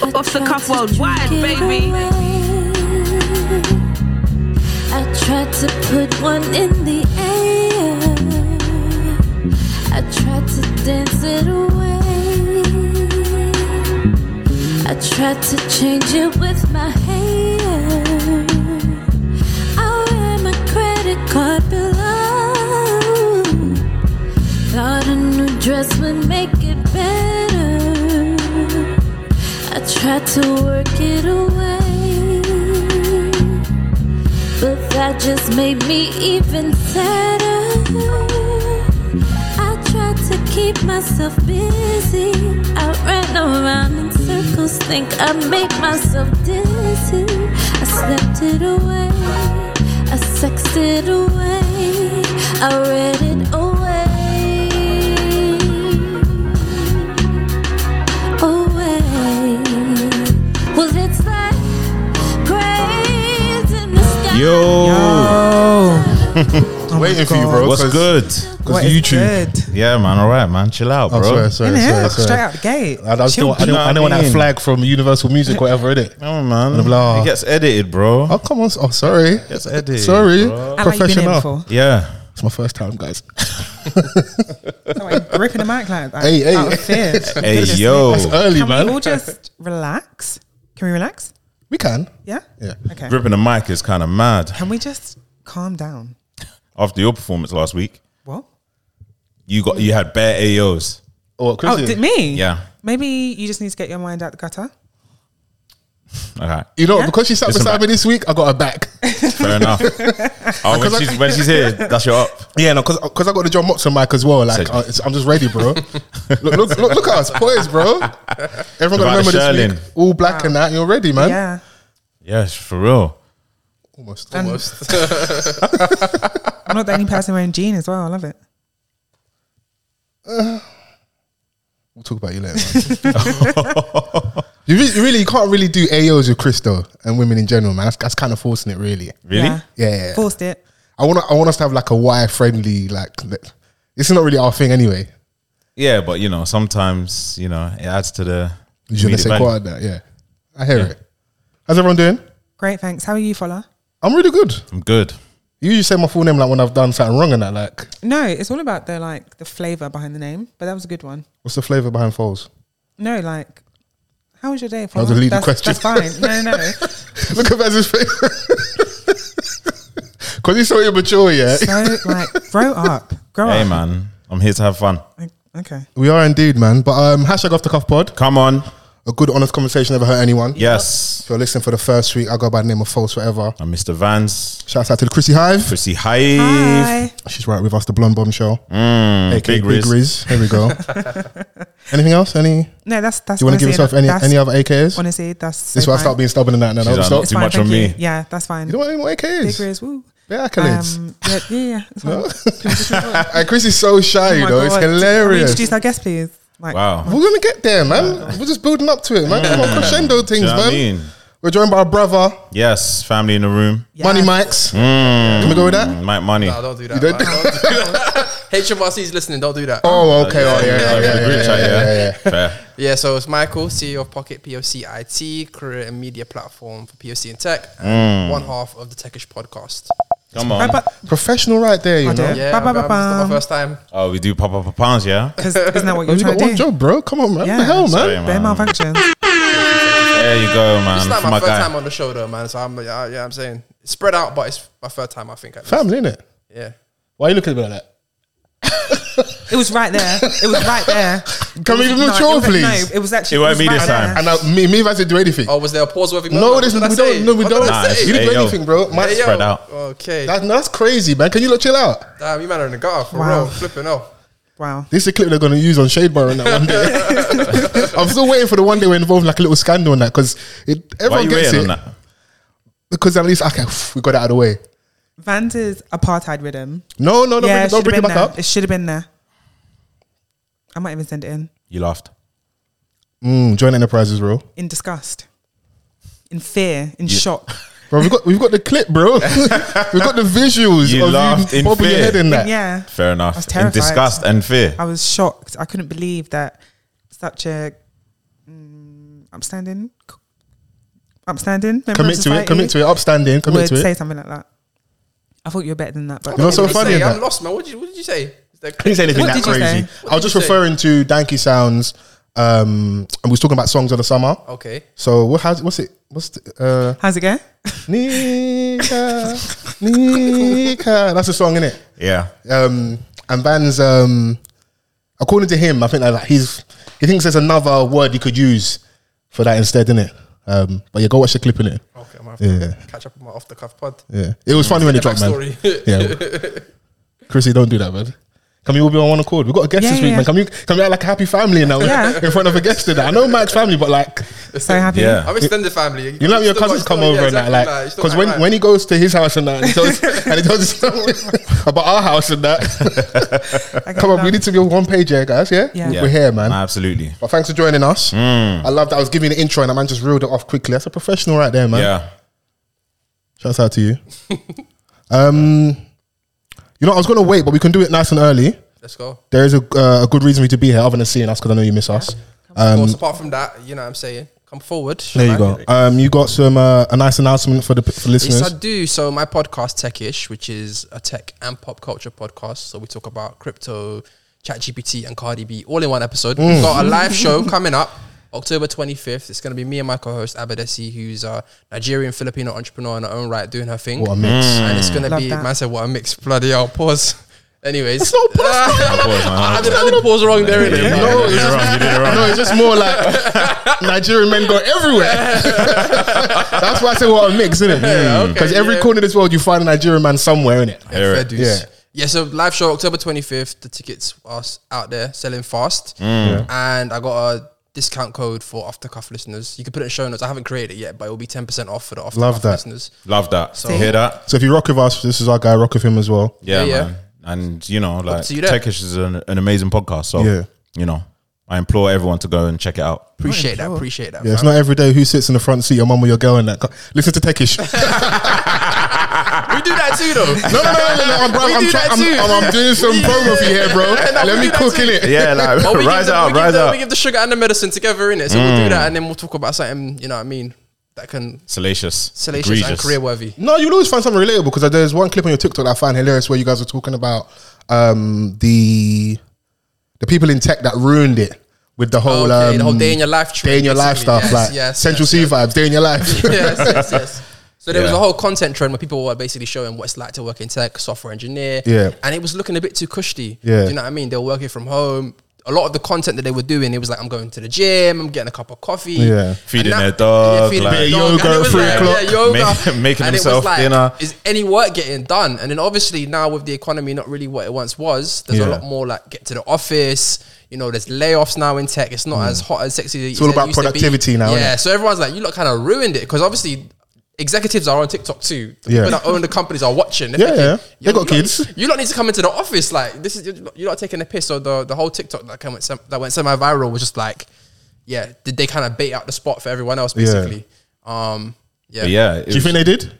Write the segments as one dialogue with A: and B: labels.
A: tough world wide, baby.
B: I tried to put one in the air. I tried to dance it away. I tried to change it with my hair. I wear my credit card below. Thought a new dress would make it better. I tried to work it away, but that just made me even sadder. I tried to keep myself busy. I ran around in circles, think I made myself dizzy. I slept it away, I sexed it away, I read it away away. Well, it's like praise in the sky.
C: Yo,
D: Oh,
E: Waiting for you, bro.
C: what's
E: 'cause-
C: good?
D: what is
E: YouTube.
D: good?
C: Yeah, man. All right, man. Chill out, bro.
E: Oh, sorry, sorry,
D: Innit?
E: sorry, sorry.
D: Straight out the gate.
E: I, I just
D: Chill
E: don't, I don't, I
C: beat.
E: don't want that flag from Universal Music, whatever it is.
C: No, man.
E: Blah.
C: It gets edited, bro.
E: Oh come on! Oh sorry,
C: That's Eddie,
E: Sorry,
C: bro.
D: How long you been here
E: professional.
D: before?
C: Yeah.
E: it's my first time, guys.
D: Oh, wait, ripping the mic like that.
E: Hey, hey.
D: Out of fear.
C: Hey, yo.
E: It's early,
D: Can
E: man.
D: we all just relax? Can we relax?
E: we can.
D: Yeah?
E: Yeah.
D: Okay.
C: Gripping the mic is kind of mad.
D: Can we just calm down?
C: After your performance last week,
D: What?
C: you got you had bare AOs.
E: Oh,
D: Oh,
E: Christian.
D: did me?
C: Yeah.
D: Maybe you just need to get your mind out the gutter.
C: All right.
E: you know
D: Yeah?
E: because she sat
C: Listen
E: beside
C: back.
E: me this week, I got her back.
C: Fair enough. oh, when she's, when she's here, that's your up.
E: yeah, no, because I got the John Motson mic as well. Like
C: Said-
E: uh, it's, I'm just ready, bro. look, look, look, look at us, poised, bro. Everyone got
C: About
E: to remember
C: the
E: this week,
C: Sherlin.
E: all black and that. You're ready, man.
D: Yeah.
C: Yes, for real.
E: Almost,
D: And-
E: almost.
D: I'm not the only person wearing jeans as well. I love it.
E: We'll talk about you later. Man. you, really, you really, you can't really do AOs with Chris though, and women in general, man. That's, that's kind of forcing it, really.
C: Really?
D: Yeah.
E: Yeah.
D: Forced it.
E: I want to I want us to have like a wire friendly like. th- This is not really our thing anyway.
C: Yeah, but you know, sometimes you know it adds to the.
E: Je ne
C: comedic
E: sais
C: value.
E: quoi, that, yeah, I hear it. How's everyone doing?
D: Great, thanks. How are you, Fola?
E: I'm really good.
C: I'm good.
E: You usually say my full name like when I've done something wrong and that. Like,
D: No, it's all about the like the flavour behind the name, but that was a good one.
E: what's the flavor behind falls?
D: No, like how was your day?
E: was
D: Fola?
E: a leading
D: that's,
E: question.
D: That's fine. No, no, no.
E: Look at Bez's face. Because he's so immature, yeah.
D: So like grow up.
E: Ah.
D: Grow
C: Hey,
D: up.
C: man. I'm here to have fun.
D: Okay.
E: We are indeed, man. But um, hashtag off the cuff pod.
C: Come on.
E: A good, honest conversation never hurt anyone. If
C: Yes.
E: you're listening for the first week, I go by the name of False Forever.
C: I'm Mr. Vance.
E: Shouts out to the Chrissy Hive.
C: Chrissy Hive.
D: Hi.
E: She's right with us, the Blonde Bombshell.
C: Mm,
E: aka
C: big Riz.
E: Here we go. Anything else? Any?
D: No, that's that's.
E: Do you want to
D: honestly-
E: give yourself any
D: that's-
E: any other AKs?
D: Honestly, that's. So
E: This is why I
D: fine.
E: start being stubborn in that. No, no,
C: She's
E: stop.
C: Too much
D: thank
C: on
D: you.
C: me.
D: Yeah, that's fine.
E: You don't want any more
D: Big
E: AKs?
D: ears, woo.
E: Yeah, accolades.
D: Um, yeah, yeah, yeah. It's fine. Oh
E: and Chris is so shy, you
D: my
E: know. It's
D: God. Can we
E: hilarious.
D: Introduce our guest, please. Like,
C: Wow.
E: We're gonna get there, man. We're just building up to it, man. Come on, crescendo things,
C: Mm. Do you know what
E: man.
C: I mean?
E: We're joined by our brother,
C: Yes, family in the room.
D: yeah.
E: Money
C: Mm.
E: Mikes. Can we go with that?
C: Mike Money.
F: No, don't do that.
E: You
F: man. Don't do that. HMRC's listening. Don't do that.
E: Oh, okay. Oh, yeah, yeah,
C: Like
E: yeah,
C: in the
E: yeah,
C: group chat,
E: yeah, yeah, yeah.
C: Fair.
F: Yeah, so it's Michael, CEO of Pocket POCIT, career and media platform for POC and tech, and one half of the Techish podcast.
C: Come
D: Bye,
C: on.
D: bye.
E: Professional, right there, you
D: I
E: know.
D: do.
F: Yeah,
D: Ba- ba-
F: man, this is
D: ba-
F: not
D: bam.
F: my first time.
C: Oh, we do pop up pounds, yeah?
D: 'Cause isn't that what you're
E: You
D: trying
E: got
D: to
E: one
D: do?
E: job, bro. Come on, man. What the
D: Yeah.
E: hell,
C: Sorry,
E: man?
D: Bare malfunctions.
C: There you go, man.
F: It's
C: For
F: not my,
C: my
F: first
C: guy.
F: time on the show, though, man. So I'm, yeah, yeah, I'm saying it's spread out, but it's my third time, I think. At least.
E: Family, innit?
F: Yeah.
E: Why are you looking at me like that?
D: It was right there. It was right there.
E: Can we
D: It was-
E: give him a
D: no,
E: troll,
D: it was-
E: please?
D: No, it was actually.
C: It won't be
D: was
C: this
D: right
C: time.
D: there.
E: And now, me, me, if I said do anything.
F: Oh, was there a pause worthy
E: No,
F: moment?
E: this, we
F: What did I say?
E: don't. No, we
F: What did
E: don't.
F: I
C: Nah,
F: say?
E: You didn't
C: Hey,
E: do
C: yo.
E: anything, bro. My,
F: Hey, yo.
C: Spread out.
F: Okay.
E: that, that's crazy, man. Can you not chill out?
F: Damn, you man are in the gutter for
D: Wow.
F: real. Flipping off.
D: Wow.
E: This is a clip they're going to use on Shade Bar and that one day. I'm still waiting for the one day we're involved in like a little scandal and that because
C: Why are
E: everyone
C: you
E: gets
C: waiting
E: it.
C: on that?
E: Because at least, okay, phew, we got it out of the way.
D: Vance's apartheid rhythm.
E: No, no, no,
D: yeah,
E: bring- Oh, don't bring it
D: it
E: back
D: there.
E: up.
D: It should have been there. I might even send it in
C: You laughed.
E: Mm, joint enterprises, bro.
D: in disgust, in fear, in shock.
E: Bro, we've got, we've got the clip, bro. we've got the visuals
C: You
E: of
C: laughed
E: you
C: in
E: bobbing your
C: fear.
E: head in that.
D: Yeah,
C: Fair enough.
D: was
C: In
D: terrified.
C: disgust and fear.
D: I was shocked. I couldn't believe that such a mm, upstanding c- upstanding. Member
E: Commit to it. Commit to it. Upstanding. Commit
D: Would
E: to
D: say
E: it.
D: something like that. I thought you were better than that, but
E: You know, so
A: What did you
E: funny
A: say?
E: in
A: I'm
E: that.
A: lost, man. What did you, what did you say? Is that
C: I didn't say anything
D: What
C: that
D: did you say?
C: crazy.
E: I was
A: did
E: just
A: you say?
E: referring to Danky Sounds, um, and we was talking about songs of the summer.
A: Okay.
E: So what? How's, what's it? What's the, uh,
D: how's it go?
E: Nika, Nika? That's a song, innit?
C: Yeah.
E: Um, and Van's, um, according to him, I think that like, he's he thinks there's another word he could use for that instead, innit? Um, but yeah, go watch the clip in it.
A: Okay, I'm gonna have
E: Yeah,
A: to catch up on my off the cuff pod.
E: yeah. It was funny when it dropped, man.
A: Backstory.
E: Yeah, Chrissy, don't do that, man. Can we all be on one accord? We've got a guest
D: Yeah,
E: this week,
D: yeah.
E: man. Can we can we act like a happy family now
D: Yeah.
E: in front of a guest today? I know Mike's family, but like
D: So happy.
C: Yeah.
A: I'm extended family.
E: You know, your
A: Still got-
E: cousins
A: still-
E: come over
A: yeah,
E: and that,
A: exactly,
E: like,
A: it's still
E: because when,
A: like-
E: when he goes to his house and that, and he tells, and he tells us about our house and that.
D: I get
E: come on,
D: that.
E: we need to be on one page here, guys. Yeah,
D: Yeah.
E: we're here, man.
C: Absolutely.
E: But thanks for joining us. I love that I was giving the intro and that man just reeled it off quickly. That's a professional right there, man.
C: Yeah.
E: Shouts out to you. um, you know, I was going to wait, but we can do it nice and early.
A: Let's go.
E: There is a, uh, a good reason for you to be here, other than seeing us, because I know you miss us.
A: Of
E: Um,
A: course, apart from that, you know what I'm saying? Come forward.
E: There you go. Um, you got some uh, a nice announcement for the for listeners.
A: Yes, I do. So my podcast, Techish, which is a tech and pop culture podcast. So we talk about crypto, ChatGPT, and Cardi B all in one episode. We've got
E: Mm.
A: a live show coming up October 25th. It's going to be me and my co-host Abadesi, who's a Nigerian Filipino entrepreneur in her own right, doing her thing.
E: What a mix.
A: And it's going to
D: Love
A: be.
D: that.
A: Man said, "What a mix." Bloody hell. Pause. Anyways,
E: It's not pause,
A: I, did, I did pause wrong there. innit?
C: Yeah,
E: No,
C: you did it wrong. You did it wrong.
E: No, it's just more like Nigerian men go everywhere. That's why I say what a mix, isn't it? Because
A: okay,
E: every
A: yeah.
E: corner of this world, you find a Nigerian man somewhere, in it.
C: Hear
A: Fair
C: it.
A: dues.
E: Yeah.
A: Yeah. so live show October 25th. The tickets are s- out there selling fast.
E: Mm.
A: And I got a discount code for off the cuff listeners. You can put it in show notes. I haven't created it yet, but it will be 10% off for the off the
E: Love
A: cuff
E: that.
A: listeners.
C: Love that.
A: So-
C: Hear that?
E: So if you rock with us, this is our guy. Rock with him as well.
C: Yeah,
A: Yeah, yeah.
C: man. And you know, like
A: to you there.
C: Techish is an, an amazing podcast. So
E: Yeah.
C: you know, I implore everyone to go and check it out.
A: Appreciate that. Appreciate that.
E: Yeah, it's
A: man.
E: not every day who sits in the front seat, your mum or your girl, and that. Listen to Techish.
A: we do that too, though.
E: No, no, no, no, no. I'm, bro,
A: We
E: I'm,
A: do
E: try-
A: that
E: I'm,
A: too.
E: I'm, I'm doing some promo for you here, bro. Let me cook in it.
C: Yeah, like
A: But we give
C: rise
A: the-
C: up,
A: we give
C: rise
A: the-
C: up. Mm.
A: We give the sugar and the medicine together, innit? So we'll do that and then we'll talk about something, you know what I mean, that can
C: Salacious,
A: salacious and
C: egregious.
A: career worthy.
E: No, you'll always find something relatable because there's one clip on your TikTok that I find hilarious where you guys are talking about um, the the people in tech that ruined it with the whole
A: Okay,
E: um,
A: the whole day in your life trip,
E: day in your life
A: basically.
E: stuff,
A: Yes,
E: like
A: yes,
E: Central
A: yes,
E: C vibes, day in your life.
A: yes, yes, yes. So there was
C: Yeah.
A: a whole content trend where people were basically showing what it's like to work in tech, software engineer.
E: Yeah.
A: And it was looking a bit too cushy.
E: Yeah.
A: Do you know what I mean? They were working from home. A lot of the content that they were doing, it was like, I'm going to the gym, I'm getting a cup of coffee.
E: Yeah.
A: And
C: Feeding
A: that-
C: their dog,
A: Yeah, feeding
C: like-
A: their
E: Bit of
A: dog.
E: yoga
A: And it
E: at
A: was
E: three
A: like,
E: o'clock.
A: Yeah, yoga.
C: Making- making
A: and it was
C: himself
A: like,
C: dinner.
A: Is any work getting done? And then obviously now with the economy not really what it once was, there's
E: Yeah.
A: a lot more like get to the office. You know, there's layoffs now in tech. It's not as hot and sexy. It's
E: Mm. all about productivity now,
A: Yeah,
E: innit?
A: so everyone's like, you lot kind of ruined it because obviously executives are on TikTok too. The
E: Yeah.
A: people that own the companies are watching. They're
E: Yeah, yeah. They got
A: "Yo, you lot-
E: kids."
A: you lot need to come into the office. Like this is you're not taking a piss. So the the whole TikTok that came with sem- that went semi viral was just like, yeah, did they kind of bait out the spot for everyone else basically? Um, yeah,
C: But yeah, it
E: Do you
C: was-
E: think they did?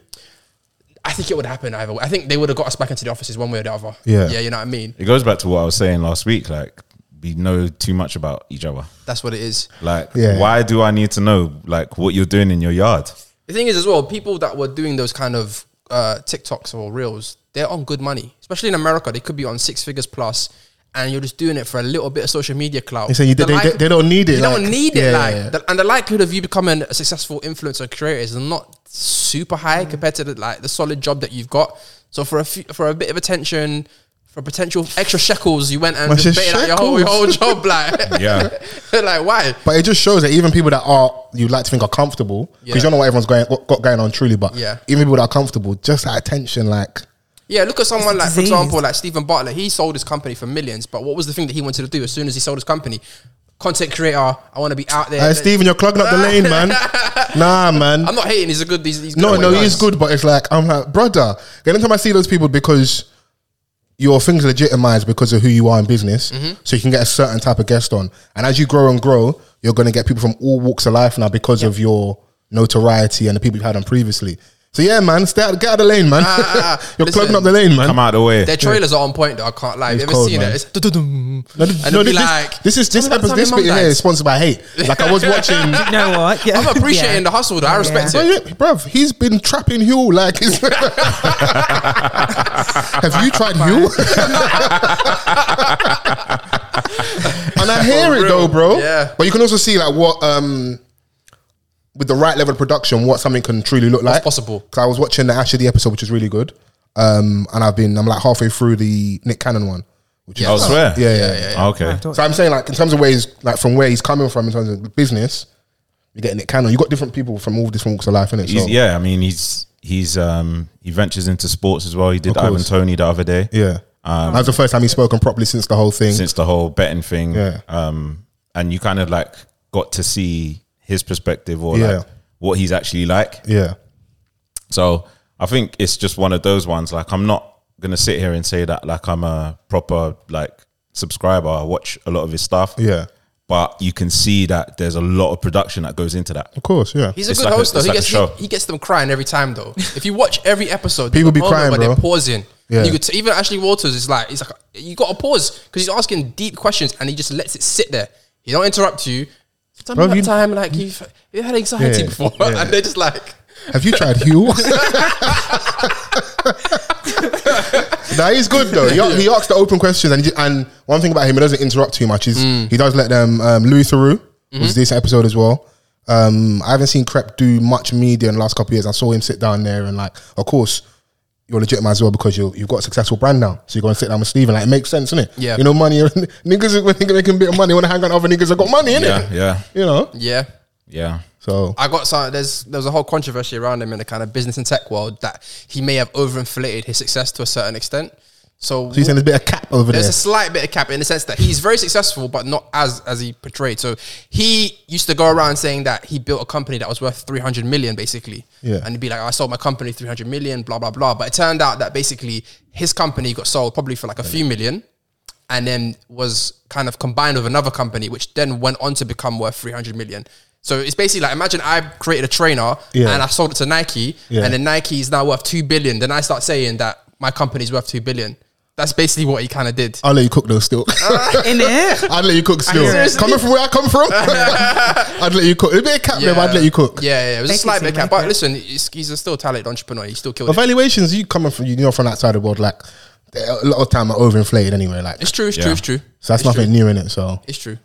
A: I think it would happen either. way. I think they would have got us back into the offices one way or the other.
E: Yeah.
A: yeah, you know what I mean.
C: It goes back to what I was saying last week. Like, we know too much about each other.
A: That's what it is.
C: Like,
E: Yeah.
C: why do I need to know like what you're doing in your yard?
A: The thing is, as well, people that were doing those kind of uh, TikToks or reels, they're on good money, especially in America. They could be on six figures plus, and you're just doing it for a little bit of social media clout.
E: They say you-
A: The
E: they- they- they don't need it,
A: You
E: like-
A: don't need
E: yeah,
A: it, like,
E: yeah, yeah.
A: the- and the likelihood of you becoming a successful influencer creator is not super high
E: Mm.
A: compared to the, like the solid job that you've got. So for a few, for a bit of attention. For potential extra shekels, you went and
E: What's
A: just
E: your
A: baited out your whole, your whole job, like
C: Yeah.
A: like why?
E: But it just shows that even people that are you like to think are comfortable because you
A: Yeah.
E: don't know what everyone's going what got going on truly. But
A: Yeah.
E: even people that are comfortable, just that attention, like
A: Yeah, look at someone
D: It's a
A: like, for
D: disease.
A: example, like Stephen Butler. He sold his company for millions, but what was the thing that he wanted to do as soon as he sold his company? Content creator, I want to be out there.
E: hey, Steven, you're clogging up the lane, man. Nah, man.
A: I'm not hating. He's a good. He's, he's good
E: No,
A: at what
E: no,
A: he
E: he's
A: does.
E: good, but it's like I'm like, brother. The only time I see those people because your things legitimized because of who you are in business,
A: Mm-hmm.
E: so you can get a certain type of guest on. And as you grow and grow, you're going to get people from all walks of life now because of your notoriety and the people you've had on previously. So yeah, man, stay out, get out of the lane, man.
A: Ah, ah, ah.
E: You're
A: Listen.
E: clogging up the lane, man.
C: Come out the way.
A: Their trailers are on point though. I can't lie. Have
E: It's
A: you ever
E: cold,
A: seen
E: man.
A: it? It's du-du-dum.
E: No,
A: and
E: this,
A: it'll
E: no,
A: be
E: this,
A: like
E: this, this is this
A: "Tell me about the
E: episode. This
A: time your mum
E: bit here
A: died."
E: is sponsored by hate. Like I was watching.
G: You know what? Yeah.
A: I'm appreciating the hustle. Though. I respect
E: Oh,
A: it.
E: yeah, bruv, he's been trapping Huel like. it's- Have you tried Huel? and I hear
A: For
E: it though,
A: real.
E: bro.
A: Yeah.
E: But you can also see like what um with the right level of production, what something can truly look like.
A: possible.
E: Because I was watching the Ash of the episode, which is really good. Um, and I've been I'm like halfway through the Nick Cannon one, which is
C: I swear.
E: yeah, yeah, yeah.
C: Ah, Okay.
E: So I'm saying like in terms of where he's like from where he's coming from in terms of business, you're getting Nick Cannon. You got different people from all different walks of life, innit?
C: He's,
E: So,
C: yeah, I mean, he's he's um he ventures into sports as well. He did
E: Of
C: Ivan
E: course.
C: Tony the other day.
E: Yeah. that was the first time he's spoken properly since the whole thing.
C: Um, since the whole betting thing.
E: Yeah.
C: Um, and you kind of like got to see his perspective or
E: Yeah.
C: like what he's actually like.
E: yeah.
C: So I think it's just one of those ones. Like I'm not gonna sit here and say that like I'm a proper like subscriber. I watch a lot of his stuff.
E: Yeah.
C: But you can see that there's a lot of production that goes into that.
E: Of course, yeah.
A: He's a
C: It's
A: good
C: like a-
A: host though.
C: it's
A: He
C: like a
A: gets he,
C: show.
A: he gets them crying every time though. If you watch every episode,
E: People be
A: there's a moment
E: crying,
A: where
E: bro.
A: they're pausing.
E: Yeah.
A: You could t- even Ashley Walters is like he's like you got to pause because he's asking deep questions and he just lets it sit there. He don't interrupt you. Tell me
E: Bro,
A: about
E: you-
A: time like you've you had anxiety
E: Yeah,
A: before
E: yeah.
A: and they're just like
E: Have you tried Hugh? nah, he's good though. He, he asks the open questions, and he, j- and one thing about him, he doesn't interrupt too much. Is
C: Mm.
E: he does let them? Um, Louis Theroux
C: Mm-hmm.
E: was this episode as well. Um, I haven't seen Crep do much media in the last couple of years. I saw him sit down there and like, of course, you're legitimate as well because you you've got a successful brand now. So you're going to sit down with Steven. Like, it makes sense, innit?
A: Yeah.
E: You know, money niggas when they're making a bit of money, want to hang out with other niggas that got money, innit?
C: Yeah, yeah,
E: You know,
A: yeah.
C: yeah.
E: so
A: I got some. There's there was a whole controversy around him in the kind of business and tech world that he may have overinflated his success to a certain extent. So,
E: he's saying there's a bit of cap over
A: there's
E: there.
A: a slight bit of cap in the sense that he's very successful, but not as as he portrayed. So he used to go around saying that he built a company that was worth 300 million, basically.
E: Yeah.
A: And he'd be like, "I sold my company 300 million, blah blah blah." But it turned out that basically his company got sold probably for like a few million, and then was kind of combined with another company, which then went on to become worth 300 million. So it's basically like imagine I created a trainer
E: Yeah.
A: and I sold it to Nike,
E: Yeah.
A: and then Nike is now worth two billion. Then I start saying that my company's worth two billion. That's basically what he kind of did.
E: I'll let you cook though still.
G: in it.
E: I'd let you cook still.
G: Seriously?
E: Coming from where I come from, I'd let you cook. A bit of cap there, but Uh, I'd let you cook.
A: Yeah, yeah, it was a
G: They
A: slight
G: can
A: bit
G: see
A: cap. But
G: like
A: listen, he's, he's a still talented entrepreneur. He still killed
E: But
A: it.
E: valuations, you coming from, you know, from that side of the world, like they're a lot of time are overinflated anyway. Like,
A: It's true. It's
C: Yeah.
A: true. It's true.
E: so that's
A: it's
E: nothing
A: True.
E: new in it. So,
A: It's true.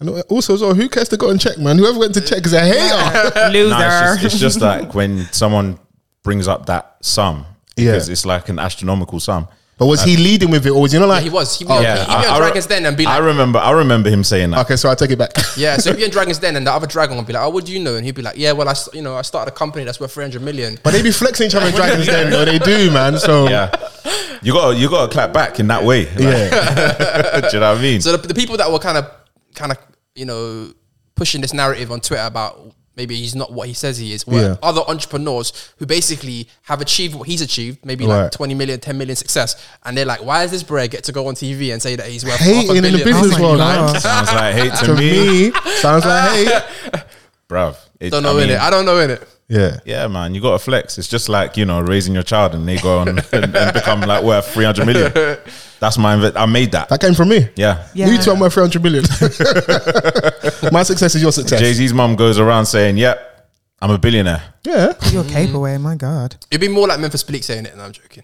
E: and also, so who cares to go and check, man? Whoever went to check is a hater.
G: Loser.
C: No, it's, just, it's just like when someone brings up that sum
E: Yeah.
C: because it's like an astronomical sum.
E: but was he leading with it, or was you know, like
A: He was. He,
E: Oh,
A: yeah, he,
C: I-
A: be
C: I
A: on
C: re-
A: Dragon's Den and be
C: I
A: like,
C: remember. I remember him saying that.
E: Okay, so I take it back.
A: yeah. So he'd be in Dragon's Den and the other dragon would be like, oh, what do you know? And he'd be like, yeah, well, I, s- you know, I started a company that's worth 300 million.
E: But they be flexing each other in Dragons Den, though. They do, man. So,
C: Yeah, you got you got to clap back in that way. Like,
E: yeah.
C: do you know what I mean?
A: So the, the people that were kind of, kind of, you know, pushing this narrative on Twitter about maybe he's not what he says he is, were
E: Yeah.
A: other entrepreneurs who basically have achieved what he's achieved, maybe
E: Right.
A: like 20 million, 10 million success. And they're like, why is this bread get to go on TV and say that he's worth half a
E: Hating in the
A: billion?
E: business
G: my
E: world,
G: God.
E: man.
C: Sounds like hate to,
E: To
C: me,
E: me, sounds like hate.
C: bruv. It-
A: don't know
C: I
A: in
C: mean,
A: it. I don't know in it.
E: Yeah.
C: yeah, man, you got to flex. It's just like you know raising your child and they go on and, and become like worth three hundred million. That's my. Inve- I made that.
E: That came from me.
C: Yeah.
G: Yeah.
E: You two are my 300 million. my success is your success.
C: Jay Z's mom goes around saying, "Yep, I'm a billionaire."
E: Yeah.
G: You're capable. eh? My God.
A: It'd be more like Memphis Bleak saying it, and I'm joking.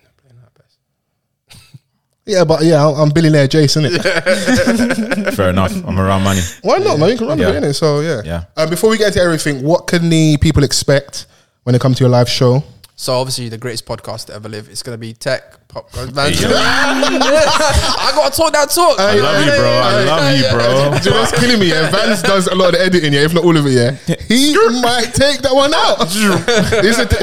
E: Yeah, but yeah, I'm, I'm billionaire Jason. Innit?
C: Fair enough. I'm around money.
E: Why not, man? You can run
C: Yeah.
E: a bit in it. So yeah.
C: Yeah.
E: Uh, before we get into everything, what can the people expect when they come to your live show?
A: So obviously, the greatest podcast to ever live. It's gonna be tech pop. Man,
C: you go.
A: I gotta talk that talk.
C: I love you, bro. I love you, bro.
E: Do you know what's killing me? Yeah, Vance does a lot of the editing. Yeah, if not all of it. Yeah, he might take that one out. it's a,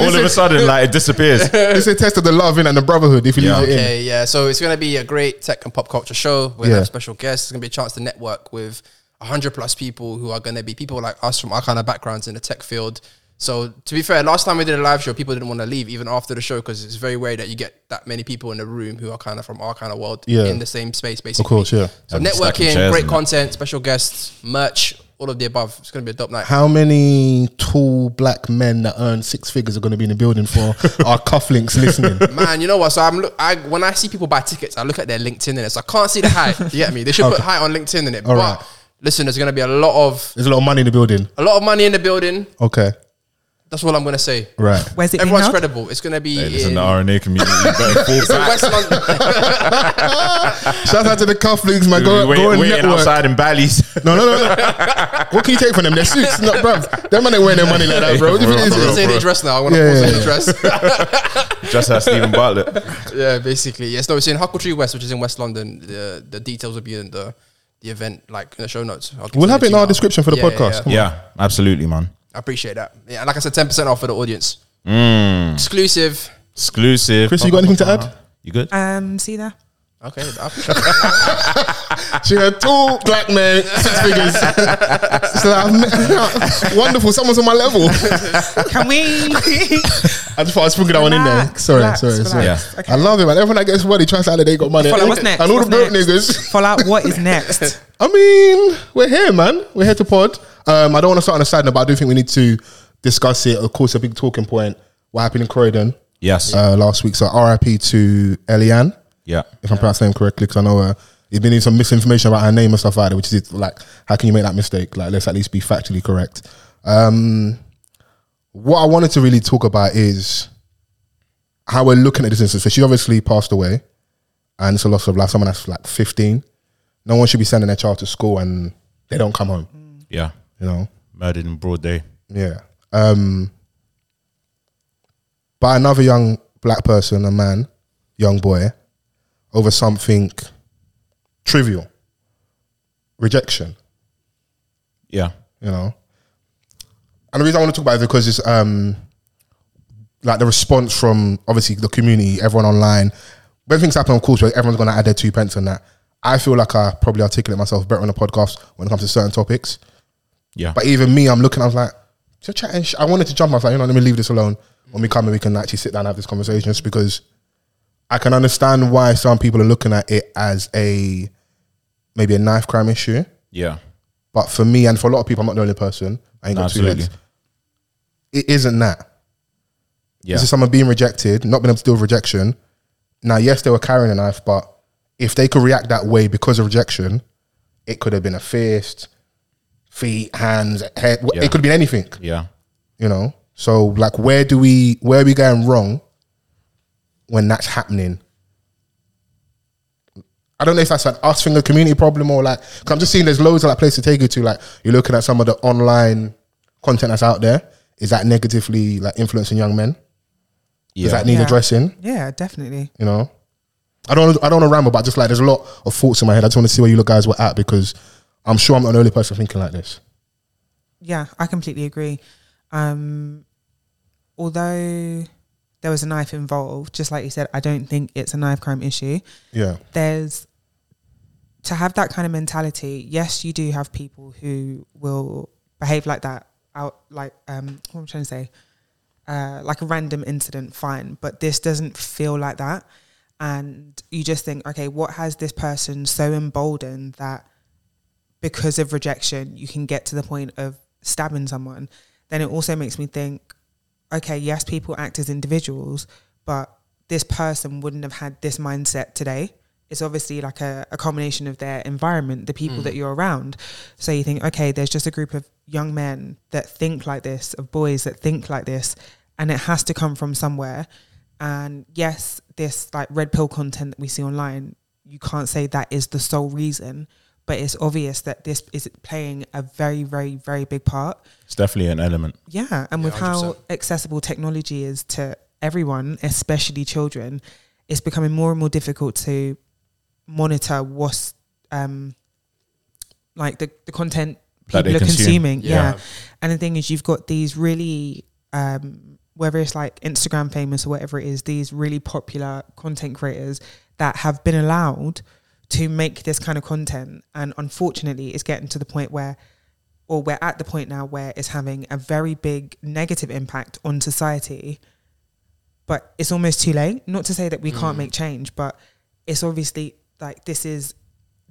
C: All
E: it's
C: of a sudden, like it disappears.
E: it's a test of the love in and the brotherhood. If you
C: Yeah.
E: leave it in,
A: Okay, yeah. So it's gonna be a great tech and pop culture show. We're gonna
E: Yeah.
A: have special guests. It's gonna be a chance to network with hundred plus people who are gonna be people like us from our kind of backgrounds in the tech field. So to be fair, last time we did a live show, people didn't want to leave even after the show because it's very rare that you get that many people in a room who are kind of from our kind of world
E: Yeah.
A: in the same space, basically.
E: course, yeah.
A: So
C: And stacking
A: networking,
C: chairs
A: great
C: and that.
A: content, special guests, merch,
F: all of the above. It's gonna be a dope night.
E: How many tall black men that earn six figures are going to be in the building for our cufflinks listening?
F: Man, you know what? So I'm look. I when I see people buy tickets, I look at their LinkedIn and it's I can't see the height. You get me? They should put height on LinkedIn in it.
E: All
F: but
E: right.
F: listen, there's gonna be a lot of
E: There's a lot of money in the building.
F: a lot of money in the building.
E: Okay,
F: That's all I'm gonna say.
E: right.
D: Where's it being
F: Everyone's
D: held?
F: credible. It's gonna be.
C: Hey, listen,
F: in-
C: the RNA community you better fall
F: So
C: back.
F: West London.
E: Shout out to the cufflinks, man. Go,
C: Wait-
E: go and
C: waiting
E: network.
C: outside in Bally's.
E: No, no, no, no. what can you take from them? Their suits, no, bruv. Them man ain't wearing their money like that, bro. What do you think
C: Bro,
E: it
F: Let's
E: is?
F: say they
C: bro.
F: dress now. I want to
E: Yeah,
F: pause
E: yeah,
F: on
E: yeah.
F: the dress.
C: Just like Stephen Bartlett.
F: yeah, basically. Yes, no, it's in Huckletree West, which is in West London. The the details will be in the the event, like in the show notes. I'll give
E: We'll
F: them
E: have
F: to
E: it in
F: you
E: our
F: now.
E: description for the
F: Yeah, yeah,
E: podcast.
F: yeah.
C: Yeah, absolutely, man.
F: I appreciate that. Yeah, and like I said, ten percent off for the audience. Exclusive.
C: Mm. Exclusive. Uh-huh.
E: Chris, you got anything to add?
C: You good?
D: Um, see there.
F: Okay.
E: She had two black men, six figures. so I'm- wonderful, someone's on my level.
D: Can we?
E: I just thought I was that one in there.
D: Relax,
E: Sorry,
D: relax,
E: sorry, sorry.
D: relax.
C: Yeah.
D: Okay.
E: I love it, man. Everyone that gets money tries to act like they got money.
D: Fall out,
E: And
D: what's
E: all-
D: next?
E: And all
D: What's
E: the broke
D: next?
E: niggas.
D: Fall out. What is next?
E: I mean, we're here, man. We're here to pod. Um, I don't want to start on a side note, but I do think we need to discuss it. Of course, a big talking point. What happened in Croydon
C: Yes.
E: uh, last week? So RIP to Eliane.
C: yeah.
E: if I'm pronouncing her name correctly, because I know uh, there's been some misinformation about her name and stuff like that, which is like, how can you make that mistake? Like, let's at least be factually correct. Um, what I wanted to really talk about is how we're looking at this instance. So she obviously passed away, and it's a loss of life. Someone that's like 15. No one should be sending their child to school and they don't come home.
C: Yeah.
E: You know,
C: Murdered in broad day.
E: yeah. Um, by another young black person, a man, young boy, over something trivial, rejection.
C: Yeah.
E: You know, and the reason I want to talk about it is because it's um, like the response from obviously the community, everyone online. When things happen on calls, where everyone's going to add their two pence on that. I feel like I probably articulate myself better on the podcast when it comes to certain topics.
C: Yeah.
E: But even me, I'm looking. I was like, just chatting. sh-" I wanted to jump. I was like, you know, let me leave this alone. When we come and we can actually sit down and have this conversation, just because I can understand why some people are looking at it as a maybe a knife crime issue.
C: yeah.
E: But for me and for a lot of people, I'm not the only person. I ain't got two
C: Absolutely.
E: heads. It isn't that.
C: Yeah.
E: This is someone being rejected, not being able to deal with rejection. Now, yes, they were carrying a knife, but if they could react that way because of rejection, it could have been a fist, feet, hands, head. wh-
C: Yeah.
E: It could have been anything
C: yeah.
E: you know so like where do we where are we going wrong when that's happening I don't know if that's an us thing, a community problem, or like, i I'm just seeing there's loads of like places to take you to. Like, you're looking at some of the online content that's out there. Is that negatively like influencing young men?
C: Yeah.
E: Does that need
D: Yeah.
E: addressing?
D: Yeah, definitely.
E: You know, I don't, I don't want to ramble, but just like there's a lot of thoughts in my head. I just want to see where you look guys were at because I'm sure I'm not the only person thinking like this.
D: Yeah, I completely agree. Um, although there was a knife involved, just like you said, I don't think it's a knife crime issue.
E: Yeah,
D: there's to have that kind of mentality. Yes, you do have people who will behave like that out, like um, what am I trying to say? Uh, like a random incident, fine, but this doesn't feel like that. And you just think, okay, what has this person so emboldened that because of rejection, you can get to the point of stabbing someone? Then it also makes me think, okay, yes, people act as individuals, but this person wouldn't have had this mindset today. It's obviously like a, a combination of their environment, the people that you're around. So you think, okay, there's just a group of young men that think like this, of boys that think like this, and it has to come from somewhere. And yes, this like red pill content that we see online, you can't say that is the sole reason, but it's obvious that this is playing a very, very, very big part.
C: It's definitely an element.
D: Yeah, and with how accessible technology is to everyone, especially children, it's becoming more and more difficult to monitor what's um, like the, the content
C: That
D: people
C: they
D: are
C: consume.
D: consuming. Yeah.
F: Yeah.
D: And the thing is, you've got these really, um, whether it's like Instagram famous or whatever it is, these really popular content creators that have been allowed to make this kind of content. And unfortunately, it's getting to the point where, or we're at the point now where it's having a very big negative impact on society. But it's almost too late. Not to say that we can't make change, but it's obviously like this is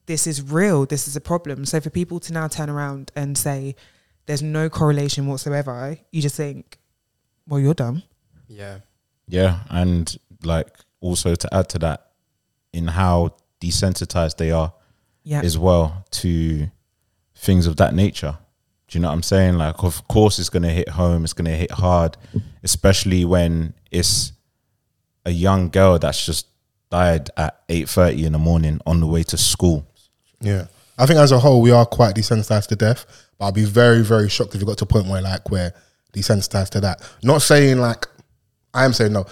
D: this is real. This is a problem. So for people to now turn around and say there's no correlation whatsoever, you just think, well, you're dumb.
F: Yeah.
C: Yeah, and like also to add to that, in how desensitized they are
D: Yeah.
C: as well to things of that nature. Do you know what I'm saying? Like, of course, it's gonna hit home. It's gonna hit hard, especially when it's a young girl that's just died at eight thirty in the morning on the way to school.
E: Yeah. I think as a whole, we are quite desensitized to death, but I'll be very, very shocked if we got to a point where like we're desensitized to that. Not saying like, I am saying no.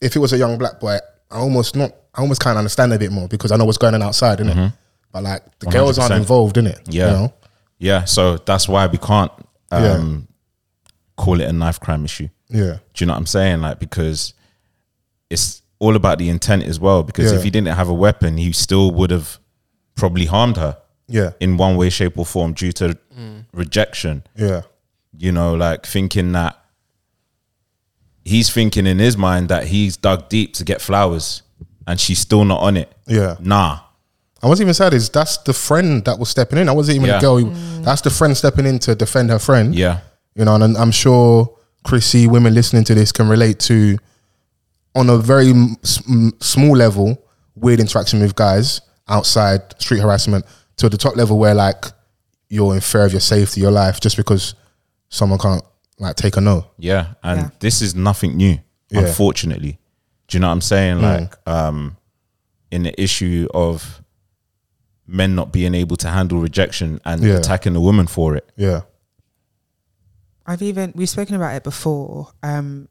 E: If it was a young black boy, I almost not, I almost can't understand a bit more because I know what's going on outside, innit?
C: Mm-hmm.
E: But like the girls aren't
C: 100%.
E: involved, innit?
C: Yeah.
E: You know?
C: Yeah, so that's why we can't um, call it a knife crime issue.
E: Yeah.
C: Do you know what I'm saying? Like because it's all about the intent as well. Because
E: Yeah.
C: if he didn't have a weapon, he still would have probably harmed her
E: Yeah.
C: in one way, shape, or form due to rejection.
E: Yeah.
C: You know, like thinking that he's thinking in his mind that he's dug deep to get flowers, and she's still not on it.
E: Yeah.
C: Nah,
E: I wasn't even sad is that's the friend that was stepping in. I wasn't even
C: Yeah.
E: a girl. who- That's the friend stepping in to defend her friend.
C: yeah,
E: you know, and I'm- I'm sure Chrissy, women listening to this can relate to on a very m- s- m- small level weird interaction with guys outside street harassment to the top level where like you're in fear of your safety, your life, just because someone can't like take a no.
C: Yeah, and
D: Yeah.
C: this is nothing new,
E: Yeah. Mm.
C: unfortunately. Do you know what I'm saying? Like, um, in the issue of men not being able to handle rejection and
E: Yeah.
C: attacking a woman for it.
E: Yeah,
D: I've even we've spoken about it before. Um,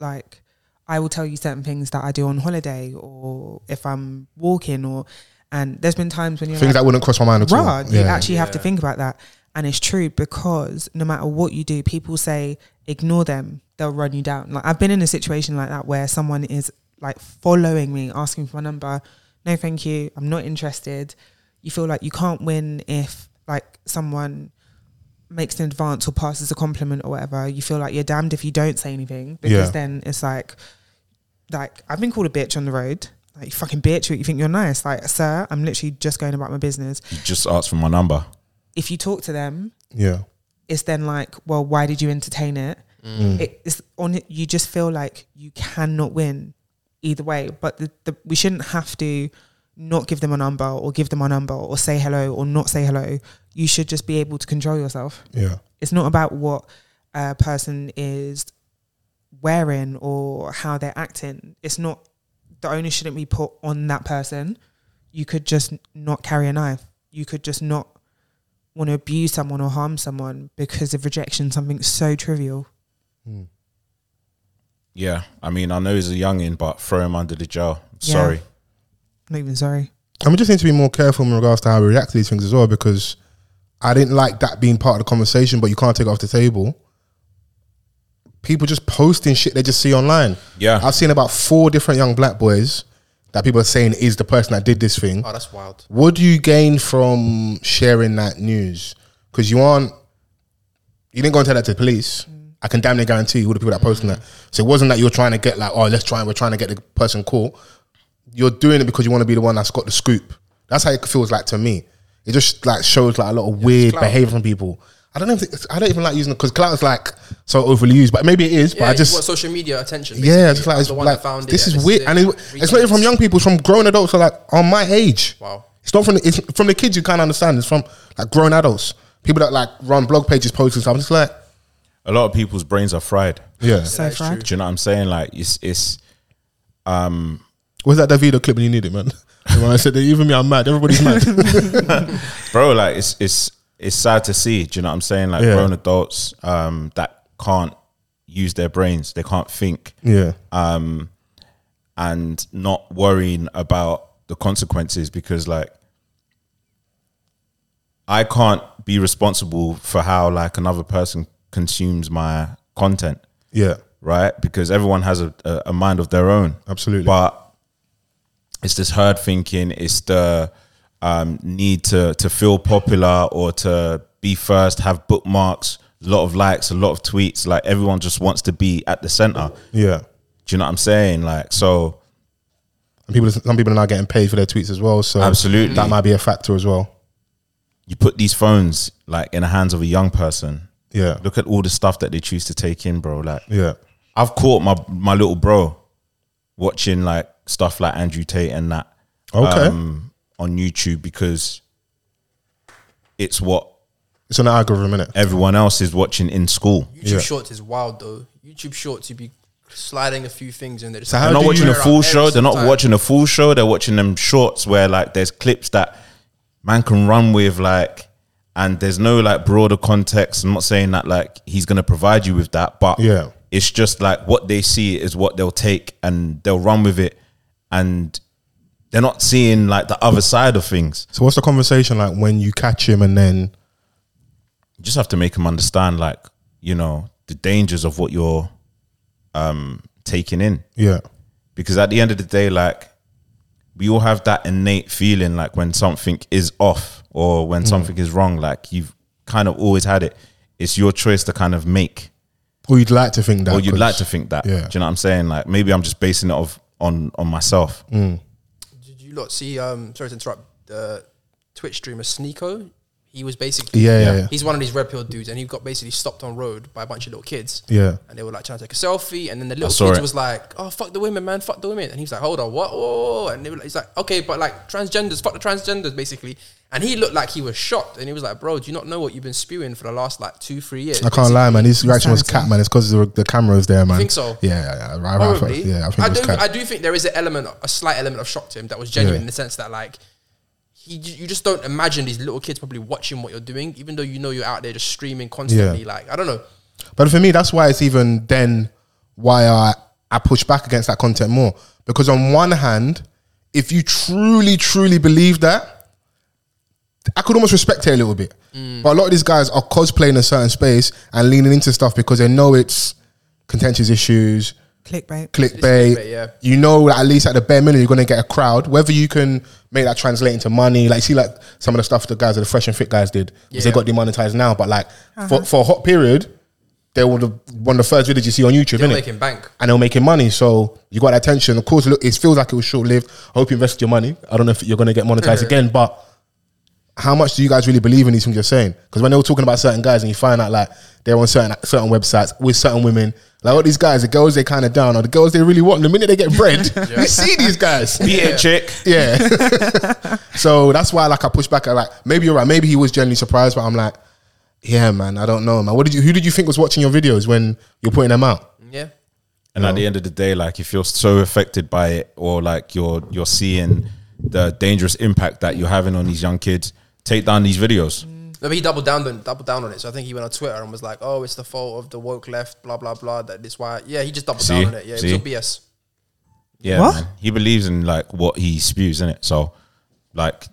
D: like I will tell you certain things that I do on holiday or if I'm walking or and there's been times when you're
E: things
D: like,
E: that wouldn't cross my mind at all.
D: Rod, you
E: yeah.
D: actually have to
F: Yeah.
D: think about that. And it's true because no matter what you do, people say ignore them, they'll run you down. Like I've been in a situation like that where someone is like following me, asking for my number. No, thank you. I'm not interested. You feel like you can't win if like someone makes an advance or passes a compliment or whatever. You feel like you're damned if you don't say anything because
E: Yeah.
D: then it's like like I've been called a bitch on the road. Like you fucking bitch, you think you're nice. Like, sir, I'm literally just going about my business
C: You just asked for my number.
D: if you talk to them,
E: yeah,
D: it's then like, well, why did you entertain it? Mm.
E: Mm,
D: It- It's on. You just feel like you cannot win either way. But the, the, we shouldn't have to not give them a number or give them a number or say hello or not say hello. You should just be able to control yourself.
E: yeah,
D: It's not about what a person is wearing or how they're acting. It's not the onus shouldn't be put on that person. You could just not carry a knife. You could just not want to abuse someone or harm someone because of rejection, something so trivial.
C: Yeah, I mean, I know he's a youngin, but throw him under the jail.
D: Yeah.
C: Sorry.
D: Not even sorry.
E: And we just need to be more careful in regards to how we react to these things as well, because I didn't like that being part of the conversation, but you can't take it off the table. People just posting shit they just see online.
C: Yeah.
E: I've seen about four different young black boys that people are saying is the person that did this thing.
F: Oh, that's wild.
E: What do you gain from sharing that news? Because you aren't, you didn't go and tell that to the police.
F: Mm.
E: I can damn near guarantee you all the people that are posting that. So it wasn't that you're trying to get like, oh, let's try and we're trying to get the person caught. You're doing it because you want to be the one that's got the scoop. That's how it feels like to me. It just like shows like a lot of weird
F: clout.
E: behavior from people. I don't know. If it's, I don't even like using it because clout is like so overly used, but maybe it is.
F: Yeah,
E: but I just
F: want social media attention. basically.
E: yeah, just like,
F: I'm
E: it's
F: the one
E: like
F: that found
E: this
F: it,
E: is
F: and
E: weird,
F: the
E: and it, it's not even from young people; it's from grown adults. So like on my age,
F: Wow.
E: it's not from the, it's from the kids you can't understand. It's from like grown adults, people that like run blog pages, posting stuff. I'm just like,
C: A lot of people's brains are fried.
E: yeah,
D: So
F: that's
D: fried.
F: true.
C: Do you know what I'm saying? Like, it's it's
E: where's that Davido clip when you need it, man? when I said that, even me, I'm mad. Everybody's mad.
C: bro like it's it's it's sad to see do you know what i'm saying like
E: Yeah.
C: grown adults um that can't use their brains they can't think
E: yeah,
C: and not worrying about the consequences because like i can't be responsible for how like another person consumes my content
E: yeah,
C: right? Because everyone has a, a, a mind of their own.
E: Absolutely.
C: But it's this herd thinking, it's the um, need to, to feel popular or to be first, have bookmarks, a lot of likes, a lot of tweets. Like everyone just wants to be at the center.
E: yeah.
C: Do you know what I'm saying? Like, so
E: And people, some people are now getting paid for their tweets as well. So
C: Absolutely.
E: that might be a factor as well.
C: You put these phones like in the hands of a young person.
E: Yeah,
C: Look at all the stuff that they choose to take in, bro. Like
E: yeah,
C: I've caught my my little bro watching like stuff like Andrew Tate and that
E: Okay.
C: um, on YouTube because it's what
E: it's an algorithm, innit?
C: everyone else is watching in school.
A: YouTube
E: Yeah.
A: Shorts is wild though. YouTube Shorts, you be sliding a few things in there.
E: So how
C: They're
E: do
C: not
E: you-
C: watching a
E: They're
C: full show. They're not watching a full show. They're watching them shorts where like there's clips that man can run with like, and there's no like broader context. I'm not saying that like he's gonna provide you with that, but
E: Yeah.
C: it's just like what they see is what they'll take and they'll run with it, and they're not seeing like the other side of things.
E: So what's the conversation like when you catch him and then
C: You just have to make them understand like you know the dangers of what you're um taking in.
E: yeah,
C: because at the end of the day, like we all have that innate feeling like when something is off or
E: Mm.
C: when something is wrong, like you've kind of always had it. It's your choice to kind of make,
E: or you'd like to think that,
C: or you'd
E: 'cause-
C: like to think that.
E: Yeah.
C: Do you know what I'm saying? Like maybe I'm just basing it off on on myself.
E: Mm.
A: Did you lot see? Um, sorry to interrupt. The Twitch streamer Sneeko, he was basically
E: Yeah, yeah, yeah.
A: He's one of these red pill dudes, and he got basically stopped on road by a bunch of little kids.
E: Yeah.
A: and they were like trying to take a selfie, and then the little
C: saw
A: kids
C: it.
A: was like, "Oh fuck the women, man, fuck the women," and he was like, "Hold on, what?" Oh, and they were like, he's like, "Okay, but like transgenders, fuck the transgenders," basically. And he looked like he was shocked, and he was like, "Bro, do you not know what you've been spewing for the last like two, three years?"
E: I can't lie, man. His reaction was
D: Insanity.
E: cat, man. It's because the, the camera is there, man.
A: think so?
E: Yeah, yeah, yeah. I, I, I,
A: Probably.
E: yeah, I think it was
A: do.
E: cat.
A: I do think there is an element, a slight element of shock to him that was genuine
E: Yeah.
A: in the sense that like he, you just don't imagine these little kids probably watching what you're doing, even though you know you're out there just streaming constantly. Like I don't know.
E: But for me, that's why it's even then why I, I push back against that content more. Because on one hand, if you truly, truly believe that, I could almost respect it a little bit.
A: Mm.
E: But a lot of these guys are cosplaying a certain space and leaning into stuff because they know it's contentious issues,
D: Clickbait.
E: clickbait.
A: clickbait, yeah.
E: You know, that at least at the bare minimum, you're going to get a crowd. Whether you can make that translate into money, like see, like some of the stuff the guys, the fresh and fit guys did, because
A: Yeah. Uh-huh.
E: they got demonetized now. But like for, for a hot period, they were the, one of the first videos you see on YouTube,
A: They're
E: innit?
A: making bank.
E: and they were making money. So you got that attention. Of course, look, it feels like it was short lived. I hope you invested your money. I don't know if you're going to get monetized again, but how much do you guys really believe in these things you're saying? Because when they were talking about certain guys, and you find out like they're on certain certain websites with certain women, like all these guys, the girls they kind of down, or the girls they really want. The minute they get bread, you see these guys.
C: Be a chick.
E: Yeah. so that's why like I push back. I like maybe you're right. Maybe he was genuinely surprised, but I'm like, yeah, man, I don't know, man. What did you? Who did you think was watching your videos when you're putting them out?
A: Yeah.
C: And at the end of the day, like if you're so affected by it, or like you're you're seeing the dangerous impact that you're having on these young kids, take down these videos.
A: No, but he doubled down on doubled down on it. So I think he went on Twitter and was like, "Oh, it's the fault of the woke left, blah blah blah." That this why, yeah, he just doubled
C: See?
A: down on it. Yeah,
C: See?
A: it was all BS.
C: Yeah,
D: What?
C: man. he believes in like what he spews in it. So, like,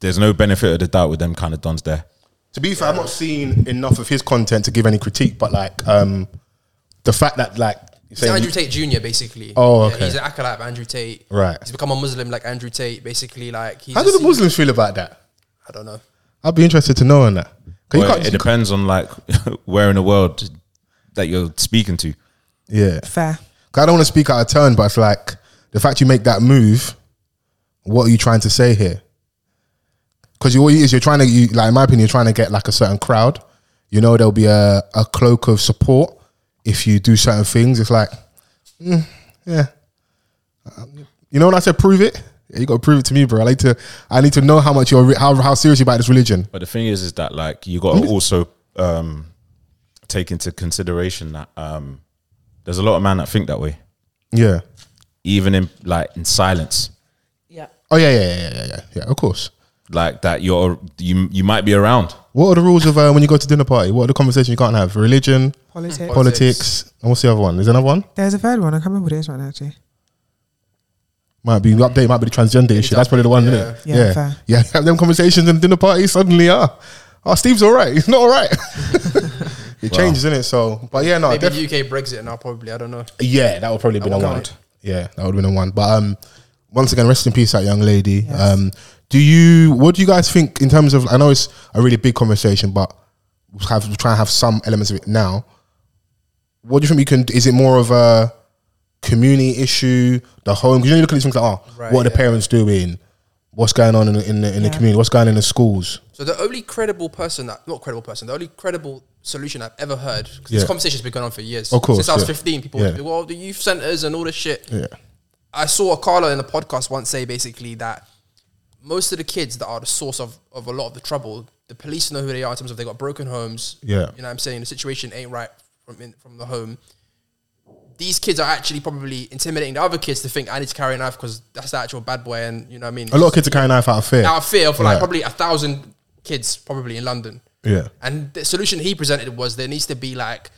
C: there's no benefit of the doubt with them kind of dons there.
E: To be fair, I've not seen enough of his content to give any critique, but like um, the fact that like you're
A: He's Andrew
E: saying,
A: Tate Jr. Basically.
E: Oh,
A: Yeah,
E: okay.
A: he's an acolyte of Andrew Tate.
E: Right.
A: He's become a Muslim like Andrew Tate. Basically, like he's
E: how
A: a
E: do the
A: se-
E: Muslims feel about that?
A: I don't know.
E: I'd be interested to know on that. 'Cause you
C: Well,
E: can't-
C: it depends on like where in the world that you're speaking to.
E: yeah,
D: Fair.
E: 'Cause I don't want to speak out of turn, but it's like the fact you make that move. What are you trying to say here? Because you all you is you're trying to you, like in my opinion, you're trying to get like a certain crowd. You know, there'll be a, a cloak of support if you do certain things. It's like, mm, yeah, Um, you know when I said prove it, you got to prove it to me, bro. I like to, I need to know how much you're re- how how serious you about this religion.
C: But the thing is, is that like you got to also um, take into consideration that um, there's a lot of men that think that way,
E: Yeah.
C: even in like in silence.
E: Oh yeah, yeah, yeah, yeah, yeah, yeah. Of course.
C: Like that you're you you might be around.
E: What are the rules of uh, when you go to dinner party? What are the conversations you can't have? Religion,
D: Politics.
E: politics, and what's the other one? Is there another one?
D: There's a third one. I can't remember what it is right now, actually.
E: Might be update, might be the transgender issue. That's probably the one, isn't it?
D: Yeah, fair.
E: yeah. Have them conversations in dinner parties. Suddenly, ah, oh, Steve's all right. He's not all right. it changes, isn't it? So, but yeah, no,
A: Maybe
E: Oh, def-
A: UK Brexit now, probably. I don't know.
E: yeah, that would probably been a
A: would
E: one.
A: count.
E: Yeah, that would have been a one. But um, once again, rest in peace, that young lady.
D: Yes.
E: Um, do you? What do you guys think in terms of? I know it's a really big conversation, but we have we try and have some elements of it now. What do you think we can? Is it more of a community issue, the home. 'Cause You know, you look at these things like, oh,
A: Right,
E: what are the
A: yeah.
E: parents doing? What's going on in the, in the, in the
D: Yeah.
E: community? What's going on in the schools?
A: So the only credible person that not credible person, the only credible solution I've ever heard, 'cause
E: Yeah.
A: this conversation's been going on for years.
E: Of course,
A: Since I was
E: yeah.
A: fifteen, people
E: Yeah.
A: would be, well, the youth centres and all this shit.
E: Yeah.
A: I saw a Carla in a podcast once say basically that most of the kids that are the source of, of a lot of the trouble, the police know who they are in terms of they got broken homes.
E: Yeah.
A: You know what I'm saying? The situation ain't right from in, from the home. These kids are actually probably intimidating the other kids to think I need to carry a knife because that's the actual bad boy and you know what I mean?
E: A lot of kids are carrying a knife out of fear.
A: out of fear for like
E: Yeah.
A: probably a thousand kids probably in London.
E: Yeah.
A: And the solution he presented was there needs to be like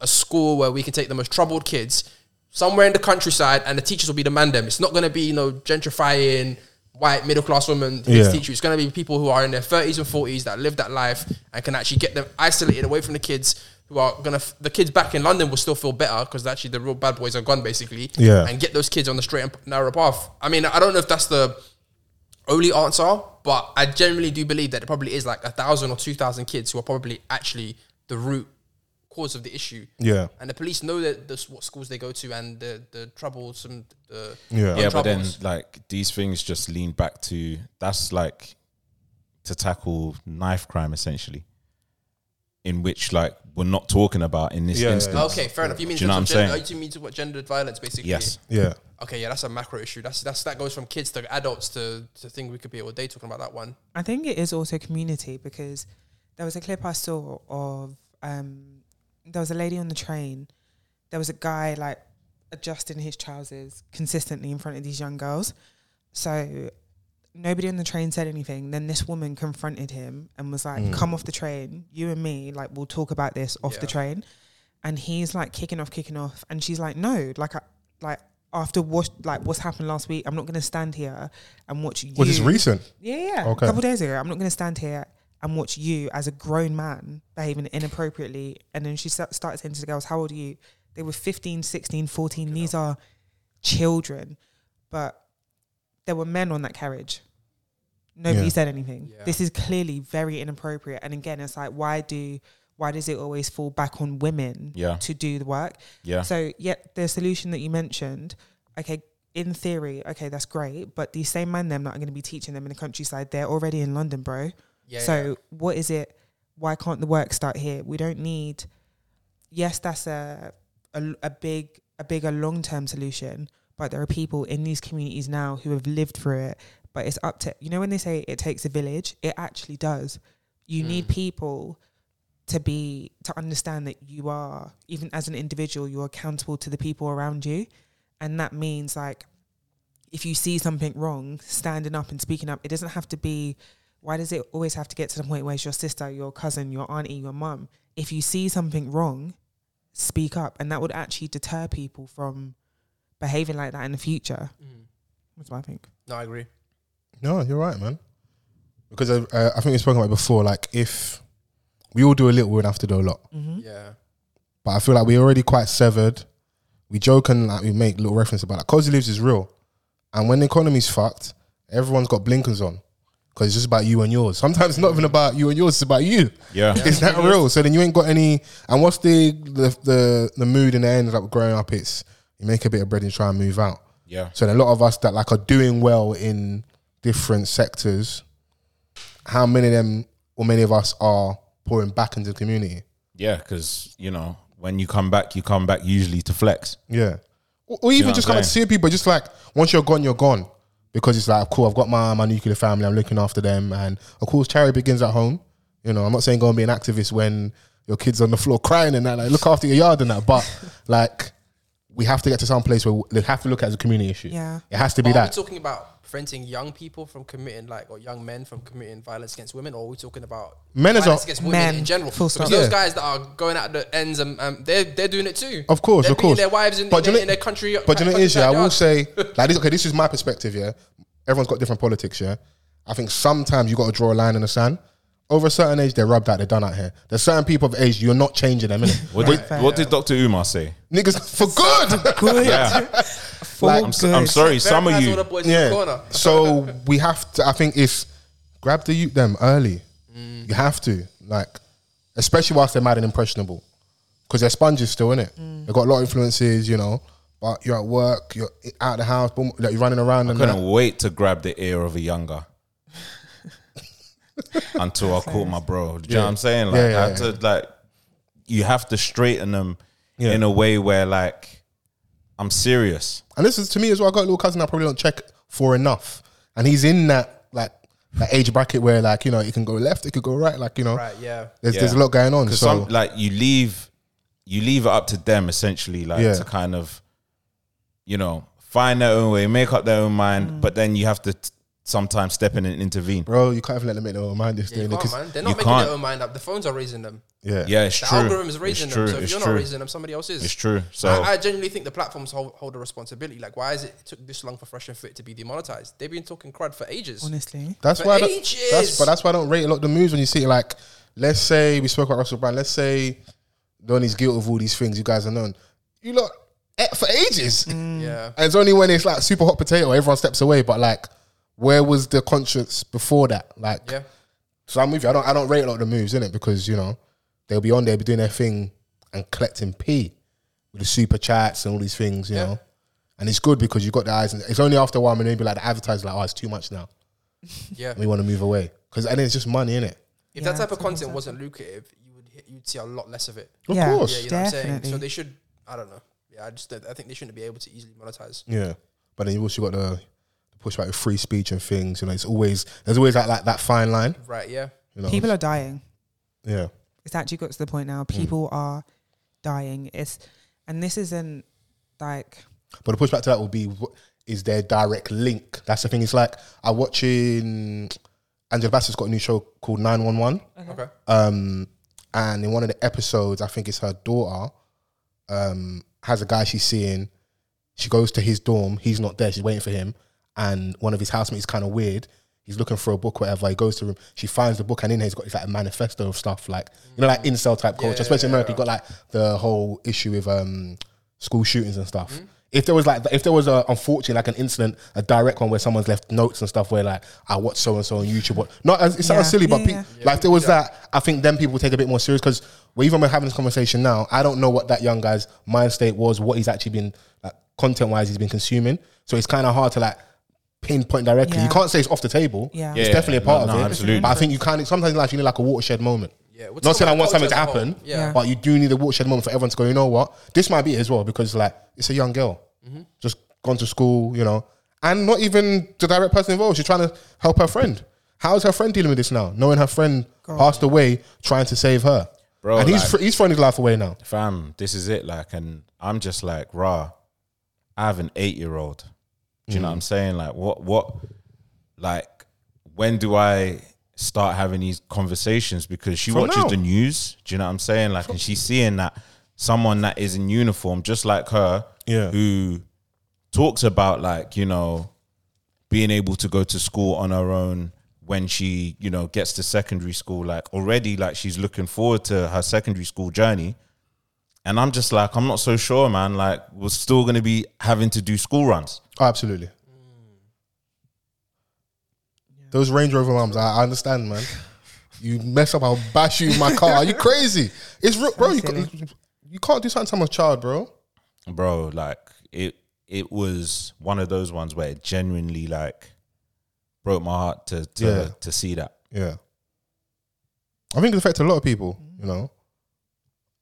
A: a school where we can take the most troubled kids somewhere in the countryside and the teachers will be the man them. It's not going to be, you know, gentrifying white middle class women who
E: Yeah.
A: teach you. It's going to be people who are in their 30s and 40s that live that life and can actually get them isolated away from the kids who are going to, f- the kids back in London will still feel better because actually the real bad boys are gone basically.
E: Yeah.
A: And get those kids on the straight and narrow path. I mean, I don't know if that's the only answer, but I generally do believe that there probably is like a thousand or two thousand kids who are probably actually the root cause of the issue.
E: Yeah.
A: And the police know that this, what schools they go to and the the troublesome the
E: Yeah.
C: yeah, but then
A: troubles.
C: like these things just lean back to that's like to tackle knife crime essentially, in which like we're not talking about in this
E: Yeah, yeah,
C: instance.
E: yeah.
A: Okay, fair enough. You mean
C: Do you know
A: terms
C: what I'm
A: of
C: saying?
A: gender, you mean to what gendered violence basically?
C: Yes.
E: Yeah.
A: Okay, yeah, that's a macro issue. That's that's that goes from kids to adults to to thing we could be all day talking about that one.
D: I think it is also community because there was a clip I saw of um, there was a lady on the train. There was a guy like adjusting his trousers consistently in front of these young girls. So nobody on the train said anything. Then this woman confronted him and was like, "Come off the train, you and me. Like we'll talk about this off the
A: Yeah.
D: train." And he's like kicking off, kicking off, and she's like, "No, like I like." After what like what's happened last week, I'm not going to stand here and watch you.
E: Which is recent.
D: Yeah, yeah. yeah.
E: Okay.
D: A couple days ago, I'm not going to stand here and watch you as a grown man behaving inappropriately. And then she sta- started saying to the girls, How old are you? They were 15, 16, 14. These are children. But there were men on that carriage. Nobody
E: Yeah.
D: said anything.
A: Yeah.
D: This is clearly very inappropriate. And again, it's like, why do. Why does it always fall back on women
C: Yeah.
D: to do the work?
C: Yeah.
D: So, yet the solution that you mentioned, okay, in theory, okay, that's great, but these same man them that are going to be teaching them in the countryside, they're already in London, bro.
A: Yeah.
D: so,
A: yeah.
D: what is it? Why can't the work start here? We don't need. Yes, that's a a, a big a bigger long term solution, but there are people in these communities now who have lived through it. But it's up to you know when they say it takes a village, it actually does. You need
A: Mm.
D: people to be to understand that you are even as an individual you're accountable to the people around you and that means like if you see something wrong standing up and speaking up it doesn't have to be why does it always have to get to the point where it's your sister your cousin your auntie your mum if you see something wrong speak up and that would actually deter people from behaving like that in the future
F: Mm.
D: that's what i think
A: No, I agree.
E: No, you're right, man. Because I, uh, I think we've spoken about it before. Like, if we all do a little, we would have to do a lot.
A: Yeah.
E: But I feel like we're already quite severed. We joke and like we make little reference about like cozy lives is real. And when the economy's fucked, everyone's got blinkers on because it's just about you and yours. Sometimes it's not even about you and yours; it's about you.
C: Yeah.
E: It's that real? So then you ain't got any. And what's the the the, the mood in the end? Like growing up, it's you make a bit of bread and try and move out.
C: Yeah.
E: So then a lot of us that like are doing well in different sectors, how many of them or many of us are pouring back into the community?
C: Yeah, because you know when you come back, you come back usually to flex.
E: Yeah. Or, or even
C: what
E: just
C: I'm
E: coming to see people, just like once you're gone, you're gone. Because it's like, cool, I've got my, my nuclear family, I'm looking after them. And of course, charity begins at home. You know, I'm not saying go and be an activist when your kid's on the floor crying and that, like, look after your yard and that. But like, we have to get to some place where they have to look at it as a community issue.
D: Yeah.
E: It has to be
A: But Are we
E: that.
A: talking about preventing young people from committing, like, or young men from committing violence against women, or are we talking about
E: Men as
A: violence
E: a-
A: against women
D: Men,
A: in general?
D: full
A: because
D: stop.
A: those
E: Yeah.
A: guys that are going out the ends, um, um, they're they're doing it too.
E: Of course,
A: they're
E: of course.
A: beating their wives in,
E: But do
A: in,
E: you know-
A: in their country.
E: But do you know, what it is, yeah, I
A: countryside
E: will
A: yards.
E: say, like, this, okay, this is my perspective, yeah. Everyone's got different politics, yeah. I think sometimes you got to draw a line in the sand. Over a certain age, they're rubbed out, they're done out here. There's certain people of age, you're not changing them, innit?
C: What did What did Doctor Umar say?
E: Niggas, for good!
D: good
C: Yeah,
D: for
E: Like,
C: I'm, s am
D: good.
C: sorry. Some of
A: Fertilise all
C: you,
A: the boys in the
E: yeah.
A: corner.
E: So we have to, I think it's grab the youth them early. You have to, like, especially whilst they're mad and impressionable. Because they're sponges still, innit? They've got a lot of influences, you know. but you're at work, you're out of the house, boom, like you're running around and
C: Couldn't
E: that.
C: wait to grab the ear of a younger. Until I caught my bro. Do you know what I'm saying? Like
E: Yeah, yeah,
C: I had
E: yeah.
C: to like you have to straighten them
E: Yeah.
C: in a way where like I'm serious.
E: And this is to me as well. I got a little cousin I probably don't check for enough, and he's in that like that age bracket where like you know it can go left, it could go right, like you know.
F: Right, yeah.
E: There's, there's a
C: Yeah.
E: lot going on. So
C: Because some like you leave you leave it up to them essentially, like
E: Yeah.
C: to kind of you know find their own way, make up their own mind,
E: Mm.
C: but then you have to t- sometimes step in and intervene.
E: bro, you can't even let them make their own mind this
F: Yeah,
E: day.
F: you can't,
E: because-
F: man. They're
C: you
F: not making
C: can't.
F: their own mind up. The phones are raising them.
E: Yeah,
C: Yeah, it's
F: The
C: true.
F: algorithm is raising
C: it's
F: them.
C: true.
F: So if
C: it's
F: you're
C: true.
F: not raising them, somebody else is.
C: It's true. So
F: I, I genuinely think the platforms hold, hold a responsibility. Like, why is it took this long for Fresh and Fit to be demonetized? They've been talking crud for ages.
D: honestly.
E: That's
F: For
E: why. I don't-
F: ages.
E: that's but that's why I don't rate a lot of the moves when you see it. Like, let's say we spoke about Russell Brand. Let's say Donny's guilty of all these things you guys have known. You lot eh, for ages,
F: Mm.
E: and
F: Yeah.
E: it's only when it's like super hot potato everyone steps away. But like, where was the conscience before that? Like,
F: Yeah.
E: so I'm with you. I don't I don't rate a lot of the moves in it because you know they'll be on there, be doing their thing and collecting P with the super chats and all these things. You
F: Yeah.
E: know. And it's good because you've got the eyes, and it's only after a while, and maybe like the advertiser, like, oh, it's too much now
F: Yeah.
E: we want to move away because and it's just money in it.
F: If
D: Yeah,
F: that type of
D: so
F: content wasn't lucrative, you would hit, you'd see a lot less of it.
E: Of
D: Yeah.
E: course,
F: Yeah,
E: yeah,
F: you know what I'm saying.
D: Definitely.
F: So they should. I don't know. Yeah, I just I think they shouldn't be able to easily monetize.
E: But then you've also got the, the push back with free speech and things. You know, it's always there's always that like that fine line.
F: Right? Yeah.
E: You know,
D: People are dying.
E: yeah,
D: it's actually got to the point now
C: Mm.
D: people are dying it's and this isn't like
E: but the pushback to that will be wh- is there direct link? That's the thing. It's like I watching Angela Bassett's got a new show called Nine One One.
F: Okay.
E: Um, and in one of the episodes, I think it's her daughter, um, has a guy she's seeing. She goes to his dorm. He's not there. She's waiting for him. And one of his housemates kind of weird. He's looking for a book, whatever. He goes to the room. She finds the book, and in there, he's got this like a manifesto of stuff, like you know, like incel type culture, especially in America. You got like the whole issue with um, school shootings and stuff. If there was like, if there was a unfortunate like an incident, a direct one where someone's left notes and stuff, where like I watched so and so on YouTube, what not as it sounds
D: Yeah.
E: silly, but
D: Yeah,
E: pe-
D: yeah.
E: like there was that. I think then people take a bit more serious because we even we're having this conversation now. I don't know what that young guy's mind state was, what he's actually been like content wise he's been consuming. So it's kind of hard to like pinpoint directly. You
D: Yeah.
E: can't say it's off the table.
D: Yeah.
E: it's
C: Yeah,
E: definitely a
C: no,
E: part
C: no,
E: of it.
C: absolutely.
E: But I think you can sometimes in life you need like a watershed moment.
F: Yeah, we're talking
E: Not saying I
F: about
E: want something to
F: culture as a whole.
E: happen,
F: Yeah.
E: but you do need a watershed moment for everyone to go. You know what? This might be it as well because like it's a young girl,
C: Mm-hmm.
E: just gone to school. You know, and not even the direct person involved. She's trying to help her friend. How's her friend dealing with this now? Knowing her friend passed away, trying to save her,
C: Bro,
E: and he's
C: like-
E: fr- he's throwing his life away now.
C: fam, this is it. Like, and I'm just like, rah, I have an eight year old. Do you know what
E: Mm.
C: I'm saying? Like, what, what, like, when do I start having these conversations? Because she
E: From
C: watches
E: now.
C: the news. Do you know what I'm saying? Like, and she's seeing that someone that is in uniform, just like her,
E: Yeah.
C: who talks about, like, you know, being able to go to school on her own when she you know gets to secondary school like already like she's looking forward to her secondary school journey and i'm just like i'm not so sure man like we're still going to be having to do school runs
E: Oh, absolutely. Those Range Rover arms, I, I understand, man. you mess up, I'll bash you in my car. Are you crazy? It's real, bro. You,
D: silly.
E: ca- you can't do something to someone's child, bro.
C: bro like it it was one of those ones where it genuinely like broke my heart to to
E: Yeah.
C: to see that
E: Yeah. I think it affects a lot of people, you know,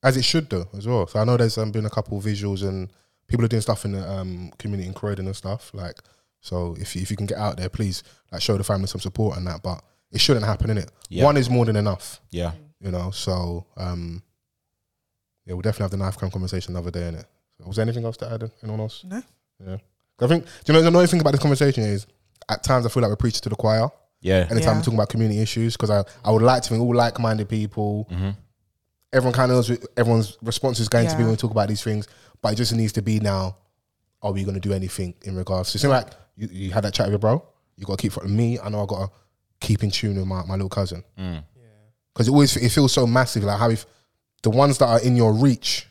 E: as it should do as well. So I know there's um, been a couple visuals and people are doing stuff in the um, community in Croydon and stuff. Like, so if you, if you can get out there, please like show the family some support and that. But it shouldn't happen, innit?
C: Yeah.
E: One is more than enough.
C: yeah
E: you know. So um, yeah, we'll definitely have the knife crime conversation another day, innit? Was there anything else to add? Anyone else?
D: No.
E: Yeah. 'Cause I think do you know the annoying thing about this conversation is at times I feel like we're preaching to the choir.
C: yeah
E: Anytime
D: Yeah.
E: we're talking about community issues, because I, I would like to think all like minded people.
C: Mm-hmm.
E: Everyone kind of knows what everyone's response is going to be
D: Yeah.
E: when we talk about these things, but it just needs to be now. Are we going to do anything in regards to? It's like you, you had that chat with your bro. You got to keep from me. I know I got to keep in tune with my, my little cousin because it always it feels so massive. Like how if the ones that are in your reach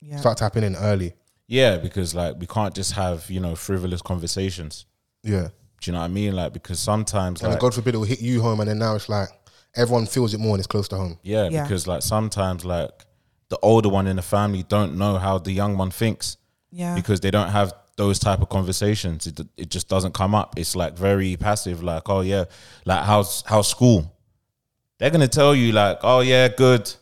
D: yeah
E: start tapping in early.
C: yeah because like we can't just have you know frivolous conversations
E: Yeah,
C: do you know what i mean like because sometimes
E: and
C: like
E: God forbid it will hit you home, and then now it's like everyone feels it more and it's close to home.
C: Yeah,
D: Yeah.
C: because like sometimes like the older one in the family don't know how the young one thinks.
D: Yeah.
C: because they don't have those type of conversations. It, it just doesn't come up. It's like very passive. Like, oh yeah, like how's how's school? They're gonna tell you like, oh yeah, good.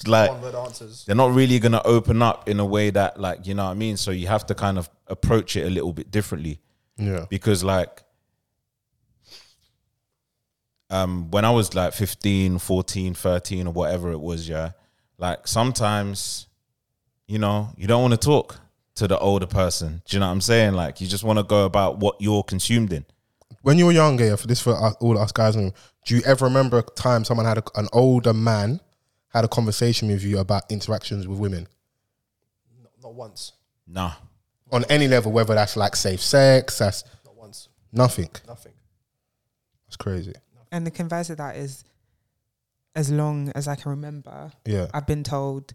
C: like
A: One word answers.
C: they're not really gonna open up in a way that like you know what I mean. So you have to kind of approach it a little bit differently
E: Yeah.
C: because like um when i was like 15 14 13 or whatever it was yeah like sometimes you know you don't want to talk to the older person do you know what i'm saying like you just want to go about what you're consumed in
E: When you were younger, yeah, for this for us- all us guys, in the room, do you ever remember a time someone had a, an older man had a conversation with you about interactions with women
A: Not, not once.
C: nah
E: on any level, whether that's like safe sex, that's
A: Not once.
E: nothing.
A: Nothing.
E: That's crazy.
D: and the converse of that is as long as I can remember,
E: Yeah.
D: I've been told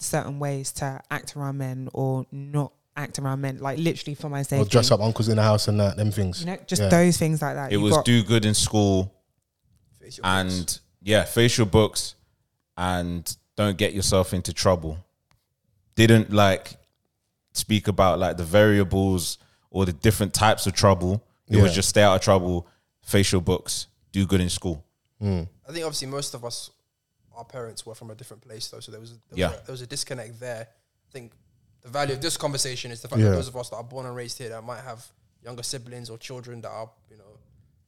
D: certain ways to act around men or not act around men, like literally for my safety.
E: Or dress up uncles in the house and that, them things.
D: You know, just
E: Yeah.
D: those things like that.
C: it
D: You've
C: was
D: got-
C: do good in school
A: Face your
C: and
A: words.
C: yeah, facial books and don't get yourself into trouble. Didn't like speak about like the variables or the different types of trouble. It was
E: Yeah.
C: just stay out of trouble, facial books, do good in school.
A: I think obviously most of us, our parents were from a different place though, so there was there,
C: Yeah.
A: was, a, there was a disconnect there. I think the value of this conversation is the fact
E: Yeah.
A: that those of us that are born and raised here that might have younger siblings or children that are you know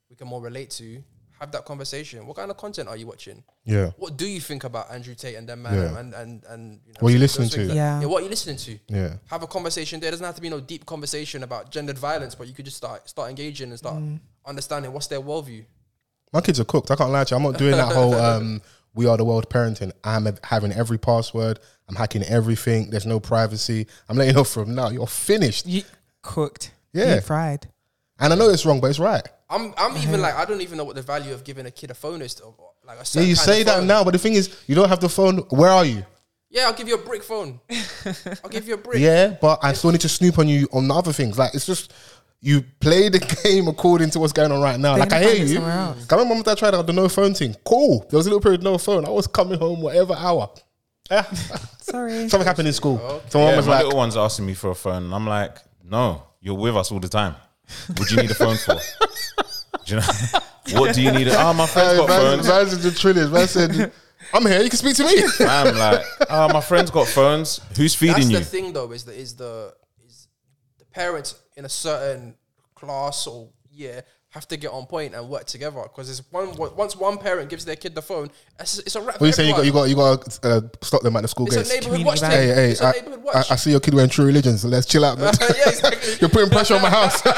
A: we can more relate to have that conversation. What kind of content are you watching?
E: Yeah.
A: What do you think about Andrew Tate and them man
E: Yeah.
A: and and and you know,
E: What are you
A: those
E: listening to?
A: things that-
D: Yeah.
A: yeah, what are you listening to?
E: Yeah.
A: have a conversation there. doesn't have to be no deep conversation about gendered violence, but you could just start start engaging and start understanding what's their worldview.
E: My kids are cooked. I can't lie to you. I'm not doing that whole um, we are the world parenting. I'm a- having every password. I'm hacking everything. There's no privacy. I'm letting you know from now. You're finished.
D: you cooked,
E: Yeah.
D: deep fried.
E: And I know it's wrong, but it's right.
A: I'm I'm even like I don't even know what the value of giving a kid a phone is. To, or, like
E: Uh-huh.
A: a
E: Yeah,
A: certain
E: you
A: kind
E: say
A: of
E: that
A: phone.
E: now, but the thing is, you don't have the phone. Where are you?
A: Yeah, I'll give you a brick phone. I'll give you a brick.
E: Yeah, but I still need to snoop on you on the other things. Like it's just you play the game according to what's going on right now.
D: They're
E: like I
D: gonna
E: hear
D: find it
E: you.
D: somewhere else.
E: Can I remember that I tried out the no phone thing? Cool. There was a little period no phone. I was coming home whatever hour. Yeah.
D: Sorry.
E: Something happened in school. Someone
C: Yeah,
E: was
C: my
E: like,
C: little one's asking me for a phone, and I'm like, no, you're with us all the time. What do you need a phone for? do you know? What do you need? A, oh, my friend's
E: Hey,
C: got
E: man,
C: phones.
E: man's the trillers. Man said, I'm here, you can speak to me.
C: I'm like, oh, my friend's got phones. Who's
A: That's
C: feeding
A: the
C: you?
A: thing though, is the is the is the parents in a certain class or year have to get on point and work together because it's one once one parent gives their kid the phone, it's, it's a wrap. for
E: What you saying? You got, you
A: everyone.
E: got, you got to uh, stop them at the school
A: It's a
E: gates.
A: neighborhood watch.
D: Hey,
A: thing.
E: Hey, hey,
A: it's a
E: I,
A: neighborhood
E: I,
A: watch.
E: I see your kid wearing true religion, so let's chill out, man.
A: yeah, exactly.
E: You're putting pressure on my house. no,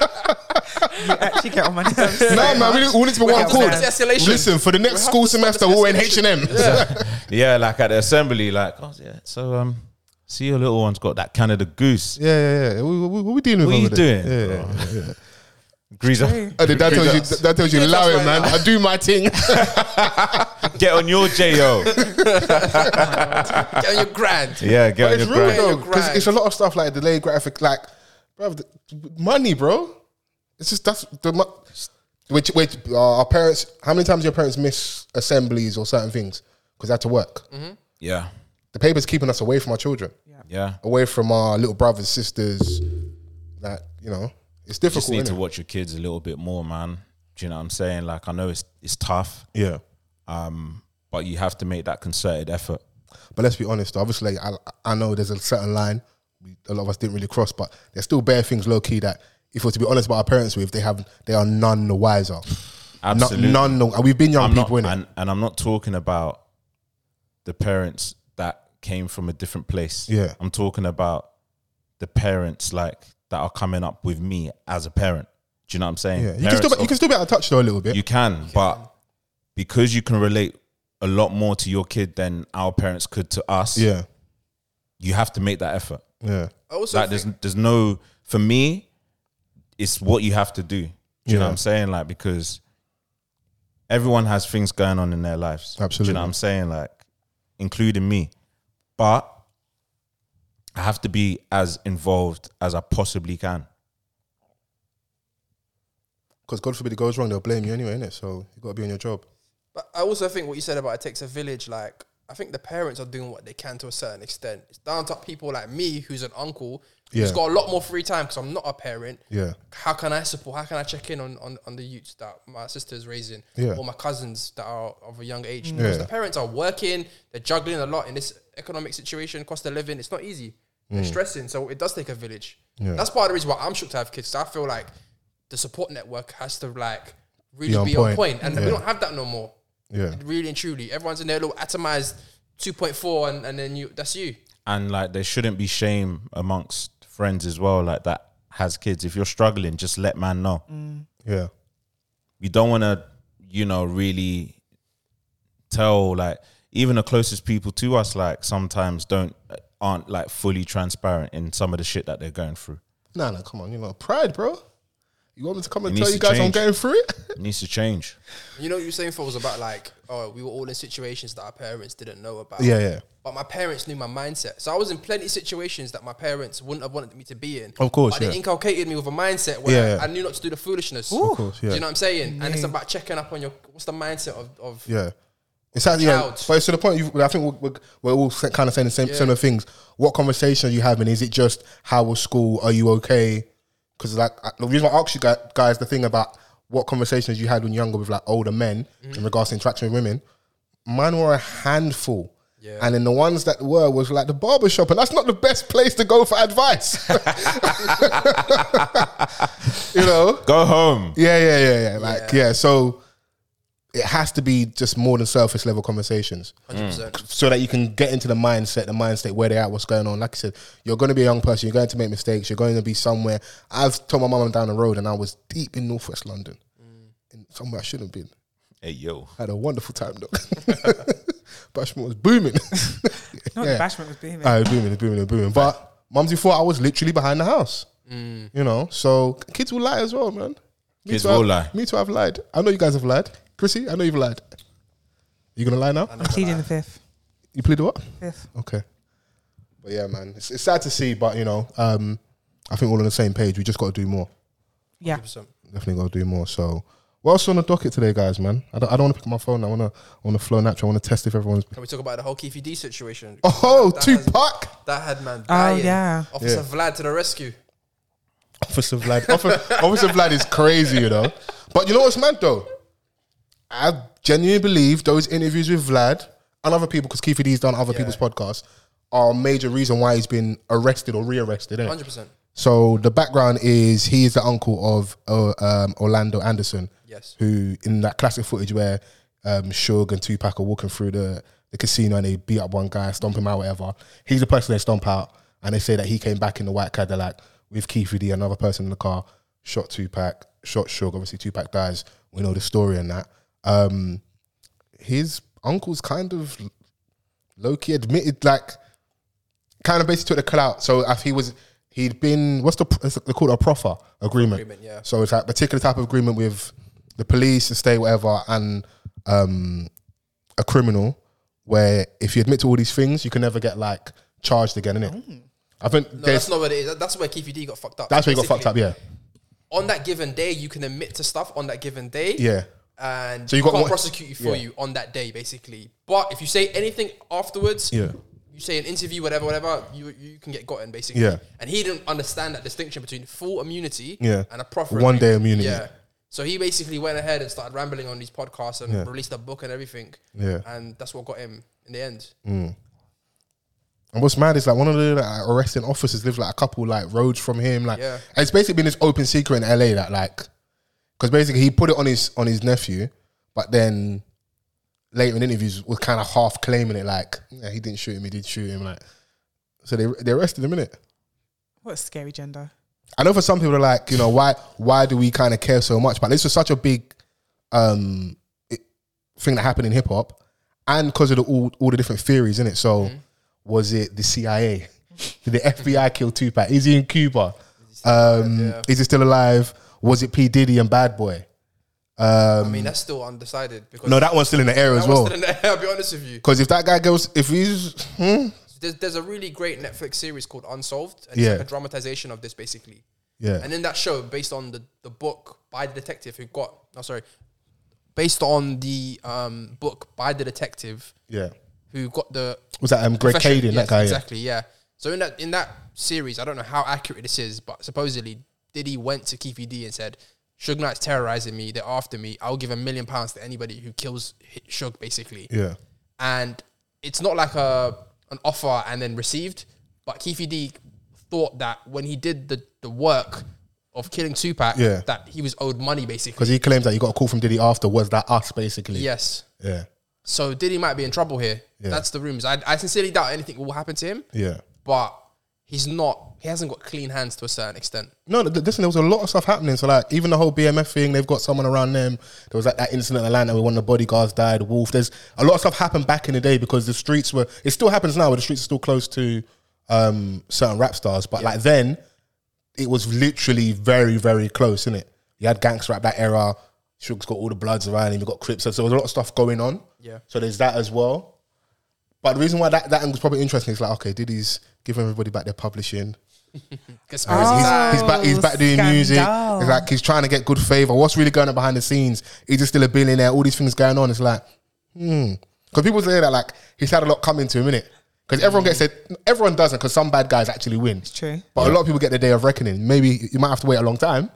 D: you actually get on my nerves.
E: man, we need, we need to be one
D: have to
E: called.
A: stop this escalation.
E: Listen, for the next
A: have
E: school
A: to stop this
E: semester, we'll in H and
A: escalation.
E: M.
C: yeah, like at the assembly, like, oh yeah. So um, see your little one's got that Canada goose.
E: Yeah, yeah, yeah. We- we- What are we dealing with?
C: What are you
E: over there?
C: doing?
E: Yeah, yeah, Oh, yeah.
C: Grease up.
E: Oh, the dad tells you, dad tells you,
A: Grease
E: allow
A: us
E: it,
A: right
E: man.
A: now."
E: I do my thing.
C: Get on your jo.
A: Get on your grand.
C: Yeah, get on
E: It's
C: your
E: real
C: grind.
E: though,
A: Your
E: because
A: grind.
E: it's a lot of stuff like delayed graphic, like, bro, the, money, bro. It's just that's the mo- which which uh, our parents. How many times your parents miss assemblies or certain things because they had to work?
C: Yeah,
E: The paper's keeping us away from our children,
C: yeah.
E: away from our little brothers, sisters. That you know, it's difficult.
C: Just need to
E: innit?
C: watch your kids a little bit more, man. Do you know what I'm saying? Like, I know it's it's tough,
E: yeah,
C: um, but you have to make that concerted effort.
E: but let's be honest. though, Obviously, I I know there's a certain line we, a lot of us didn't really cross, but there's still bare things low key that. If we're to be honest about our parents with, they have they are none the wiser. Not,
C: Absolutely.
E: none. the- We've been young
C: I'm
E: people,
C: not,
E: innit?
C: and, and I'm not talking about the parents that came from a different place.
E: Yeah.
C: I'm talking about the parents like that are coming up with me as a parent. Do you know what I'm saying?
E: Yeah, you can still
C: Parents
E: be, you can still be out of touch though a little bit.
C: You can, but because you can relate a lot more to your kid than our parents could to us,
E: yeah,
C: you have to make that effort.
E: yeah,
A: I also
C: Like
A: think-
C: there's there's no for me, it's what you have to do. Do you know
E: Yeah.
C: what I'm saying? Like because everyone has things going on in their lives. Do you
E: Absolutely.
C: know what I'm saying? Like, including me. But I have to be as involved as I possibly can.
E: because God forbid it goes wrong, they'll blame you anyway, innit? So you got to be on your job.
A: But I also think what you said about it takes a village, like I think the parents are doing what they can to a certain extent. It's down to people like me, who's an uncle, who's
E: Yeah.
A: got a lot more free time because I'm not a parent.
E: Yeah.
A: How can I support? How can I check in on, on, on the youths that my sister's raising
E: Yeah. Mm.
A: or my cousins that are of a young age? Because
E: Yeah.
A: the parents are working, they're juggling a lot in this economic situation, cost of living. It's not easy. They're stressing. So it does take a village.
E: Mm. Yeah.
A: That's part of the reason why I'm shook to have kids. So I feel like the support network has to like really
E: Be
A: be
E: on point.
A: on point. And
E: Yeah.
A: we don't have that no more
E: Yeah.
A: really and truly. Everyone's in their little atomized 2.4, and, and then you that's you.
C: and like there shouldn't be shame amongst friends as well like that has kids if you're struggling just let man know
E: Yeah.
C: you don't want to you know really tell like even the closest people to us like sometimes don't aren't like fully transparent in some of the shit that they're going through
E: Nah, nah, come on. You know, pride, bro. You want me to come and
C: It
E: tell
C: needs
E: you
C: to
E: guys I'm
C: change.
E: going through it?
C: it needs to change
A: You know what you were saying for was about like, oh, we were all in situations that our parents didn't know about.
E: Yeah, yeah.
A: But my parents knew my mindset. So I was in plenty of situations that my parents wouldn't have wanted me to be in.
E: Of course,
A: But
E: yeah.
A: they inculcated me with a mindset where
E: Yeah, yeah.
A: I knew not to do the foolishness.
E: Of course, yeah.
A: Do you know what I'm saying? And it's about checking up on your what's the mindset of, of
E: Yeah. It's actually, yeah,
A: Child.
E: but it's to the point. You, I think we're, we're, we're all sa- kind of saying the same similar things. What conversation are you having? Is it just how was school? Are you okay? Because like I- the reason I asked you gu- guys the thing about what conversations you had when younger with like older men in regards to interaction with women, mine were a handful.
A: Yeah.
E: And then the ones that were was like the barber shop, and that's not the best place to go for advice. you know,
C: go home
E: yeah, yeah, yeah, yeah. Like, yeah. So it has to be just more than surface level conversations,
A: 100%.
E: so that you can get into the mindset, the mind state, where they are, what's going on. Like I said, you're going to be a young person. You're going to make mistakes. You're going to be somewhere. I've told my mum I'm down the road, and I was deep in northwest London, in somewhere I shouldn't have been.
C: hey yo
E: I had a wonderful time though. Bashment was booming.
D: Not
E: Yeah.
D: the bashment was being
E: I was booming, it was booming, it was booming. But mumsy thought I was literally behind the house.
A: Mm.
D: Mm.
E: You know, so kids will lie as well, man. Me
C: Kids
E: too, I've-
C: will lie.
E: Me too. I've lied. I know you guys have lied. Chrissy, I know you've lied. You gonna lie now?
D: I'm pleading the fifth.
E: You plead the what?
D: Fifth.
E: Okay. But yeah, man, it's, it's sad to see, but you know, um, I think we're all on the same page. We just got to do more.
D: Yeah.
A: 100%.
E: Definitely got to do more. So, what else on the docket today, guys? Man, I don't, I don't want to pick up my phone. I want to, I want to flow natural. I want to test if everyone's.
A: Can we talk about the whole Keefy D situation?
E: Oh,
A: That has-
E: Tupac.
A: That had man
D: Oh
A: dying.
D: yeah.
A: Officer
E: Yeah.
A: Vlad to the rescue.
E: Officer Vlad. Officer, Officer Vlad is crazy, you know. But you know what's mad though? I genuinely believe those interviews with Vlad and other people, because Keith D's done other people's podcasts, are a major reason why he's been arrested or rearrested. innit?
A: 100%.
E: So the background is he is the uncle of uh, um, Orlando Anderson,
A: Yes.
E: who in that classic footage where um, Suge and Tupac are walking through the, the casino and they beat up one guy, stomp him out, whatever. He's the person they stomp out, and they say that he came back in the white Cadillac with Keith D, another person in the car, shot Tupac, shot Suge. Obviously, Tupac dies. We know the story and that. Um, his uncle's kind of low key admitted like kind of basically took the clout. So if he was, he'd been what's the it's- they call it a proffer agreement.
A: Agreement, yeah.
E: So it's like particular type of agreement with the police, the state, whatever, and um, a criminal. Where if you admit to all these things, you can never get like charged again, innit? I think
A: Oh. No,
E: there's,
A: that's not what it is. That- That's where Keefy D got fucked up.
E: that's where you got
A: Basically,
E: fucked up. Yeah,
A: On that given day, you can admit to stuff on that given day.
E: yeah,
A: And
E: So
A: so
E: you
A: you
E: got
A: can't
E: one-
A: prosecute you for
E: yeah.
A: you on that day, basically. But if you say anything afterwards,
E: Yeah.
A: you say an interview, whatever, whatever, you you can get gotten, basically.
E: Yeah.
A: And he didn't understand that distinction between full immunity
E: Yeah.
A: and a proffer.
E: One
A: agreement.
E: day immunity.
A: Yeah. So he basically went ahead and started rambling on these podcasts and
E: Yeah.
A: released a book and everything.
E: Yeah.
A: And that's what got him in the end.
E: And what's mad is like one of the like, arresting officers lives like a couple like roads from him. Like
A: Yeah.
E: and it's basically been this open secret in LA that like because basically he put it on his on his nephew, but then later in interviews was kind of half claiming it like yeah, he didn't shoot him, he did shoot him. Like so they they arrested him in it.
D: What a scary gender.
E: I know for some people, they're like, you know, why why do we kind of care so much? But this was such a big um, it- thing that happened in hip hop, and because of the, all all the different theories in it. So,
A: Mm-hmm.
E: was it the CIA? Did the FBI kill Tupac? Is he in Cuba? Um, Is he still alive? Was it P Diddy and Bad Boy? Um,
A: I mean, that's still undecided because
E: Mm. No, that one's still in the air as
A: that
E: well.
A: was still in the air, I'll be honest with you.
E: Because if that guy goes, if he's hmm?
A: There's, there's a really great Netflix series called Unsolved, and
E: Yeah.
A: it's like a dramatization of this basically.
E: yeah,
A: And in that show, based on the, the book by the detective who got, no, sorry, based on the um, book by the detective
E: yeah,
A: who got the
E: Was that um, Greg
A: Profession-
E: Caden?
A: yes,
E: that guy. yeah.
A: Exactly, yeah. So in that in that series, I don't know how accurate this is, but supposedly Diddy went to Keefy D and said, Suge Knight's terrorizing me, they're after me, I'll give a million pounds to anybody who kills H- Suge, basically.
E: Yeah.
A: And it's not like a an offer and then received, but Keefy D thought that when he did the, the work of killing Tupac,
E: Yeah.
A: that he was owed money basically.
E: Because he claims that he got a call from Diddy after. Was that us, basically?
A: Yes.
E: Yeah.
A: So Diddy might be in trouble here.
E: Yeah.
A: That's the rumors. I, I sincerely doubt anything will happen to him.
E: Yeah.
A: but he's not. He hasn't got clean hands to a certain extent.
E: No, th- listen, there was a lot of stuff happening. So, like, even the whole BMF thing, they've got someone around them. There was like that incident in Atlanta where one of the bodyguards died, Wolf. There's a lot of stuff happened back in the day because the streets were, it still happens now where the streets are still close to um, certain rap stars. But like then, it was literally very, very close, innit? You had gangster rap that era. Suge's got all the bloods around him. You got Crips. So, there was a lot of stuff going on.
A: Yeah.
E: So, there's that as well. But the reason why that, that angle's probably interesting is like, okay, Diddy's giving everybody back their publishing.
A: Conspiracy
E: He's-
A: side.
E: he's, back. He's back doing
H: Oh, Scandal.
E: music. It's like he's trying to get good favor. What's really going on behind the scenes? He's just still a billionaire. All these things going on. It's like, hmm. Because people say that like he's had a lot coming to him, innit? Because everyone gets it. Everyone doesn't. Because some bad guys actually win. It's
H: true.
E: But a lot of people get the day of reckoning. Maybe you might have to wait a long time.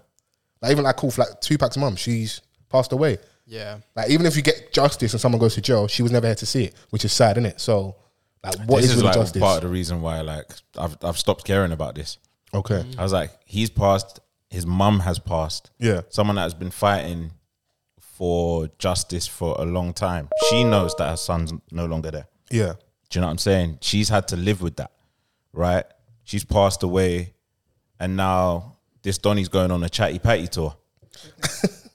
E: Like even like cool, like Tupac's mum, she's passed away.
A: Yeah,
E: Like even if you get justice and someone goes to jail, she was never here to see it, which is sad, innit? So like, what
C: this
E: is
C: is
E: really
C: like
E: justice?
C: part of the reason why like I've I've stopped caring about this.
E: okay.
C: I was like, he's passed. His mum has passed.
E: Yeah.
C: someone that has been fighting for justice for a long time. She knows that her son's no longer there.
E: Yeah.
C: Do you know what I'm saying? She's had to live with that, right? She's passed away, and now this Donny's going on a chatty patty tour.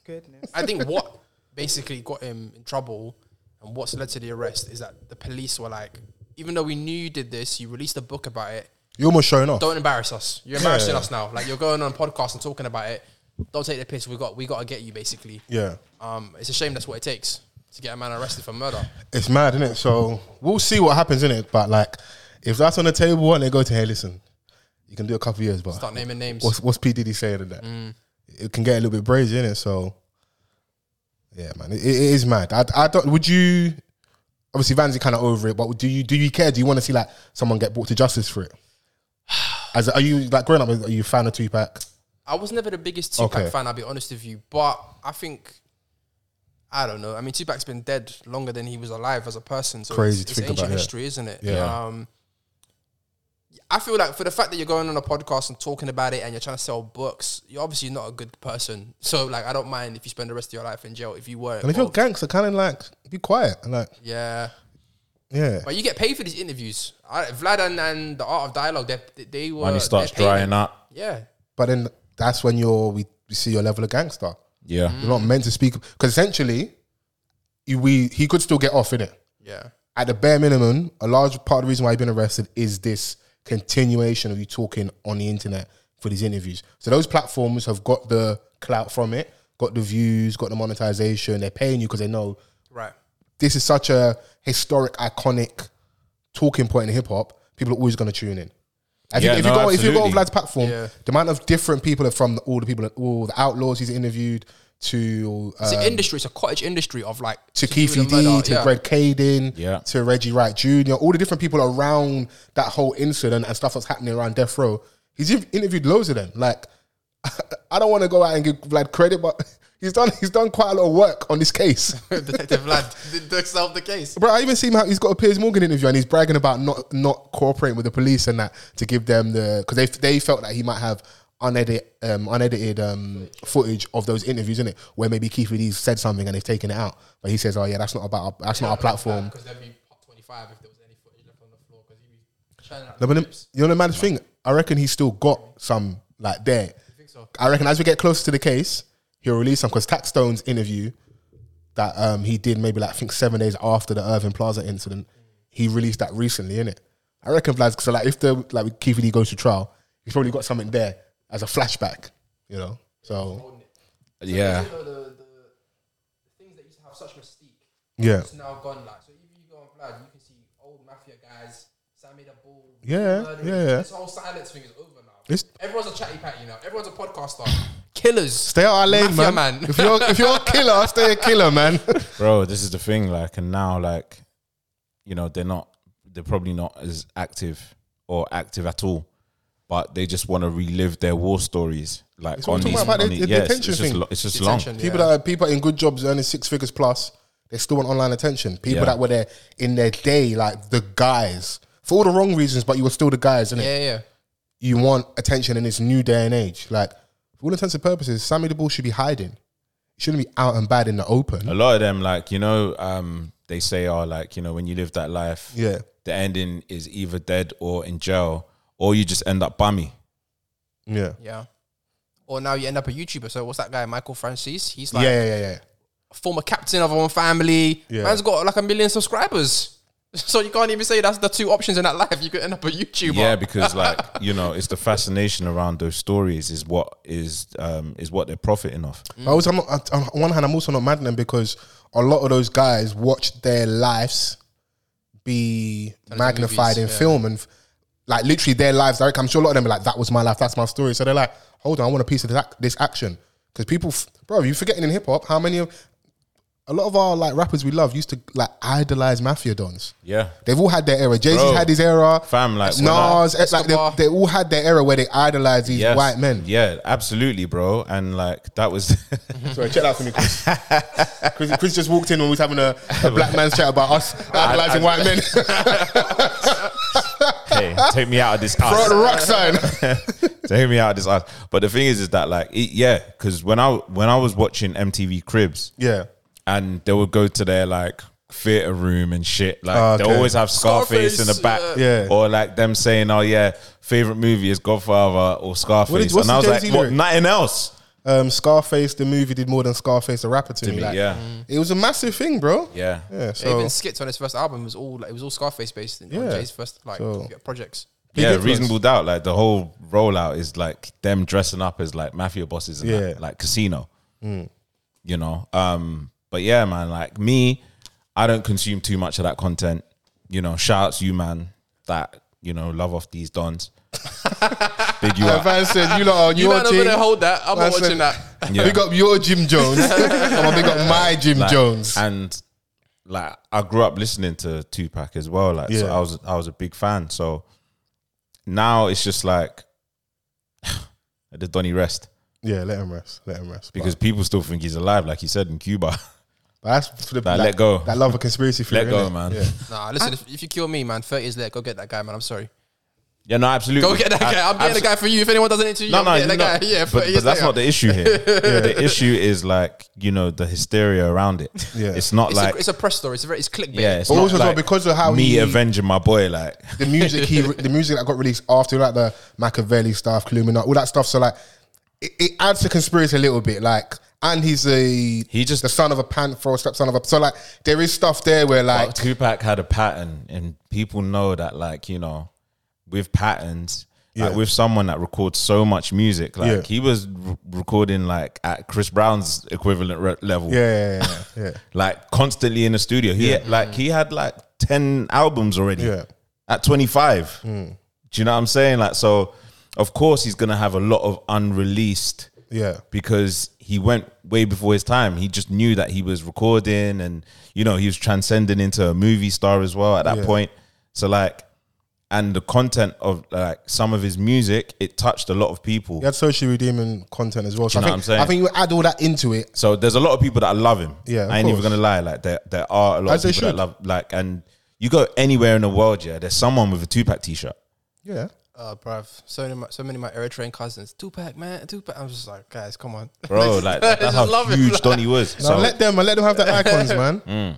H: Goodness.
A: I think what basically got him in trouble and what's led to the arrest is that the police were like, even though we knew you did this, you released a book about it.
E: You're almost showing off.
A: Don't embarrass us. You're embarrassing
E: Yeah.
A: us now. Like you're going on a podcast and talking about it. Don't take the piss. We got we got to get you basically.
E: Yeah.
A: Um, it's a shame that's what it takes to get a man arrested for murder.
E: it's mad, isn't it? So we'll see what happens in it. But like, if that's on the table and they go to, hey, listen, you can do a couple of years, but
A: Start naming names.
E: what's what's P Diddy saying to that? It can get a little bit brazy, innit? So yeah, man, it, it is mad. I, I don't. Would you? Obviously, Vanzi kind of over it, but do you do you care? Do you want to see like someone get brought to justice for it? As are you like growing up? Are you a fan of Tupac?
A: I was never the biggest Tupac
E: Okay.
A: fan, I'll be honest with you. But I think, I don't know. I mean, Tupac's been dead longer than he was alive as a person. So
E: Crazy to
A: it's, it's
E: think
A: ancient
E: about, yeah.
A: history, isn't it?
E: Yeah.
A: Um, I feel like for the fact that you're going on a podcast and talking about it and you're trying to sell books, you're obviously not a good person. So, like, I don't mind if you spend the rest of your life in jail if you were.
E: And if you're
A: involved.
E: gangster, kind of like be quiet and like
A: yeah.
E: yeah.
A: But you get paid for these interviews. I, Vlad and, and the Art of Dialogue, they, they were.
C: And he starts
A: they're paid them.
C: drying up.
A: Yeah.
E: But then that's when you're we, we see your level of gangster.
C: Yeah,
E: You're not meant to speak because essentially, you, we he could still get off in it.
A: Yeah.
E: At the bare minimum, a large part of the reason why he's been arrested is this continuation of you talking on the internet for these interviews. So those platforms have got the clout from it, got the views, got the monetization. They're paying you because they know
A: Right.
E: this is such a historic, iconic talking point in hip hop. People are always going to tune in. If,
C: Yeah,
E: you, if,
C: no,
E: you go, if you go on
C: absolutely.
E: Vlad's platform,
A: Yeah.
E: the amount of different people from all the people, all the outlaws he's interviewed to
A: It's
E: um,
A: an industry. It's a cottage industry of like
E: to
A: to do with
E: Keefe
A: the
E: D,
A: murder,
E: to
A: yeah.
E: Greg Caden,
C: Yeah.
E: to Reggie Wright Jr., all the different people around that whole incident and stuff that's happening around death row. He's in- interviewed loads of them. Like, I don't want to go out and give Vlad credit, but he's done he's done quite a lot of work on this case.
A: Detective Vlad did did solve the case.
E: Bro, I even seen how he's got a Piers Morgan interview and he's bragging about not not cooperating with the police and that to give them the because they they felt that he might have unedited um, unedited um, footage of those interviews in it where maybe Keith Lee said something and they've taken it out, but he says, "Oh yeah, that's not about our, that's not our platform."
A: Because there'd be pot 25 if there was any footage left on the floor because he'd be churning out
E: No,
A: the
E: but then-
A: clips.
E: you know the mad thing, I reckon he's still got some like there. I reckon as we get closer to the case, he'll release some because Tax Stone's interview that um, he did maybe like I think seven days after the Irving Plaza incident, he released that recently, innit? I reckon Vlad's because like if the like Keith Lee goes to trial, he's probably got something there as a flashback, you know. So
C: yeah.
A: You know, the, the things that used to have such mystique,
E: yeah,
A: it's now gone like. So even you go on Vlad, you can see old mafia guys, Sammy the Bull.
E: Yeah,
A: murdering.
E: yeah, yeah.
A: This whole silence thing is over now.
E: It's-
A: Everyone's a chatty patty now. Everyone's a podcaster. Killers.
E: stay out of lane,
A: Mafia
E: man.
A: man.
E: If you're if you're a killer, stay a killer, man.
C: bro. This is the thing, like, and now, like, you know they're not they're probably not as active or active at all but they just want to relive their war stories like
E: It's what
C: on
E: I'm talking
C: these,
E: about,
C: on
E: the-
C: the-
E: the
C: yeah, it's, it's
E: attention
C: just
E: thing.
C: lo- it's just long
A: Detention,
E: People
A: yeah.
E: that are people in good jobs earning six figures plus, they still want online attention. People
C: Yeah.
E: that were there in their day, like the guys, for all the wrong reasons, but you were still the guys, innit?
A: yeah, yeah.
E: You want attention in this new day and age. Like, for all intents and purposes, Sammy the Bull should be hiding. He shouldn't be out and bad in the open.
C: a lot of them like you know um they say oh like you know when you live that life
E: Yeah.
C: the ending is either dead or in jail or you just end up bummy
E: Yeah.
A: Yeah. Or now you end up a YouTuber. So what's that guy, Michael Francis? He's
E: Yeah,
A: like
E: yeah, yeah, yeah.
A: a former captain of our family.
E: Yeah.
A: Man's got like a million subscribers. So you can't even say that's the two options in that life. You could end up a YouTuber.
C: Yeah, because like you know, it's the fascination around those stories is what is um is what they're profiting off.
E: I was, I'm not, on one hand, I'm also not mad at them because a lot of those guys watch their lives be magnified
A: movies,
E: in
A: yeah.
E: film and f- like literally their lives. Like, I'm sure a lot of them are like, that was my life, that's my story. So they're like, hold on, I want a piece of this, ac- this action. Because people, f- bro, you're forgetting in hip hop how many of, a lot of our like rappers we love used to like idolize mafia dons.
C: Yeah,
E: They've all had their era. Jay Z
C: Bro.
E: had his era.
C: Fam, like, when I-
E: Nas, eh, like they, they all had their era where they idolized these
C: Yes.
E: white men.
C: Yeah, absolutely, bro. And like that was
E: Sorry, check that out for me, Chris. Chris. Chris just walked in when we was having a, a black man's chat about us idolizing white men.
C: hey, take me out of this
E: Bro, the
C: house.
E: rock sign.
C: take me out of this house. But the thing is, is that like it, yeah, because when I when I was watching MTV Cribs,
E: yeah.
C: and they would go to their like theater room and shit. Like
E: Ah, okay.
C: they always have Scarface, in the back,
A: Scarface,
E: yeah. Yeah.
C: or like them saying, "Oh yeah, favorite movie is Godfather or
E: What
C: Scarface,"
E: is- what's
C: and I
E: the
C: was like,
E: Jay-Z
C: "What?
E: lyric?
C: Nothing else."
E: Um, Scarface, the movie, did more than Scarface, the rapper to,
C: To
E: me.
C: me,
E: like,
C: yeah.
E: It was a massive thing, bro.
C: Yeah.
E: Yeah.
A: Yeah,
E: So,
A: even skits on his first album was all like, it was all Scarface based in
E: Yeah.
A: on Jay's first like
E: So-
A: yeah, projects.
E: Big
C: yeah,
E: influence.
C: reasonable doubt. Like the whole rollout is like them dressing up as like mafia bosses and
E: Yeah. Mm.
C: like casino. You know, um, but yeah, man. Like me, I don't consume too much of that content. You know, shout out to you, man. That you know, love off these dons. Big you
E: yeah,
C: up.
E: Van said, you lot are
A: You
E: your
A: not
E: team.
A: gonna hold that. I'm
E: Man
A: not
E: said-
A: watching that.
C: Yeah.
E: Big up your Jim Jones. I'm gonna big up my Jim
C: Like,
E: Jones.
C: And like I grew up listening to Tupac as well. Like so
E: Yeah.
C: I was I was a big fan. So now it's just like the Donny rest
E: yeah, let him rest. Let him rest.
C: because
E: but,
C: people still think he's alive, like he said in Cuba.
E: but that's for the
C: Like, let go.
E: That love of conspiracy theory.
C: Let go,
E: innit?
C: man.
E: Yeah.
A: Nah, listen, if, if you kill me, man, 30 years later, go get that guy, man. I'm sorry.
C: yeah, no, absolutely.
A: Go get that
C: I-
A: guy. I'm getting the
C: absol-
A: guy for you. If anyone doesn't interview you,
C: No,
A: I'm
C: no,
A: getting
C: no,
A: that guy. Yeah, 30
C: but,
A: years
C: but that's
A: later.
C: not the issue here. The issue is like you know the hysteria around it.
E: Yeah.
C: It's not
A: It's,
C: like
A: a, it's a press story. It's, a very, it's clickbait.
C: yeah, it's
E: But
C: not
E: also as well,
C: like
E: because of how
C: me
E: he-
C: avenging my boy. Like
E: the music he the music that got released after like the Machiavelli stuff, Clumina, all that stuff. So like it, it adds to conspiracy a little bit. Like and he's a
C: He just-
E: the son of a panther, stepson of a so like there is stuff there where like
C: But Tupac had a pattern, and people know that, like you know, with patterns,
E: Yeah.
C: like with someone that records so much music, like
E: Yeah.
C: he was r recording like at Chris Brown's equivalent re- level,
E: yeah yeah yeah,
C: like constantly in the studio. He had, like he had like ten albums already
E: Yeah. Mm.
C: at twenty five. Do you know what I'm saying? Like so, of course he's gonna have a lot of unreleased
E: yeah.
C: because he went way before his time. He just knew that he was recording and you know, he was transcending into a movie star as well at that
E: Yeah.
C: point. So like and the content of like some of his music, it touched a lot of people.
E: He had socially redeeming content as well.
C: Do
E: So
C: you know
E: I think,
C: what I'm saying?
E: I think you add all that into it.
C: So there's a lot of people that love him.
E: Yeah, of
C: I ain't even
E: course.
C: gonna lie. Like there, there are a lot
E: As they
C: of people that
E: should.
C: love like, and you go anywhere in the world, yeah, there's someone with a two pack t-shirt.
E: Yeah.
A: Oh, bruv. So many, of my, so many of my Eritrean cousins. Tupac, man. Tupac. I was just like, guys, come on.
C: Bro, like that- that's
A: Just
C: how
A: love it,
C: huge
A: like-
C: Donny was.
E: No, let them let them have their icons, man.
C: Mm.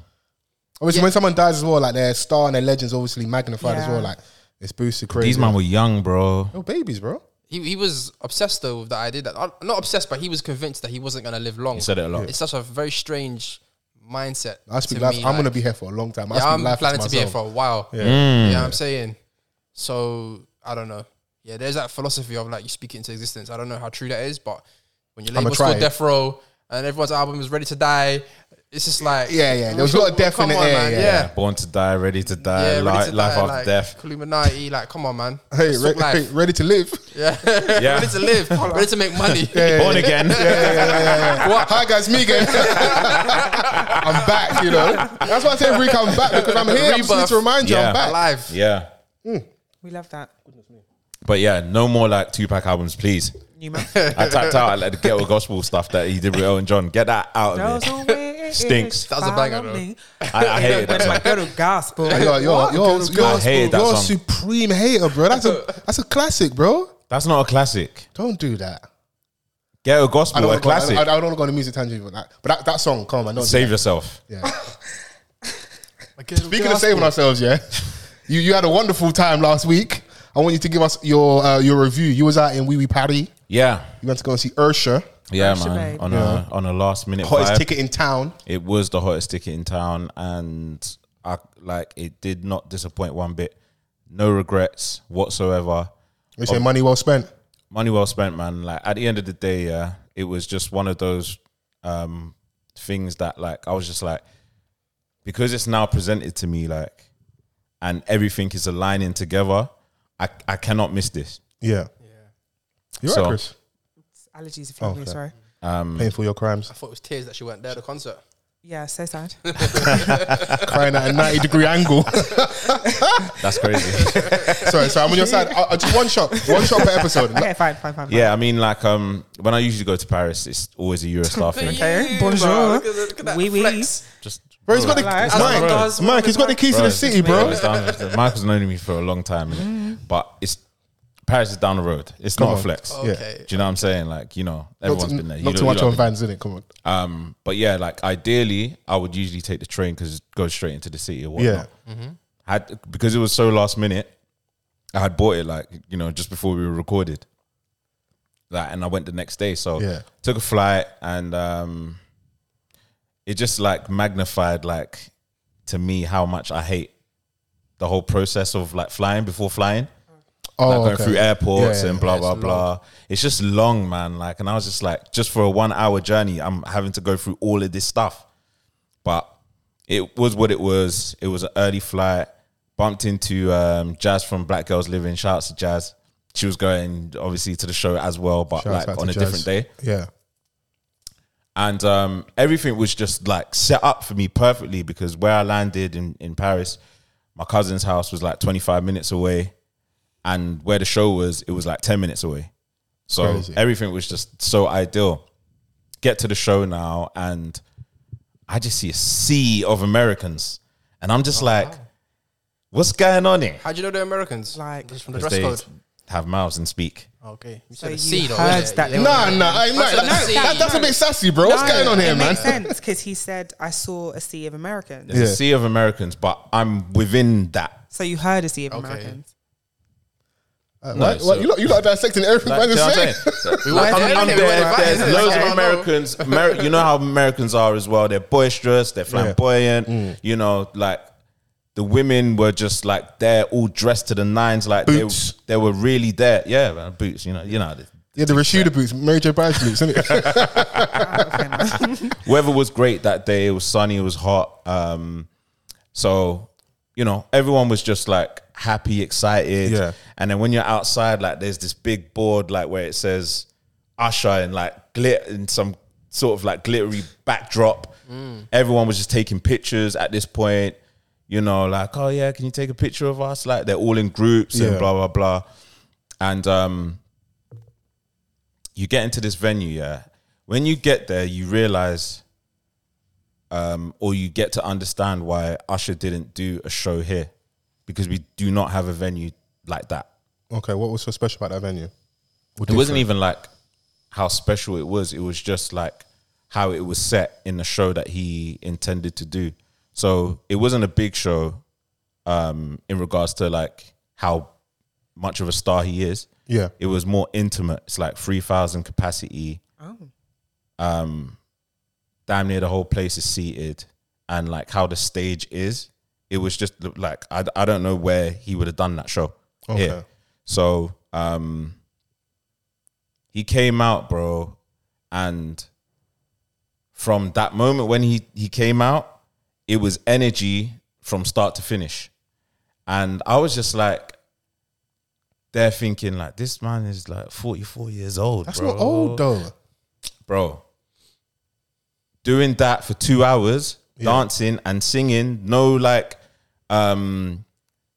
E: Obviously, when someone dies as well, like their star and their legends obviously magnified as
I: Yeah.
E: well. Like it's boosted crazy.
C: these man were young, bro.
E: oh babies, bro.
A: He, he was obsessed, though, with the idea that, uh, not obsessed, but he was convinced that he wasn't going to live long.
C: He said it a lot.
A: It's such a very strange mindset.
E: I speak
A: to
E: life.
A: me,
E: I'm
A: like-
E: gonna be here for a long time. I
A: yeah,
E: speak
A: I'm
E: life
A: planning to be here
E: myself.
A: for a while.
E: Yeah.
A: You
C: Mm.
A: know what I'm saying? So I don't know. Yeah, there's that philosophy of like you speak it into existence. I don't know how true that is, but when your
E: I'ma
A: label's
E: try
A: called
E: it.
A: Death Row
F: and everyone's album is ready to die. It's just like
E: Yeah, yeah, there was a lot of death in
F: Come
E: the
F: on,
E: air,
F: man,
E: yeah.
C: Born to die, ready to
F: Yeah,
C: die,
F: ready
C: Uh, li-
F: to
C: life
F: die,
C: after
F: like,
C: death.
F: Illuminati, like, come on, man.
E: Hey,
F: Let's talk
E: re-
F: life.
E: hey, ready to live.
C: Yeah.
F: ready to live, ready to make money.
C: Born again.
E: Hi guys, me again. I'm back, you know. That's why I say Rick, I'm back because I'm here. I'm just here
F: Rebirth.
E: to remind you,
C: Yeah.
E: I'm back.
F: Alive.
C: Yeah.
D: We love that.
C: But yeah, no more like two pack albums, please.
D: Numa.
C: I tapped out. I let the ghetto gospel stuff that he did with Elton John. Get that out of
D: Those
C: here.
D: are weird.
C: Stinks.
F: That was a banger,
D: Follow
F: though.
D: me.
C: I, I hated that
D: Where's my
C: song.
D: go to gospel?
E: Yo, yo, yo, yo,
C: I hated that
E: you're a
C: song.
E: supreme hater, bro. That's a that's a classic, bro.
C: That's not a classic.
E: Don't do that.
C: Ghetto
E: I
C: gospel,
E: don't
C: a
E: wanna go-
C: classic.
E: I, I don't want to go on a music tangent with that. But that, that song, come on, man. Don't do
C: Save
E: that.
C: yourself.
E: Speaking of saving ourselves, yeah. You you had a wonderful time last week. I want you to give us your uh, your review. You was out in Wee Wee Paris.
C: Yeah.
E: You went to go and see Ursha.
C: Yeah,
D: Fresh
C: man.
D: Babe.
C: On a on a last minute
E: Hottest
C: vibe.
E: ticket in town.
C: It was the hottest ticket in town, and I like it did not disappoint one bit. No regrets whatsoever.
E: They
C: Oh.
E: say money well spent.
C: money well spent, man. Like at the end of the day, yeah, it was just one of those um things that like I was just like because it's now presented to me like and everything is aligning together, I I cannot miss this.
E: Yeah. Yeah. You're
C: So- mm.
E: right, Chris.
D: Allergies are flooding me,
E: Oh, Okay.
D: sorry.
E: Paying for your crimes.
F: I thought it was tears that she went there at the concert.
D: Yeah, so sad.
E: Crying at a 90 degree angle.
C: That's crazy.
E: sorry, sorry, I'm on your side. I, I just one shot. One shot per episode.
D: Okay, fine, fine, fine.
C: yeah, I mean like um when I usually go to Paris, it's always a Eurostar thing.
D: Okay,
F: Bro,
D: bonjour.
F: look at that- look at that
D: Wee wee.
F: flex.
C: Just
E: Bro, he's got the,
D: Like,
E: it's
D: I
E: Mike.
C: don't
D: know.
E: Mike, he's got the keys to the city,
C: Bro,
E: bro.
C: it's down- Michael's known me for a long time, innit? but it's Paris is down the road. It's not
E: on.
C: a flex.
E: Okay.
C: Do you know what I'm saying? Like you know,
E: Not,
C: everyone's
E: too-
C: been there. You
E: not
C: lot-
E: too
C: you
E: much
C: lot
E: on
C: been there.
E: vans, is it? Come on.
C: Um, but yeah, like ideally, I would usually take the train because it goes straight into the city or
E: Yeah.
C: whatnot. Had because it was so last minute, I had bought it like you know just before we were recorded. Like, and I went the next day, so
E: Yeah.
C: took a flight, and um, it just like magnified like to me how much I hate the whole process of like flying before flying like
E: Oh,
C: going
E: okay.
C: through airports
E: Yeah,
C: and blah blah blah. It's just long, man. Like, and I was just like, just for a one hour journey, I'm having to go through all of this stuff. But it was what it was. It was an early flight. Bumped into um, Jazz from Black Girls Living. Shouts to Jazz. She was going obviously to the show as well, but
E: Shouts out
C: like
E: to
C: on a
E: Jazz.
C: different day.
E: Yeah.
C: And um, everything was just like set up for me perfectly because where I landed in, in Paris, my cousin's house was like 25 minutes away. And where the show was, it was like 10 minutes away. So
E: Crazy.
C: everything was just so ideal. Get to the show now, and I just see a sea of Americans. And I'm
F: Oh,
C: just like, what's going on here?
F: How do you know they're Americans?
D: Like-
F: just from the
C: 'Cause
F: dress
C: they
F: code.
C: have mouths and speak.
F: Oh, Okay, you
D: So
F: said a
D: you
F: C though.
D: heard
F: innit?
D: that-
F: Yeah,
E: Nah, nah, I,
F: That's
E: nah,
F: what I'm
E: that,
F: saying.
E: that, that's a bit sassy, bro. What's
D: No,
E: going on here,
D: it
E: man?
D: makes sense because he said, I saw a sea of Americans.
C: There's
E: Yeah.
C: a sea of Americans, but I'm within that
D: So you heard a sea of Americans.
E: Uh,
C: No,
E: what-
C: so-
E: what- you, lot, you lot are dissecting everything
C: Like, do
E: man's
C: you know what I'm
E: saying.
C: saying?
F: We
C: Like,
F: went
C: I'm-
F: there,
C: I'm
F: innit? We
C: there,
F: went there.
C: There's
F: That's
C: loads
F: how I
C: of
F: know.
C: Americans. Ameri- you know how Americans are as well. They're boisterous. They're flamboyant. You know, like the women were just like they're all dressed to the nines. Like they,
E: Boots.
C: they were really there. Yeah, man, boots. You know, you know.
E: Yeah, the Rashida boots, Mary J. Blige boots, isn't it?
C: Weather was great that day. It was sunny. It was hot. Um, so you know, everyone was just like happy, excited.
E: Yeah.
C: And then when you're outside, like there's this big board like where it says Usher and like glitter and some sort of like glittery backdrop. Everyone was just taking pictures at this point. You know, like, oh yeah, can you take a picture of us? Like they're all in groups
E: Yeah.
C: and blah blah blah. And um you get into this venue, yeah. When you get there, you realize um, or you get to understand why Usher didn't do a show here because we do not have a venue like that.
E: okay, what was so special about that venue?
C: It wasn't even like how special it was. It was just like how it was set in the show that he intended to do. So it wasn't a big show um, in regards to like how much of a star he is.
E: Yeah.
C: It was more intimate. It's like three thousand capacity.
D: Oh.
C: Um, damn near the whole place is seated, and like how the stage is, it was just like I, I don't know where he would have done that show.
E: Okay.
C: here. So um, he came out, bro, and from that moment when he he came out, it was energy from start to finish, and I was just like, they're thinking like this man is like forty four years old.
E: That's
C: bro.
E: not old though.
C: bro. Doing that for two hours, dancing and singing, no like, um,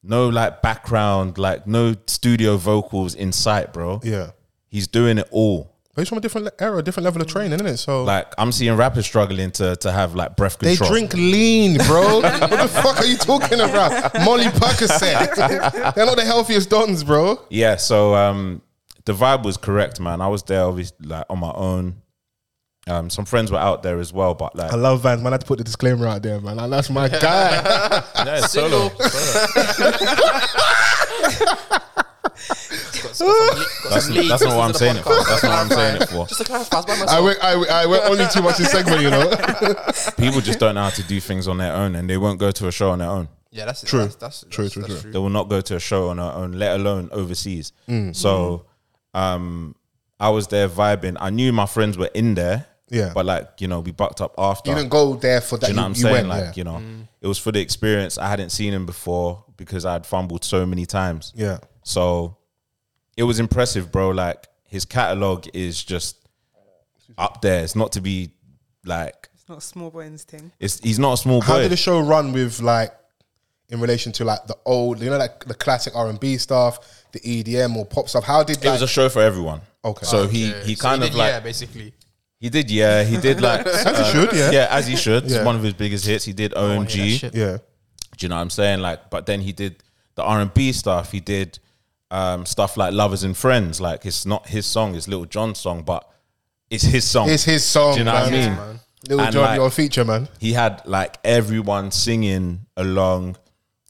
C: no like background, like no studio vocals in sight, bro.
E: Yeah.
C: He's doing it all.
E: But it's from a different le- era, different level of training, isn't it? So
C: Like I'm seeing rappers struggling to to have like breath
E: they
C: control.
E: drink lean, bro. what the fuck are you talking about? Molly Percocet. They're not the healthiest dons, bro.
C: Yeah, so um, the vibe was correct, man. I was there, obviously, like on my own. Um, some friends were out there as well, but like
E: I love Vans, man. I had to put the disclaimer out there, man. Like, that's my guy.
C: No, it's solo. That's, that's not what I'm saying it for. That's not what I'm saying it for.
A: Just to clarify, I was by myself.
E: I went, I, went- I went only too much in segment, you know.
C: People just don't know how to do things on their own, and they won't go to a show on their own.
F: Yeah, that's
E: True.
F: That's, that's,
E: True,
F: that's,
E: true,
F: that's
E: true.
C: They will not go to a show on their own, let alone overseas.
E: Mm.
C: So, um, I was there vibing. I knew my friends were in there.
E: Yeah.
C: But like you know, we bucked up after.
E: You didn't go there for that.
C: Do you know
E: you,
C: what I'm
E: you
C: saying?
E: went,
C: like,
E: yeah.
C: you know, it was for the experience. I hadn't seen him before because I'd fumbled so many times.
E: Yeah.
C: So it was impressive, bro. Like his catalog is just up there. It's not to be like
D: It's not a small boy instinct.
C: it's he's not a small
E: How
C: boy.
E: did the show run with like in relation to like the old, you know, like the classic R and B stuff, the EDM or pop stuff? How did
C: it
E: that?
C: was a show for everyone.
E: Okay.
C: So he he kind of like
F: yeah, basically.
C: he did yeah, he did like uh,
E: As you should, yeah.
C: Yeah, as he should. It's
E: Yeah.
C: one of his biggest hits. He did OMG.
F: shit.
E: yeah,
C: Do you know what I'm saying? Like, but then he did the R and B stuff. He did um, stuff like Lovers and Friends. Like, it's not his song; it's Little John's song, but it's his song.
E: it's his song.
C: Do you know
E: man.
C: what I mean?
E: Little
C: And
E: John,
C: like-
E: your feature, man.
C: He had like everyone singing along,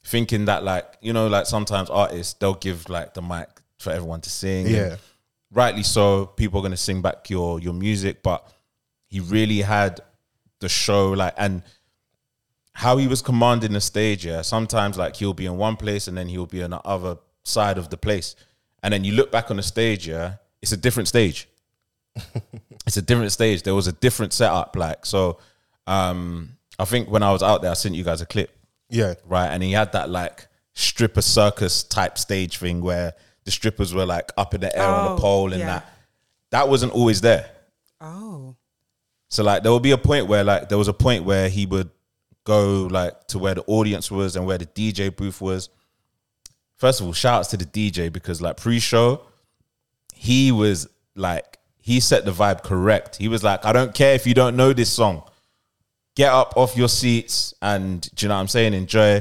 C: thinking that like you know, like sometimes artists they'll give like the mic for everyone to sing. and
E: Yeah.
C: rightly so. People are gonna sing back your your music, but he really had the show like and how he was commanding the stage, yeah. Sometimes like he'll be in one place and then he'll be on the other side of the place. And then you look back on the stage, yeah, it's a different stage. it's a different stage. There was a different setup, like so. Um, I think when I was out there, I sent you guys a clip,
E: Yeah,
C: right? And he had that like stripper circus type stage thing where the strippers were like up in the air on
D: Oh,
C: a pole and
D: yeah.
C: that. That wasn't always there.
D: Oh,
C: So like there would be a point where like there was a point where he would go like to where the audience was and where the DJ booth was. First of all, shouts to the DJ because like pre-show, he was like he set the vibe correct. He was like, I don't care if you don't know this song. Get up off your seats and do you know what I'm saying? Enjoy.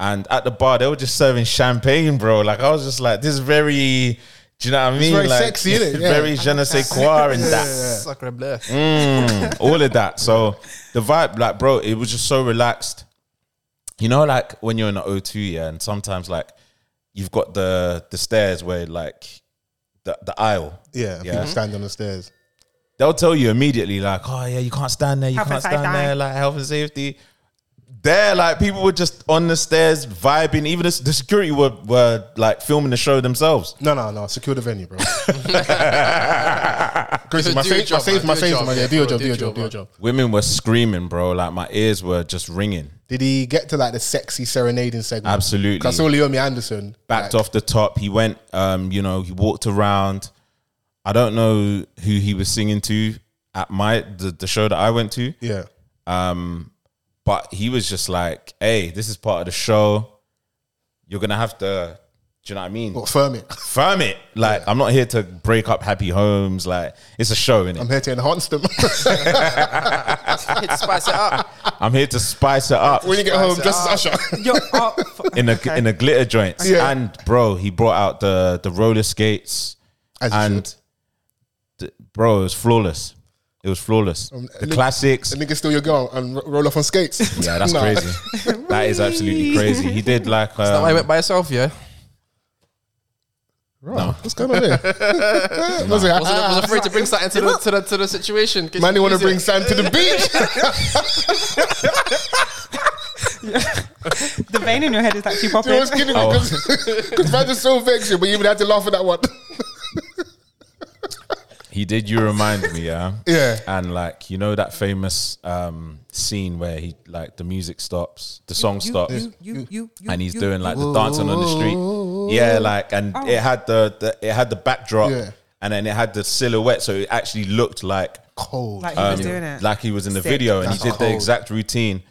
C: And at the bar, they were just serving champagne, bro. Like I was just like, this is very do you know what I mean?
E: very
C: like,
E: sexy, innit? Yeah.
C: Very je ne sais quoi and that
F: Sacre bleu.
C: Mm. all of that. So the vibe, like, bro, it was just so relaxed. You know, like when you're in the O2, yeah, and sometimes like you've got the the stairs where like the the aisle.
E: yeah.
C: Yeah.
E: People stand on the stairs.
C: They'll tell you immediately, like, oh yeah, you can't stand there, you
D: Health and
C: can't stand
D: safety.
C: there, like health and safety. There, like people were just on the stairs vibing. Even the, the security were were like filming the show themselves.
E: No, no, no. Secure the venue, bro. Gracie, my
F: Do your
E: face, my
F: job, man. Do your
E: face, my face,
F: job,
E: man. Yeah,
F: yeah,
E: do your
F: bro. Do your
E: job, do your job,
F: job,
E: do your
F: man.
E: job.
C: Women were screaming, bro. Like my ears were just ringing.
E: Did he get to like the sexy serenading segment?
C: Absolutely.
E: 'Cause I saw Leomi Anderson.
C: backed
E: like,
C: off the top. He went, um, you know, he walked around. I don't know who he was singing to at my the, the show that I went to,
E: Yeah.
C: but he was just like, "Hey, this is part of the show. You're gonna have to, do you know what I mean?
E: But firm it.
C: Firm it. Like, I'm not here to break up happy homes. Like, it's a show, innit?
E: I'm here to enhance them.
F: Hit the spice it up.
C: I'm here to spice it up
E: when you get home,
F: ah.
E: just as Usher.
D: you're up. For,
C: in a in a glitter joint.
E: Yeah.
C: And bro, he brought out the the roller skates.
E: As you
C: and th- bro, it was flawless. It was flawless. the
E: look-
C: classics.
E: The nigga steal your girl and ro- roll off on skates.
C: yeah, that's
E: Nah.
C: crazy. that is absolutely crazy. He did like
F: That why I
C: um,
F: went by yourself, yeah.
E: Bro, What's going on there? Was it-
F: Wasn't was afraid to bring something to the to the to the situation.
E: Man, they want to bring sand to the beach.
D: the vein in your head is actually
E: You
D: popping.
E: was kidding me
C: Oh.
E: because man just so vexed, but you even had to laugh at that one.
C: He did. You remind me, yeah.
E: Yeah.
C: And like you know that famous um, scene where he like the music stops, the song stops,
D: you, you, you,
C: and he's
D: you.
C: doing like the dancing on the street. Yeah, like and it had the, the it had the backdrop,
E: Oh. Yeah.
C: and then it had the silhouette, so it actually looked like
E: Cold.
D: like he was doing it.
C: um, like he was in the
D: Sick.
C: video and
E: That's
C: he did the
E: cold.
C: exact routine.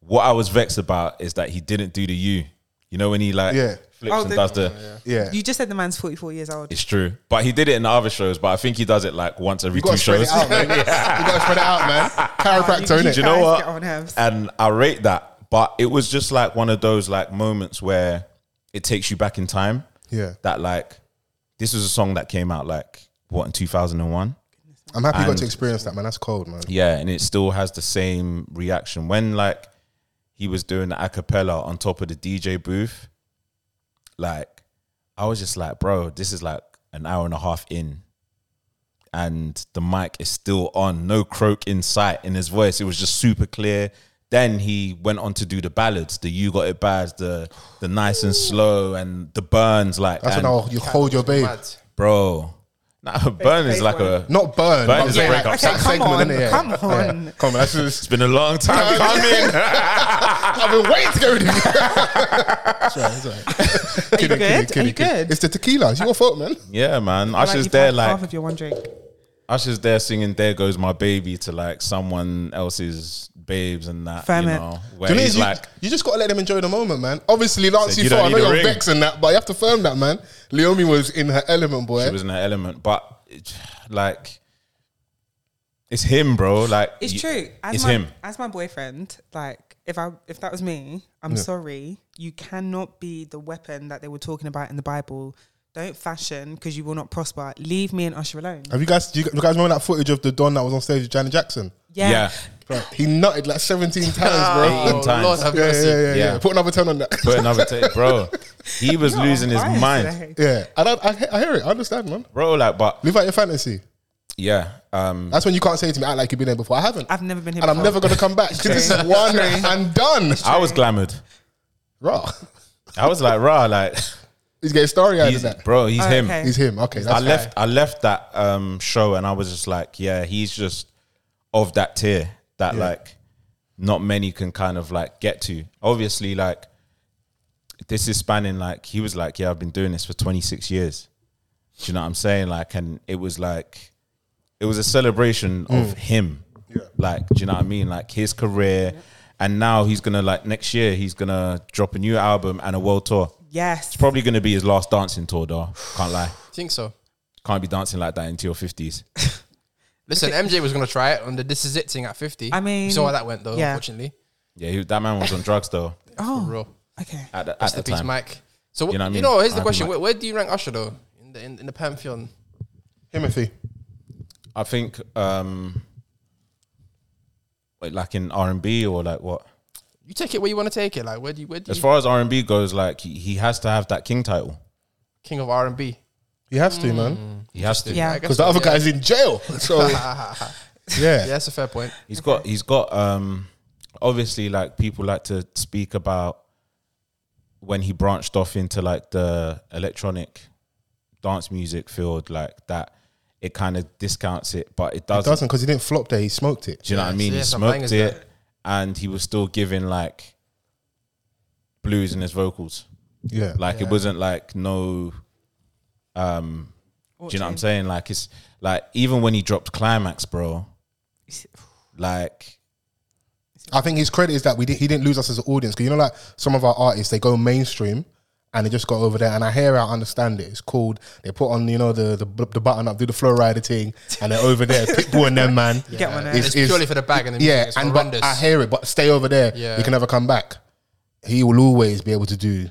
C: What I was vexed about is that he didn't do the you. You know when he like
E: Yeah.
C: flips
D: Oh,
C: and
D: the-
C: does the.
E: yeah.
D: you just said the man's forty four years old.
C: It's true, but he did it in the other shows. But I think he does it like once every
E: You gotta
C: two
E: spread
C: shows.
E: it out, man. You gotta spread it out, man. Chiropractor,
D: You
E: innit?
C: Do you know
D: guys
C: what?
D: get on nerves.
C: And I rate that, but it was just like one of those like moments where it takes you back in time.
E: Yeah.
C: That like this was a song that came out like what in two thousand and one.
E: I'm happy you got
C: And-
E: to experience that, man. That's cold, man.
C: Yeah, and it still has the same reaction when like he was doing the acapella on top of the DJ booth. Like, I was just like, bro, this is like an hour and a half in, and the mic is still on, no croak in sight in his voice. It was just super clear. Then he went on to do the ballads, the "You Got It Bad," the the nice and slow, and the burns. Like,
E: That's
C: and,
E: when I'll, you hold your babe.
A: Mad.
C: bro. Nah, burn is
D: face
C: like
D: burn.
C: a.
E: Not
C: Burn
E: burn. but
C: is
E: I'm
C: a
E: saying,
C: breakup
E: like,
C: song.
E: that
D: Come
E: segment,
D: on,
E: innit? Yeah.
D: come
E: Yeah.
D: on.
E: Come on. That's just,
C: It's been a long time coming.
E: I've been waiting to get rid of you. that's right. That's
D: Are
E: right.
D: you good? Are you good?
E: It's the tequila. It's your fault, man.
C: Yeah, man.
D: Like,
C: Usher's
D: you've
C: there,
D: had
C: like
D: half of your one drink.
C: Usher's there singing "There Goes My Baby" to like someone else's babes and that.
D: Fair
C: you
D: man.
C: know, where
E: Do you, know,
C: he's
E: you,
C: like,
E: you just gotta let them enjoy the moment, man. Obviously, Lance,
C: Said,
E: you
C: "You don't
E: thought I know
C: need a
E: you're
C: ring."
E: vexing that, but you have to firm that, man. Leomi was in her element, boy.
C: it was in that element, but it- like, it's him, bro. Like,
D: It's
C: you-
D: true. As
C: it's
D: my,
C: him.
D: As my boyfriend, like if I if that was me, I'm sorry. You cannot be the weapon that they were talking about in the Bible. Don't fashion because you will not prosper. Leave me and Usher alone.
E: Have you guys? Do you, you guys remember that footage of the Don that was on stage with Janet Jackson?
D: Yeah.
C: Yeah.
E: Bro, he nutted like 17 times, bro.
C: Eighteen
A: Oh,
C: times.
A: Lord have
E: yeah, yeah,
A: mercy.
E: yeah, yeah,
C: Yeah.
E: yeah. Put another ten on that.
C: Put another take, bro. He was
D: You're
C: losing
D: on
C: his
D: fire
C: mind,
D: today.
E: yeah, I, don't, I, he- I hear it. I understand, man.
C: bro. Like, but
E: Live out your fantasy.
C: yeah, um,
E: That's when you can't say to me, "Act like you've been there before." I haven't,
D: I've never been here.
E: and I'm
D: before.
E: never gonna come back. This is one and done.
C: I was glamoured.
E: Raw.
C: I was like, rah, like,
E: He's getting starry eyed
C: he's,
E: at that.
C: bro, he's
D: Oh,
C: him.
D: okay.
E: He's him. Okay, that's
C: I left I left that um show and I was just like, yeah, he's just of that tier that like not many can kind of like get to. Obviously, like this is spanning like he was like, Yeah, I've been doing this for twenty six years. Do you know what I'm saying? Like and it was like it was a celebration of him. Like, do you know what I mean? Like his career. And now he's gonna like next year he's gonna drop a new album and a world tour.
D: Yes.
C: It's probably gonna be his last dancing tour though. Can't lie
A: Think so.
C: can't be dancing like that into your fifties.
A: Listen, MJ was gonna try it on the This Is It thing at fifty.
D: I mean,
A: you saw how that went though.
D: yeah.
A: Unfortunately,
C: Yeah, he, that man was on drugs though.
A: for
D: Oh.
A: real.
D: Okay.
C: At the,
A: That's
C: at
A: the
C: the
A: piece,
C: time,
A: Mike. So you
C: You know what
A: know,
C: I
A: you
C: mean?
A: know here's the
C: Happy
A: question:
C: Mike.
A: where, where do you rank Usher though in the in, in the pantheon?
E: him. Timothy.
C: I think, um, wait, like in R and B or like what?
A: You take it where you want to take it. Like where do you where do
C: As
A: you
C: far as R and B goes, like he, he has to have that king title.
A: king of R and B?
E: He has to, man,
C: He has to.
D: Yeah.
E: because the other guy's in jail. So yeah,
A: Yeah, that's a fair point.
C: He's got he's got um obviously like people like to speak about when he branched off into like the electronic dance music field like that it kind of discounts it but it
E: It
C: doesn't
E: doesn't because he didn't flop there. He smoked it.
C: Do you know what I
A: Yeah,
C: mean?
A: so
C: he
A: yeah, some
C: smoked
A: bangers
C: it,
A: there.
C: and he was still giving like blues in his vocals.
E: Yeah,
C: Like it wasn't like no. Um, do you know what I'm saying? Like it's like even when he dropped climax, bro. Like
E: I think his credit is that we did, he didn't lose us as an audience. Because you know, like some of our artists, they go mainstream and they just go over there. And I hear, it, I understand it. It's called. They put on, you know, the the, the button up, do the flow rider thing, and they're over there, Pitbull and them man.
D: Get one
E: It's-
A: It's,
D: out.
E: it's-
A: purely for the bag and the music.
E: Yeah,
A: it's
E: and
A: horrendous.
E: but I hear it, but stay over there.
A: Yeah.
E: You can never come back. He will always be able to do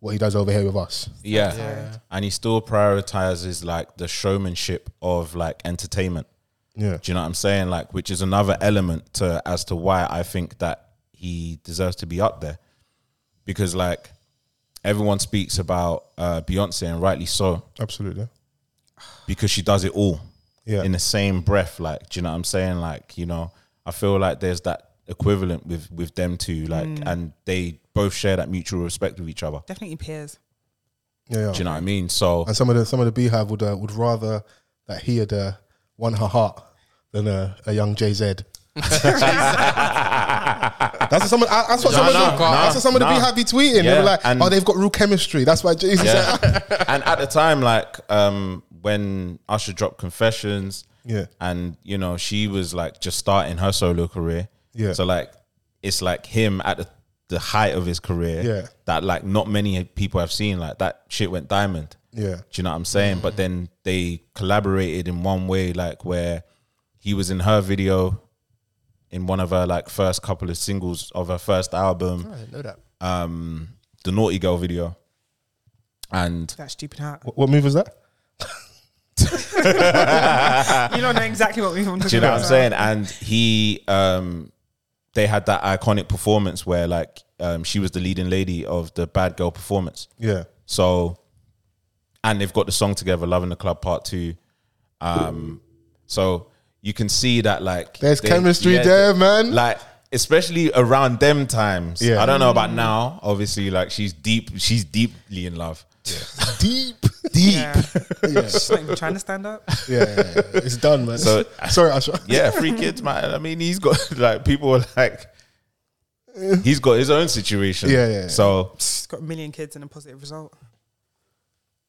E: what he does over here with us.
C: yeah. and he still prioritizes like the showmanship of like entertainment.
E: Yeah,
C: Do you know what I'm saying? Like, which is another element to as to why I think that he deserves to be up there, because like everyone speaks about uh, Beyonce and rightly so,
E: absolutely.
C: because she does it all
E: Yeah.
C: in the same breath. Like, do you know what I'm saying? Like, you know, I feel like there's that equivalent with with them two, like, and they both share that mutual respect with each other.
D: Definitely peers.
E: Yeah, yeah.
C: Do you know what I mean? So
E: and some of the some of the beehive would uh, would rather that he had uh, won her heart than a, a young Jay Z. that's what some of, I- that's what
C: Nah,
E: some of
C: nah,
E: the,
C: nah,
E: that's what some of the
C: nah.
E: be happy tweeting. they
C: Yeah,
E: were like,
C: and-
E: oh, they've got real chemistry. That's why Jay Z.
C: Yeah. and at the time, like um, when Usher dropped Confessions,
E: Yeah.
C: and you know she was like just starting her solo career,
E: Yeah.
C: So like, it's like him at the, the height of his career,
E: Yeah.
C: That like not many people have seen. Like that shit went diamond,
E: Yeah.
C: Do you know what I'm saying? But then they collaborated in one way, like where he was in her video. In one of her like first couple of singles of her first album,
F: I didn't know that.
C: um, the Naughty Girl video, and
D: That stupid hat.
E: What, what move was that?
D: you don't know exactly what we want to
C: Do you know what I'm saying? And he, um, they had that iconic performance where like um, she was the leading lady of the bad girl performance.
E: Yeah.
C: So, and they've got the song together, "Loving the Club" Part Two. Um, so you can see that like
E: There's
C: they-
E: chemistry
C: yeah,
E: there,
C: they-
E: man.
C: Like especially around them times.
E: Yeah.
C: I don't know about now. Obviously, like she's deep. She's deeply in love.
E: Deep, deep. Yeah.
D: She's not even trying to stand up.
E: It's done, man.
C: So-
E: Sorry, Asha.
C: Yeah, three kids, man. I mean, he's got like people were like, he's got his own situation.
E: Yeah, yeah, yeah.
C: So
D: She's got a million kids and a positive result.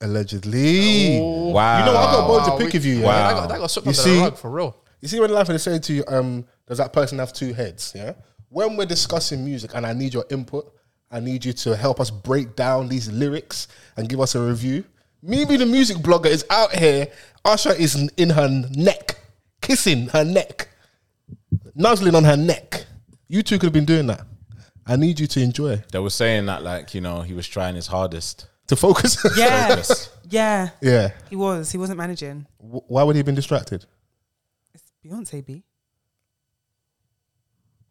E: Allegedly.
C: wow.
E: You know, what? I've got bones
F: Wow,
E: to pick
F: we-
E: of you. yeah?
F: That
C: Oh. Wow.
F: got, that got swept
E: You
F: under
E: see?
F: the rug for real.
E: You see, when life is saying to you, um, does that person have two heads? Yeah. When we're discussing music and I need your input, I need you to help us break down these lyrics and give us a review. Maybe the music blogger is out here. Usher is n- in her neck, kissing her neck, nuzzling on her neck. You two could have been doing that. I need you to enjoy,
C: They were saying that like you know he was trying his hardest.
E: to focus.
D: Yeah,
C: Focus.
D: yeah.
E: yeah.
D: He was. He wasn't managing.
E: W- why would he have been distracted?
D: It's Beyonce B.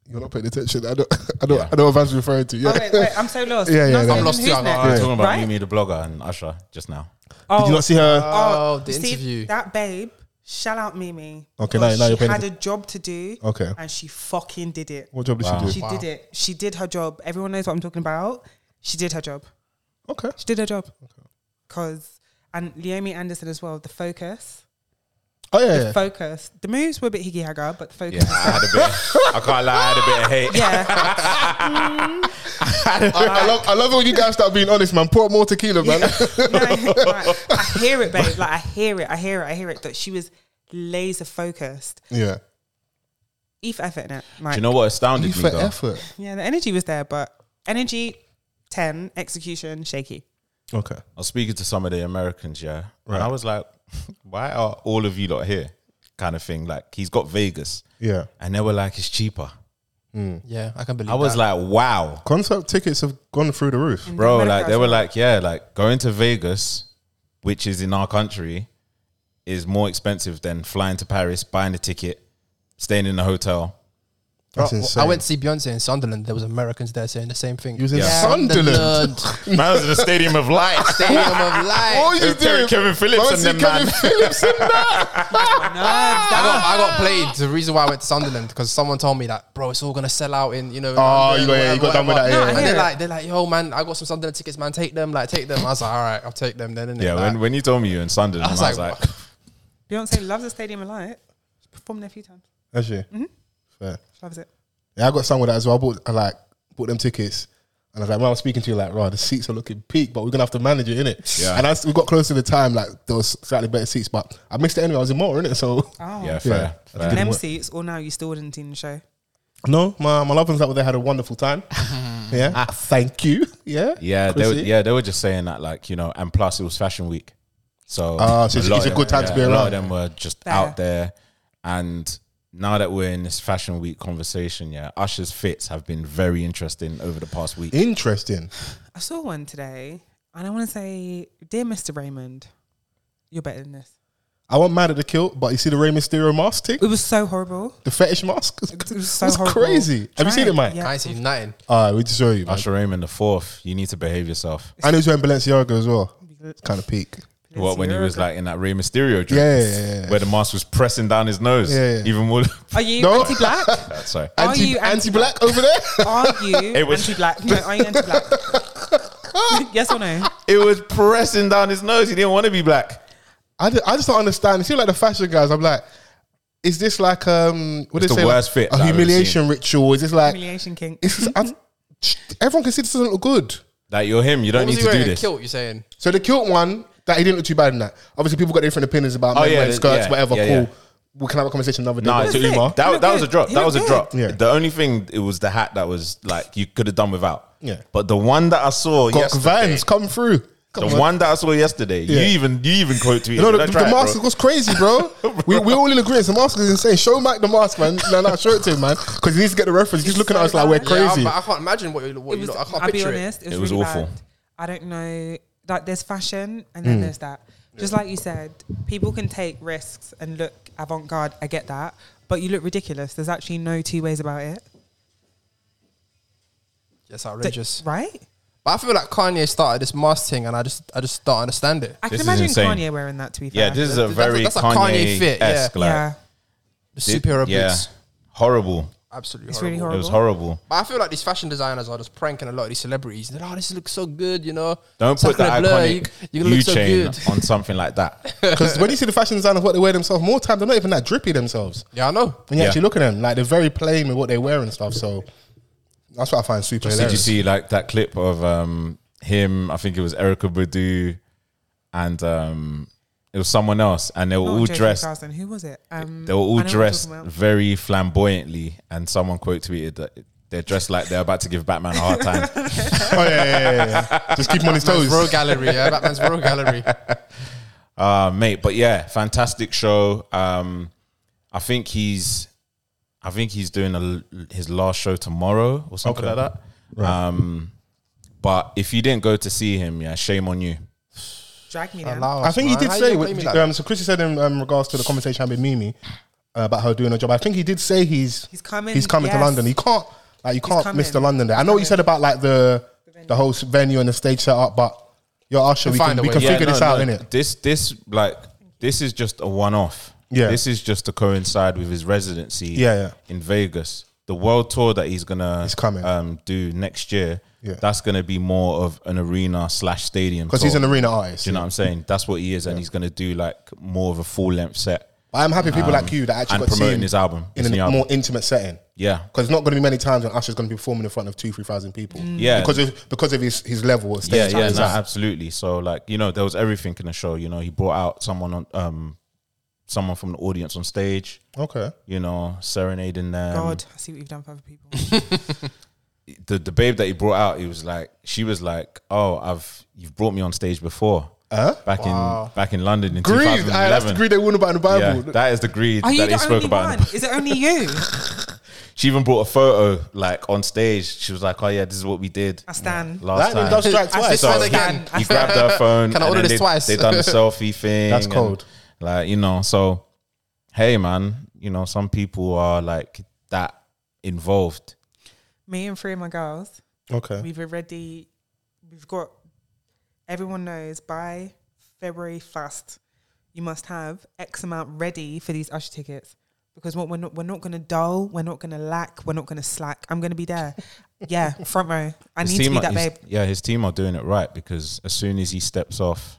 E: You're not paying attention. I don't. I don't. I know what I was referring to. Yeah.
D: Oh wait, wait. I'm so lost.
E: Yeah, yeah, yeah.
D: saying
E: I'm
F: lost
D: who's
F: too, I'm
D: next.
F: like,
C: We're talking about
D: Right?
C: Mimi the blogger and Usher just now.
D: Oh,
E: Did you not see her?
F: Oh, the
D: you see
F: interview.
D: That babe. Shout out Mimi.
E: Okay,
D: because
E: now- now you're
D: she
E: paying
D: had a job to do.
E: Okay.
D: and she fucking did it.
E: What job did
C: Wow.
E: she do?
D: She did it. She did her job. Everyone knows what I'm talking about. She did her job.
E: okay.
D: She did her job. Cause and Leomi Anderson as well. The focus,
E: Oh yeah.
D: the
E: yeah.
D: focus. The moves were a bit higgy haga, but the
C: Yeah,
D: focus.
C: I had a bit. I can't lie, I had a bit of hate.
D: Yeah,
E: I, I love, I love it when you guys start being honest, man. Pour more tequila, man.
D: No, like, I hear it, babe. Like I hear it. I hear it. I hear it. That she was laser focused.
E: Yeah.
D: Eve effort in it. Like,
C: Do you know what
E: You
C: astounded
E: for
C: me though?
E: effort.
D: Yeah, the energy was there, but energy ten, execution shaky.
E: Okay.
C: I was speaking to some of the Americans, yeah,
E: Right.
C: and I was like, "Why are all of you lot here?" Kind of thing. Like he's got Vegas,
E: Yeah.
C: and they were like, "It's cheaper."
F: Yeah, I can believe.
C: I was
F: that.
C: like, "Wow."
E: Concert tickets have gone through the roof.
C: bro
D: America
C: like they
D: as
C: were
D: well.
C: like yeah like going to vegas which is in our country is more expensive than flying to paris buying a ticket staying in a hotel
E: That's
C: Oh,
F: Well,
E: insane.
F: I went to see Beyonce in Sunderland. There was Americans there saying the same thing.
E: You was in
C: Yeah.
E: Sunderland. Oh,
C: man I was in the stadium of light
F: Stadium of
E: All
F: light.
E: you
C: Terry-
E: doing?
C: Kevin Phillips
E: Wanna
C: and
E: see
C: them,
E: Kevin
C: man.
E: Phillips and that. Ah!
F: I got, I got played. The reason why I went to Sunderland because someone told me that, bro, it's all gonna sell out in you know. in
E: Oh,
F: London,
E: you got- yeah, you got done with that,
F: whatever."
E: yeah, yeah,
F: And
E: yeah.
F: they're like, they're like, yo, man, I got some Sunderland tickets, man. Take them, like, take them. I was like, all right, I'll take them then. innit?
C: yeah
F: Like,
C: when, when you told me you were in sunderland
F: I
C: i
F: was
C: was,
F: like,
C: like,
D: Beyonce loves the Stadium of Light. She's performed there a few times.
E: Actually,
D: Mm-hmm.
E: fair.
D: She loves it.
E: Yeah, I got some with that as well. I bought, I like, bought them tickets. And I was like, when I was speaking to you, like, right, the seats are looking peak, but we're gonna have to manage it, innit?
C: Yeah.
E: And as we got close to the time, like, there was slightly better seats, but I missed it anyway. I was in more, innit? So
D: Oh,
C: yeah
E: Yeah.
C: fair, fair.
D: And them
E: work.
D: seats, or now you still wouldn't have seen the show.
E: No, my, my loved ones that were there had a wonderful time. yeah. Thank you. Yeah.
C: Ah. yeah they were,
E: Chrissy.
C: yeah they were just saying that like you know and plus it was fashion week so
E: Ah, so it's-
C: lot
E: it's
C: of
E: a good
C: them-
E: time to be
C: a lot
E: around.
C: of them were just
D: Fair.
C: out there and now that we're in this fashion week conversation yeah usher's fits have been very interesting over the past week
E: Interesting.
D: I saw one today, and I want to say, dear Mr. Raymond, you're better than this.
E: I wasn't mad at the kilt, but you see the Rey Mysterio mask tick?
D: It was so horrible.
E: The fetish mask?
D: It was so
E: It's
D: horrible.
E: crazy. Have
D: Try
E: you seen it, Mike?
D: Yeah.
F: I ain't seen nothing.
E: All right, we just show you. Man.
C: Usher Raymond the fourth, you need to behave yourself.
E: I know he's wearing Balenciaga as well. It's kind of peak.
C: What when he was like in that Rey Mysterio dress,
E: Yeah, yeah, yeah, yeah.
C: where the mask was pressing down his nose,
E: Yeah, yeah.
C: even more.
D: Are you
E: No.
D: anti-black?
C: Sorry,
D: Are
E: Anti,
D: you
E: anti-black over there?
D: Are you
C: was-
D: anti-black? No, are you anti-black? yes or no?
C: it was pressing down his nose. He didn't want to be black.
E: I, ju- I just don't understand. It seems like the fashion guys. I'm like, is this like um, what
C: It's the
E: do they say? like,
C: worst fit that
E: a
C: I've ever
E: humiliation ritual? Is this like?
D: Humiliation king.
E: It's just, I, everyone can see this doesn't look good.
C: Like you're him. You don't
F: was
C: need
F: he
C: to
F: wearing
C: do
F: a
C: this.
F: kilt? You're saying?
E: So the kilt one that he didn't look too bad in that. Obviously, people got different opinions about
C: Oh,
E: men
C: yeah,
E: wearing
C: the-
E: skirts,
C: yeah,
E: whatever.
C: yeah,
E: cool.
C: yeah.
E: We can have a conversation another day.
C: Nah,
E: but
C: it's
D: looked sick.
C: Umar.
D: He
C: That,
D: looked
C: that was a
D: good.
C: drop.
D: He
C: That was
D: looked
C: a drop.
E: good. Yeah.
C: The only thing it was the hat that was like you could have done without.
E: Yeah.
C: But the one that I saw
E: got
C: yesterday,
E: vans come through.
C: the one that I saw yesterday,
E: Yeah.
C: you even you even quote tweeted.
E: You know,
C: it.
E: the,
C: Don't
E: the,
C: try it, bro.
E: mask was crazy, bro. we, we all in agreement. The mask is insane. Show Mike the mask, man. No, no, show it to him, man. Because he needs to get the reference. He's
D: It's
E: looking at
D: so
E: us like we're
D: bad.
E: crazy.
A: Yeah, I, I can't imagine what you look. What
D: It
A: you
D: was,
A: look. I can't
D: I'll be
A: picture it.
D: honest, it was,
C: It was
D: really
C: awful.
D: bad. I don't know. Like, there's fashion and
A: Hmm.
D: then there's that. Just like you said, people can take risks and look avant garde. I get that. But you look ridiculous. There's actually no two ways about it.
F: That's
D: Th-
F: outrageous.
D: Right?
F: But I feel like Kanye started this mask thing, and I just I just don't understand it.
D: I
C: This
D: can
C: is
D: imagine
C: insane.
D: Kanye wearing that, to be fair.
C: Yeah, this is a
F: That's a-
C: very
F: that's a Kanye
C: Kanye
F: fit, yeah.
C: esque. Like,
D: yeah.
F: The superhero
C: yeah,
F: boots,
C: horrible.
F: absolutely
D: It's
F: horrible.
D: really
C: It was
D: horrible.
C: horrible.
F: But I feel like these fashion designers are just pranking a lot of these celebrities. They're like, oh, this looks so good, you know.
C: Don't
F: Stuff
C: put that
F: in a blur,
C: iconic
F: You,
C: you,
F: you look so
C: chain
F: good.
C: on something like that.
E: Because when you see the fashion designers, what they wear themselves, more time they're not even that drippy themselves.
F: Yeah, I know.
E: When you
C: Yeah.
E: actually look at them, like they're very plain with what they wear and stuff. So that's what I find super
C: Did you
E: hilarious.
C: see like that clip of um him? I think it was Erica Badu, and um it was someone else, and they were
D: Not
C: all
D: J.J.
C: dressed.
D: Oh, Carson. Who was it? Um,
C: They were all
D: I know what you're
C: dressed
D: talking about.
C: very flamboyantly, and someone quote tweeted that they're dressed like they're about to give Batman a hard time.
E: Oh, yeah, yeah, yeah, yeah. Just keep him on his
F: Batman's row
E: toes.
F: gallery, yeah. Batman's row gallery.
C: uh, mate, but yeah, fantastic show. Um, I think he's, I think he's doing a l his last show tomorrow or something
E: Okay.
C: like that. Um, but if you didn't go to see him, yeah, shame on you.
D: Drag me now.
E: I think he did
F: How you
E: say,
F: gonna
E: what-
F: blame me like that?
E: um, so Chrissy said in um, regards to the conversation I had with Mimi uh, about her doing her job, I think he did say he's
D: He's coming,
E: He's coming to
D: yes.
E: London. He can't, like, you can't miss
D: coming.
E: the London there. I know what you said about, like, the the whole s- venue and the stage setup, but your Usher, we
F: find
E: can,
F: a
E: we
F: way.
E: can
F: Yeah,
E: figure
C: no,
E: this out,
C: no,
E: innit?
C: This this like this is just a one off.
E: Yeah.
C: This is just to coincide with his residency
E: Yeah, yeah.
C: in Vegas. The world tour that he's gonna
E: It's coming.
C: Um, do next year.
E: Yeah.
C: That's gonna be more of an arena slash stadium.
E: Because he's
C: tour.
E: an arena artist.
C: Do you know what I'm saying? That's what he is, and he's gonna do like more of a full length set.
E: But I'm happy people like you that actually
C: Um, and
E: got to see
C: promoting
E: him
C: his album,
E: in
C: his
E: a
C: new album.
E: more intimate setting.
C: Yeah.
E: because it's not going to be many times when Usher's going to be performing in front of two, three thousand people.
C: Yeah.
E: because of because of his his level. Of stage
C: Yeah, yeah,
E: presence.
C: no, absolutely. So like, you know, there was everything in the show. You know, he brought out someone on um someone from the audience on stage,
E: Okay,
C: you know, serenading them.
D: God, I see what you've done for other people.
C: the, the babe that he brought out, he was like, she was like, oh, I've you've brought me on stage before,
E: Huh?
C: back in back in London in
E: greed. Aye, that's the
C: 2011.
E: greed they warn about in the
C: yeah,
E: Bible.
C: that is the greed
D: Are you
C: that he
D: the
C: spoke
D: only
C: about.
D: one? Is it only you?
C: She even brought a photo like on stage. She was like, oh yeah, this is what we did
D: I stand.
C: last
E: Lightning
C: time.
E: does strike
D: I
E: twice.
D: said
C: So
D: that again.
C: he grabbed her phone.
F: Can I
C: and
F: order
C: then
F: this
C: they,
F: twice?
C: They done the selfie thing.
E: That's
C: and,
E: cold.
C: Like you know, so hey man, you know some people are like that involved.
D: Me and three of my girls,
E: okay,
D: we've already, we've got, everyone knows by February 1st, you must have X amount ready for these Usher tickets. Because what we're not, we're not going to dull, we're not going to lack, we're not going to slack. I'm going to be there. Yeah, front row. I need to be
C: are-
D: that
C: his-
D: babe.
C: Yeah, his team are doing it right because as soon as he steps off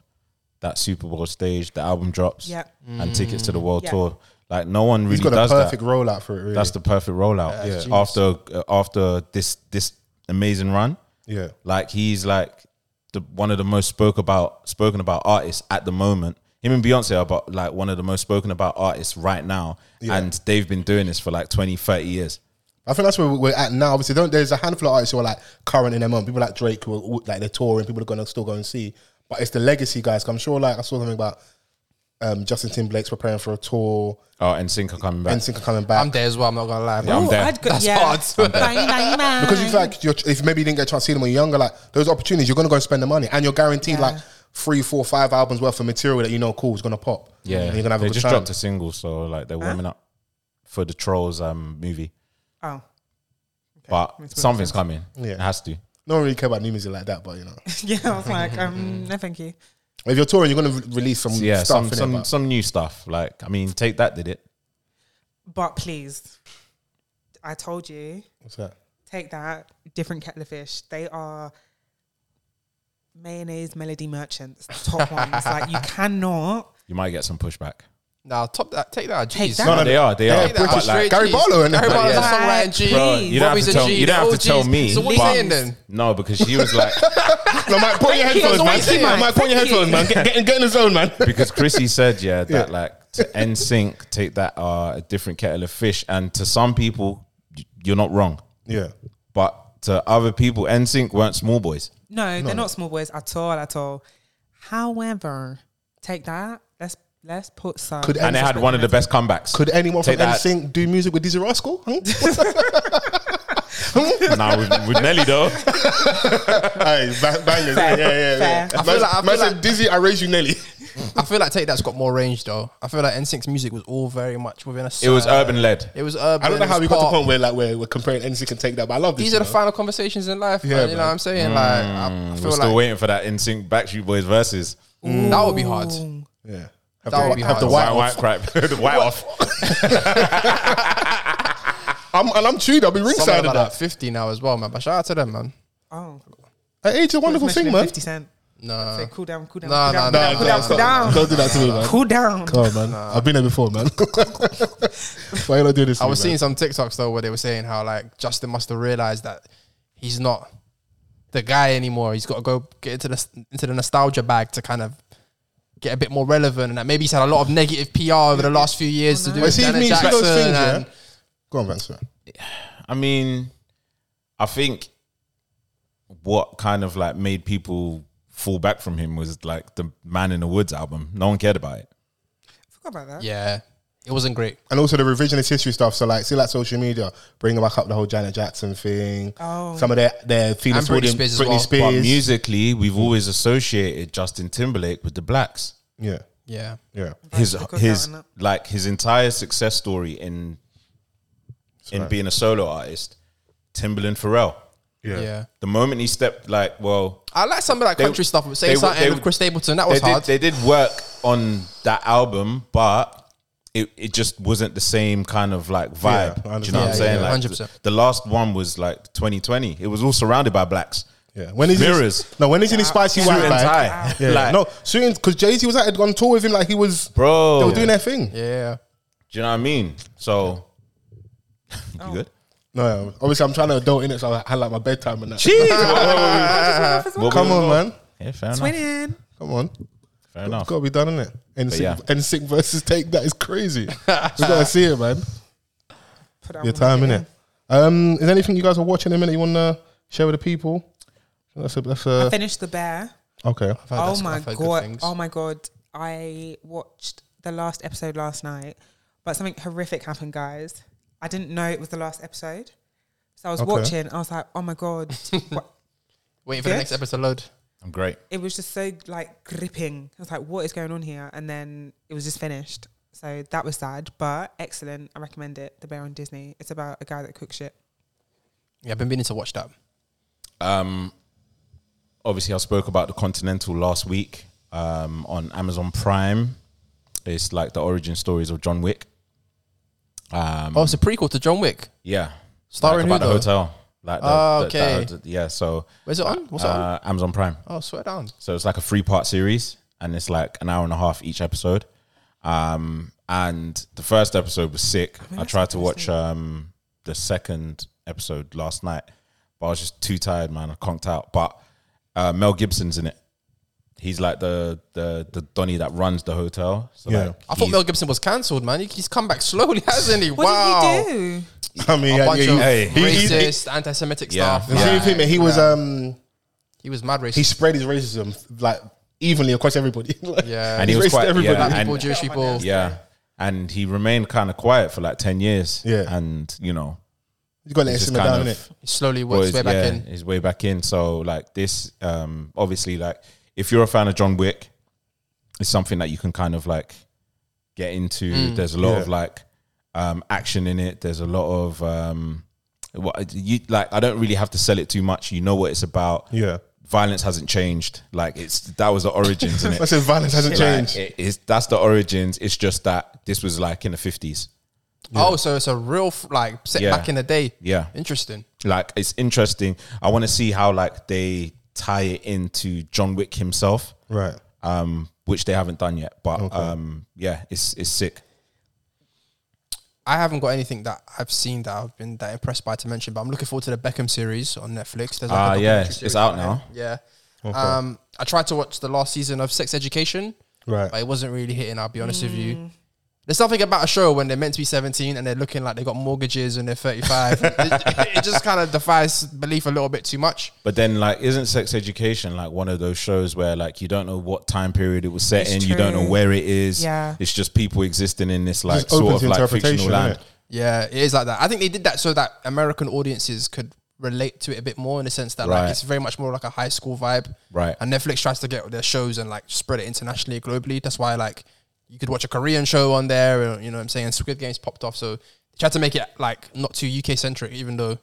C: that Super Bowl stage, the album drops
D: Yeah.
C: and tickets to the world
D: Yeah.
C: tour. Like no one really
E: he's got a
C: does
E: perfect
C: that.
E: rollout for it. Really.
C: That's the perfect rollout.
E: Yeah, that's
C: Yeah. After uh, after this this amazing run,
E: yeah.
C: like he's like the one of the most spoke about spoken about artists at the moment. Him and Beyonce are about like one of the most spoken about artists right now, and they've been doing this for like 20, 30 years.
E: I think that's where we're at now. Obviously, don't, there's a handful of artists who are like current in their moment. People like Drake, who are all- like they're touring. People are going to still go and see. But it's the legacy guys. 'Cause I'm sure, like I saw something about um, Justin Timberlake's preparing for a tour.
C: Oh, and Sync are coming back.
E: NSYNC are coming back.
F: I'm there as well. I'm not gonna lie.
C: I'm
F: bro.
D: Ooh,
C: there.
D: I'd go,
F: That's
D: yeah.
F: hard. I'm there.
D: Bang, bang, bang.
E: Because you feel like you're, if maybe you didn't get a chance to see them when you're younger, like those opportunities, you're gonna go and spend the money, and you're guaranteed
D: Yeah.
E: like three, four, five albums worth of material that you know cool is gonna pop.
C: Yeah,
E: and you're gonna have
C: they
E: a good
C: just
E: time.
C: dropped a single, so like they're warming up for the Trolls um movie.
D: oh,
C: but
D: makes
C: something's
D: sense.
C: coming.
E: Yeah.
C: it has to.
E: no one really care about new music like that, but you know,
D: yeah. I was like, um, no, thank you.
E: if you're touring, you're gonna re- release some
C: So, yeah,
E: stuff.
C: some
E: innit,
C: some
E: but-
C: some new stuff. Like I mean, take that did it.
D: But please, I told you,
E: what's that?
D: take that different kettle of fish. They are mayonnaise melody merchants, the top ones. Like you cannot
C: you might get some pushback.
A: Now top that, take that.
D: Take
A: Jeez.
D: that.
C: No, no, they are. They
E: Yeah,
C: are.
E: British
C: But
E: straight-
C: like,
E: Gary Barlow and
A: Gary
E: everybody,
A: Barlow,
D: yeah.
A: songwriter and G.
D: Bro,
C: you don't have
A: Bobby's
C: to
A: a
C: tell.
A: G,
C: you don't have
A: the
C: to tell
A: OGs.
C: me.
A: So what you
C: but-
A: saying then?
C: No, because she was like,
E: No, Mike, put your
D: Thank you.
E: headphones, man.
D: Thank you, Mike.
E: Mike, put your
D: Thank you.
E: headphones, man. Get, get, get in the zone, man.
C: because Chrissy said, yeah, that like to end sync, take that uh, a different kettle of fish, and to some people, y- you're not wrong,
E: Yeah.
C: but to other people, end sync weren't small boys.
D: No, they're not small boys at all, at all. However, take that. Let's let's put some.
E: Could
C: and they had one of the best comebacks.
E: Could anyone
C: Take
E: from
C: that.
E: NSYNC do music with Dizzy Rascal? Hmm?
C: nah, with, with Nelly though.
E: Aye, ba- bangers. Yeah, yeah, yeah. yeah.
D: Fair.
E: Man,
A: I feel like- I
E: man
A: feel
E: said, Dizzy, I raise you, Nelly.
A: I feel like Take That's got more range though. I feel like NSYNC's music was all very much within a.
C: It was
A: certain-
C: urban led.
A: It was urban.
E: I don't know
A: it
E: how
A: was
E: we got to the
A: pop.
E: point where like we're, we're comparing NSYNC and take that, but I love this.
A: These are the
E: you know?
A: final conversations in life.
E: Yeah,
A: man, you know
E: man.
A: what I'm saying? Like, I, I
C: We're
A: feel
C: still
A: like
C: waiting for that in sync Backstreet Boys versus
A: that would be hard.
C: Mm.
E: Yeah. Have
A: That
E: the,
A: would be
E: have the
A: hard.
E: white,
C: white white crap, the white off.
E: I'm, and I'm chewed. I'll be
A: Some of
E: ringside
A: them
E: of
A: are like
E: that.
A: 50 now as well, man. But shout out to them, man.
D: oh,
E: Hey, It's a wonderful thing,
D: mentioning
E: man.
D: Fifty Cent.
A: No,
D: Say cool down, cool down,
A: Nah,
D: cool down,
A: nah,
E: Nah,
D: cool down,
E: nah,
D: cool
E: nah,
D: down,
E: Don't do that to me, man.
D: cool down.
E: Come on, man. I've been there before, man. Why you not doing this? to
A: I
E: me,
A: was
E: man?
A: seeing some TikToks though where they were saying how like Justin must have realized that he's not the guy anymore. He's got to go get into the into the nostalgia bag to kind of get a bit more relevant, and that maybe he's had a lot of negative PR over the last few years to do
E: But
A: with
E: see, it
A: Janet
E: means- see
A: Jackson.
E: those things, yeah?
A: and
E: Go on, Vance. man.
C: I mean, I think what kind of like made people fall back from him was like the Man in the Woods album. No one cared about it.
D: Forgot about that.
A: yeah, it wasn't great.
E: And also the revisionist history stuff. So like, see like social media bringing back up the whole Janet Jackson thing.
D: Oh.
E: Some of their their feelings
A: And Britney
E: towards
A: Spears as
E: Britney
A: well.
E: Spears.
C: But musically, we've always associated Justin Timberlake with the blacks.
E: Yeah,
A: Yeah,
E: yeah.
C: His
D: Right, because
C: his
D: that and
C: like his entire success story in in being a solo artist, Timberland Pharrell.
A: yeah.
C: The moment he stepped, like, well,
A: I like some of that
C: They-
A: country stuff. Saying
C: they-
A: something
C: they-
A: with Chris Stapleton that was
C: they
A: hard.
C: Did, they did work on that album, but it, it just wasn't the same kind of like
E: Yeah,
C: vibe.
E: I understand.
C: Do you know what
A: Yeah,
C: I'm saying?
A: yeah,
C: like
A: 100%.
C: The last one was like 2020. It was all surrounded by blacks.
E: Yeah. When is
C: Mirrors.
E: He, no, when is he in his spicy
C: Suit
E: white
C: and
E: bag?
C: tie.
E: Yeah.
C: Like,
E: no, shooting because Jay Z was out on tour with him. Like he was,
C: bro.
E: they were doing their thing.
A: yeah,
C: Do you know what I mean? So, you
E: Oh.
C: good?
E: No, yeah. obviously I'm trying to adult in it, so I had like my bedtime and that.
C: What
E: Come
C: we-
E: on, man.
C: Yeah, fair enough.
D: Winning.
E: Come on.
C: Fair enough.
E: Got to be done in it. And
C: yeah.
E: sync, and sync versus take that is crazy. we gotta see it, man.
D: Put that one
E: Your time in
D: in
E: it. Um, is there anything you guys are watching in a minute you want to share with the people? That's a, that's a,
D: Finish the bear.
E: okay.
A: I've heard
D: Oh
A: that's-
D: my
A: I've heard good
D: god!
A: things.
D: Oh my god! I watched the last episode last night, but something horrific happened, guys. I didn't know it was the last episode, so I was
E: Okay.
D: watching. I was like, "Oh my god!" What-
A: Waiting for the
D: Good.
A: next episode to load.
C: I'm great.
D: it was just so like gripping. I was like, "What is going on here?" And then it was just finished. So that was sad, but excellent. I recommend it. The Bear on Disney. It's about a guy that cooks shit.
A: Yeah, I've been meaning to watch that.
C: Um, obviously, I spoke about the Continental last week um, on Amazon Prime. It's like the origin stories of John Wick. Um,
A: Oh, it's a prequel to John Wick.
C: yeah,
A: Starring
C: like about
A: who,
C: the
A: though?
C: hotel. Like the,
A: Oh,
C: the- the-
A: okay.
C: the- yeah. So
A: Where's it on? What's it on?
C: uh, Amazon Prime.
A: Oh, swear down.
C: So it's like a three part series, and it's like an hour and a half each episode. Um, and the first episode was sick. I, tried to watch um, the second episode last night, but I was just too tired, man. I conked out. But uh, Mel Gibson's in it. He's like the the the Donny that runs the hotel. So
E: Yeah.
C: like,
A: I thought
C: he's-
A: Mel Gibson was cancelled, man. He- He's come back slowly, hasn't he?
D: What
A: wow.
D: did he do?
E: I mean,
A: A
E: yeah,
A: bunch
E: yeah,
A: of
E: he-
C: Hey.
E: he- he-
A: racist, anti-Semitic
C: Yeah.
A: stuff.
E: the same thing, man. He was um,
A: He was mad racist.
E: he spread his racism like evenly across everybody. Like,
A: yeah,
C: And he
E: he's
C: was
E: racist
C: quite-
E: to everybody.
C: yeah,
A: black people,
C: and-
A: Jewish people.
C: yeah, and he remained kind of quiet for like ten years.
E: Yeah.
C: and you know,
E: You got to let
C: he's
E: him
C: just
E: down
C: kind
E: in
C: of
E: it.
A: He slowly worked his way
C: Boys,
A: back
C: yeah,
A: in.
C: His way back in. So like this, um, obviously, like if you're a fan of John Wick, it's something that you can kind of like get into.
A: Hmm.
C: There's a lot of
E: Yeah.
C: like um, action in it. There's a lot of um, what you like. I don't really have to sell it too much. You know what it's about.
E: Yeah.
C: Violence hasn't changed. Like it's that was the origins in it.
E: I said violence hasn't
C: Like,
E: changed.
C: it is, that's the origins. It's just that this was like in the fifties.
A: Oh, so it's a real f- like set
C: Yeah.
A: back in the day.
C: Yeah.
A: interesting.
C: like it's interesting. I want to see how like they tie it into John Wick himself.
E: right.
C: Um, which they haven't done yet. But um, yeah, it's it's sick.
A: I haven't got anything that I've seen that I've been that impressed by to mention, but I'm looking forward to the Beckham series on Netflix. There's
C: Ah,
A: a documentary
C: yeah, it's-
A: series
C: it's out
A: on
C: now.
A: him. Yeah. Um, I tried to watch the last season of Sex Education,
E: Right.
A: but it wasn't really hitting. I'll be honest with you. There's something about a show when they're meant to be 17 and they're looking like they got mortgages and they're 35. it, it just kind of defies belief a little bit too much.
C: But then, like, isn't Sex Education like one of those shows where like you don't know what time period it was set
D: It's
C: in, you don't know
D: true.
C: where it is.
D: Yeah.
C: it's just people existing in this like
E: Just open
C: sort of
E: to
C: like
E: interpretation,
C: fictional land.
E: innit?
A: Yeah, it is like that. I think they did that so that American audiences could relate to it a bit more in the sense that
C: Right.
A: like it's very much more like a high school vibe.
C: Right.
A: And Netflix tries to get their shows and like spread it internationally, globally. That's why like you could watch a Korean show on there, or, you know what I'm saying? Squid Game's popped off, so they tried to make it like not too UK centric, even though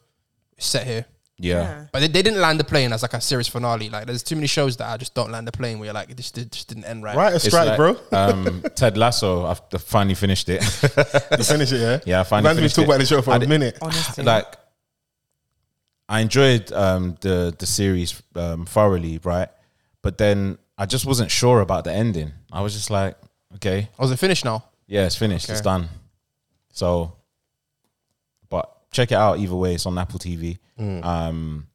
A: it's set here.
C: Yeah.
A: But they, they didn't land the plane as like a series finale. Like there's too many shows that I just don't land the plane where you're like this did, just didn't end right.
E: Right, a
C: It's like,
E: strike, bro.
C: um, Ted Lasso. I've finally finished it.
E: You finish it, yeah.
C: Yeah, I finally
E: Man's been
C: finished
E: talking
C: it.
E: about the show for
C: I
E: a
C: did-
E: minute.
D: Honestly,
C: like I enjoyed um, the the series um, thoroughly, right? But then I just wasn't sure about the ending. I was just like, okay,
A: I was it finished now?
C: yeah, it's finished, it's
A: Okay.
C: done. So, but check it out either way. It's on Apple TV. Um,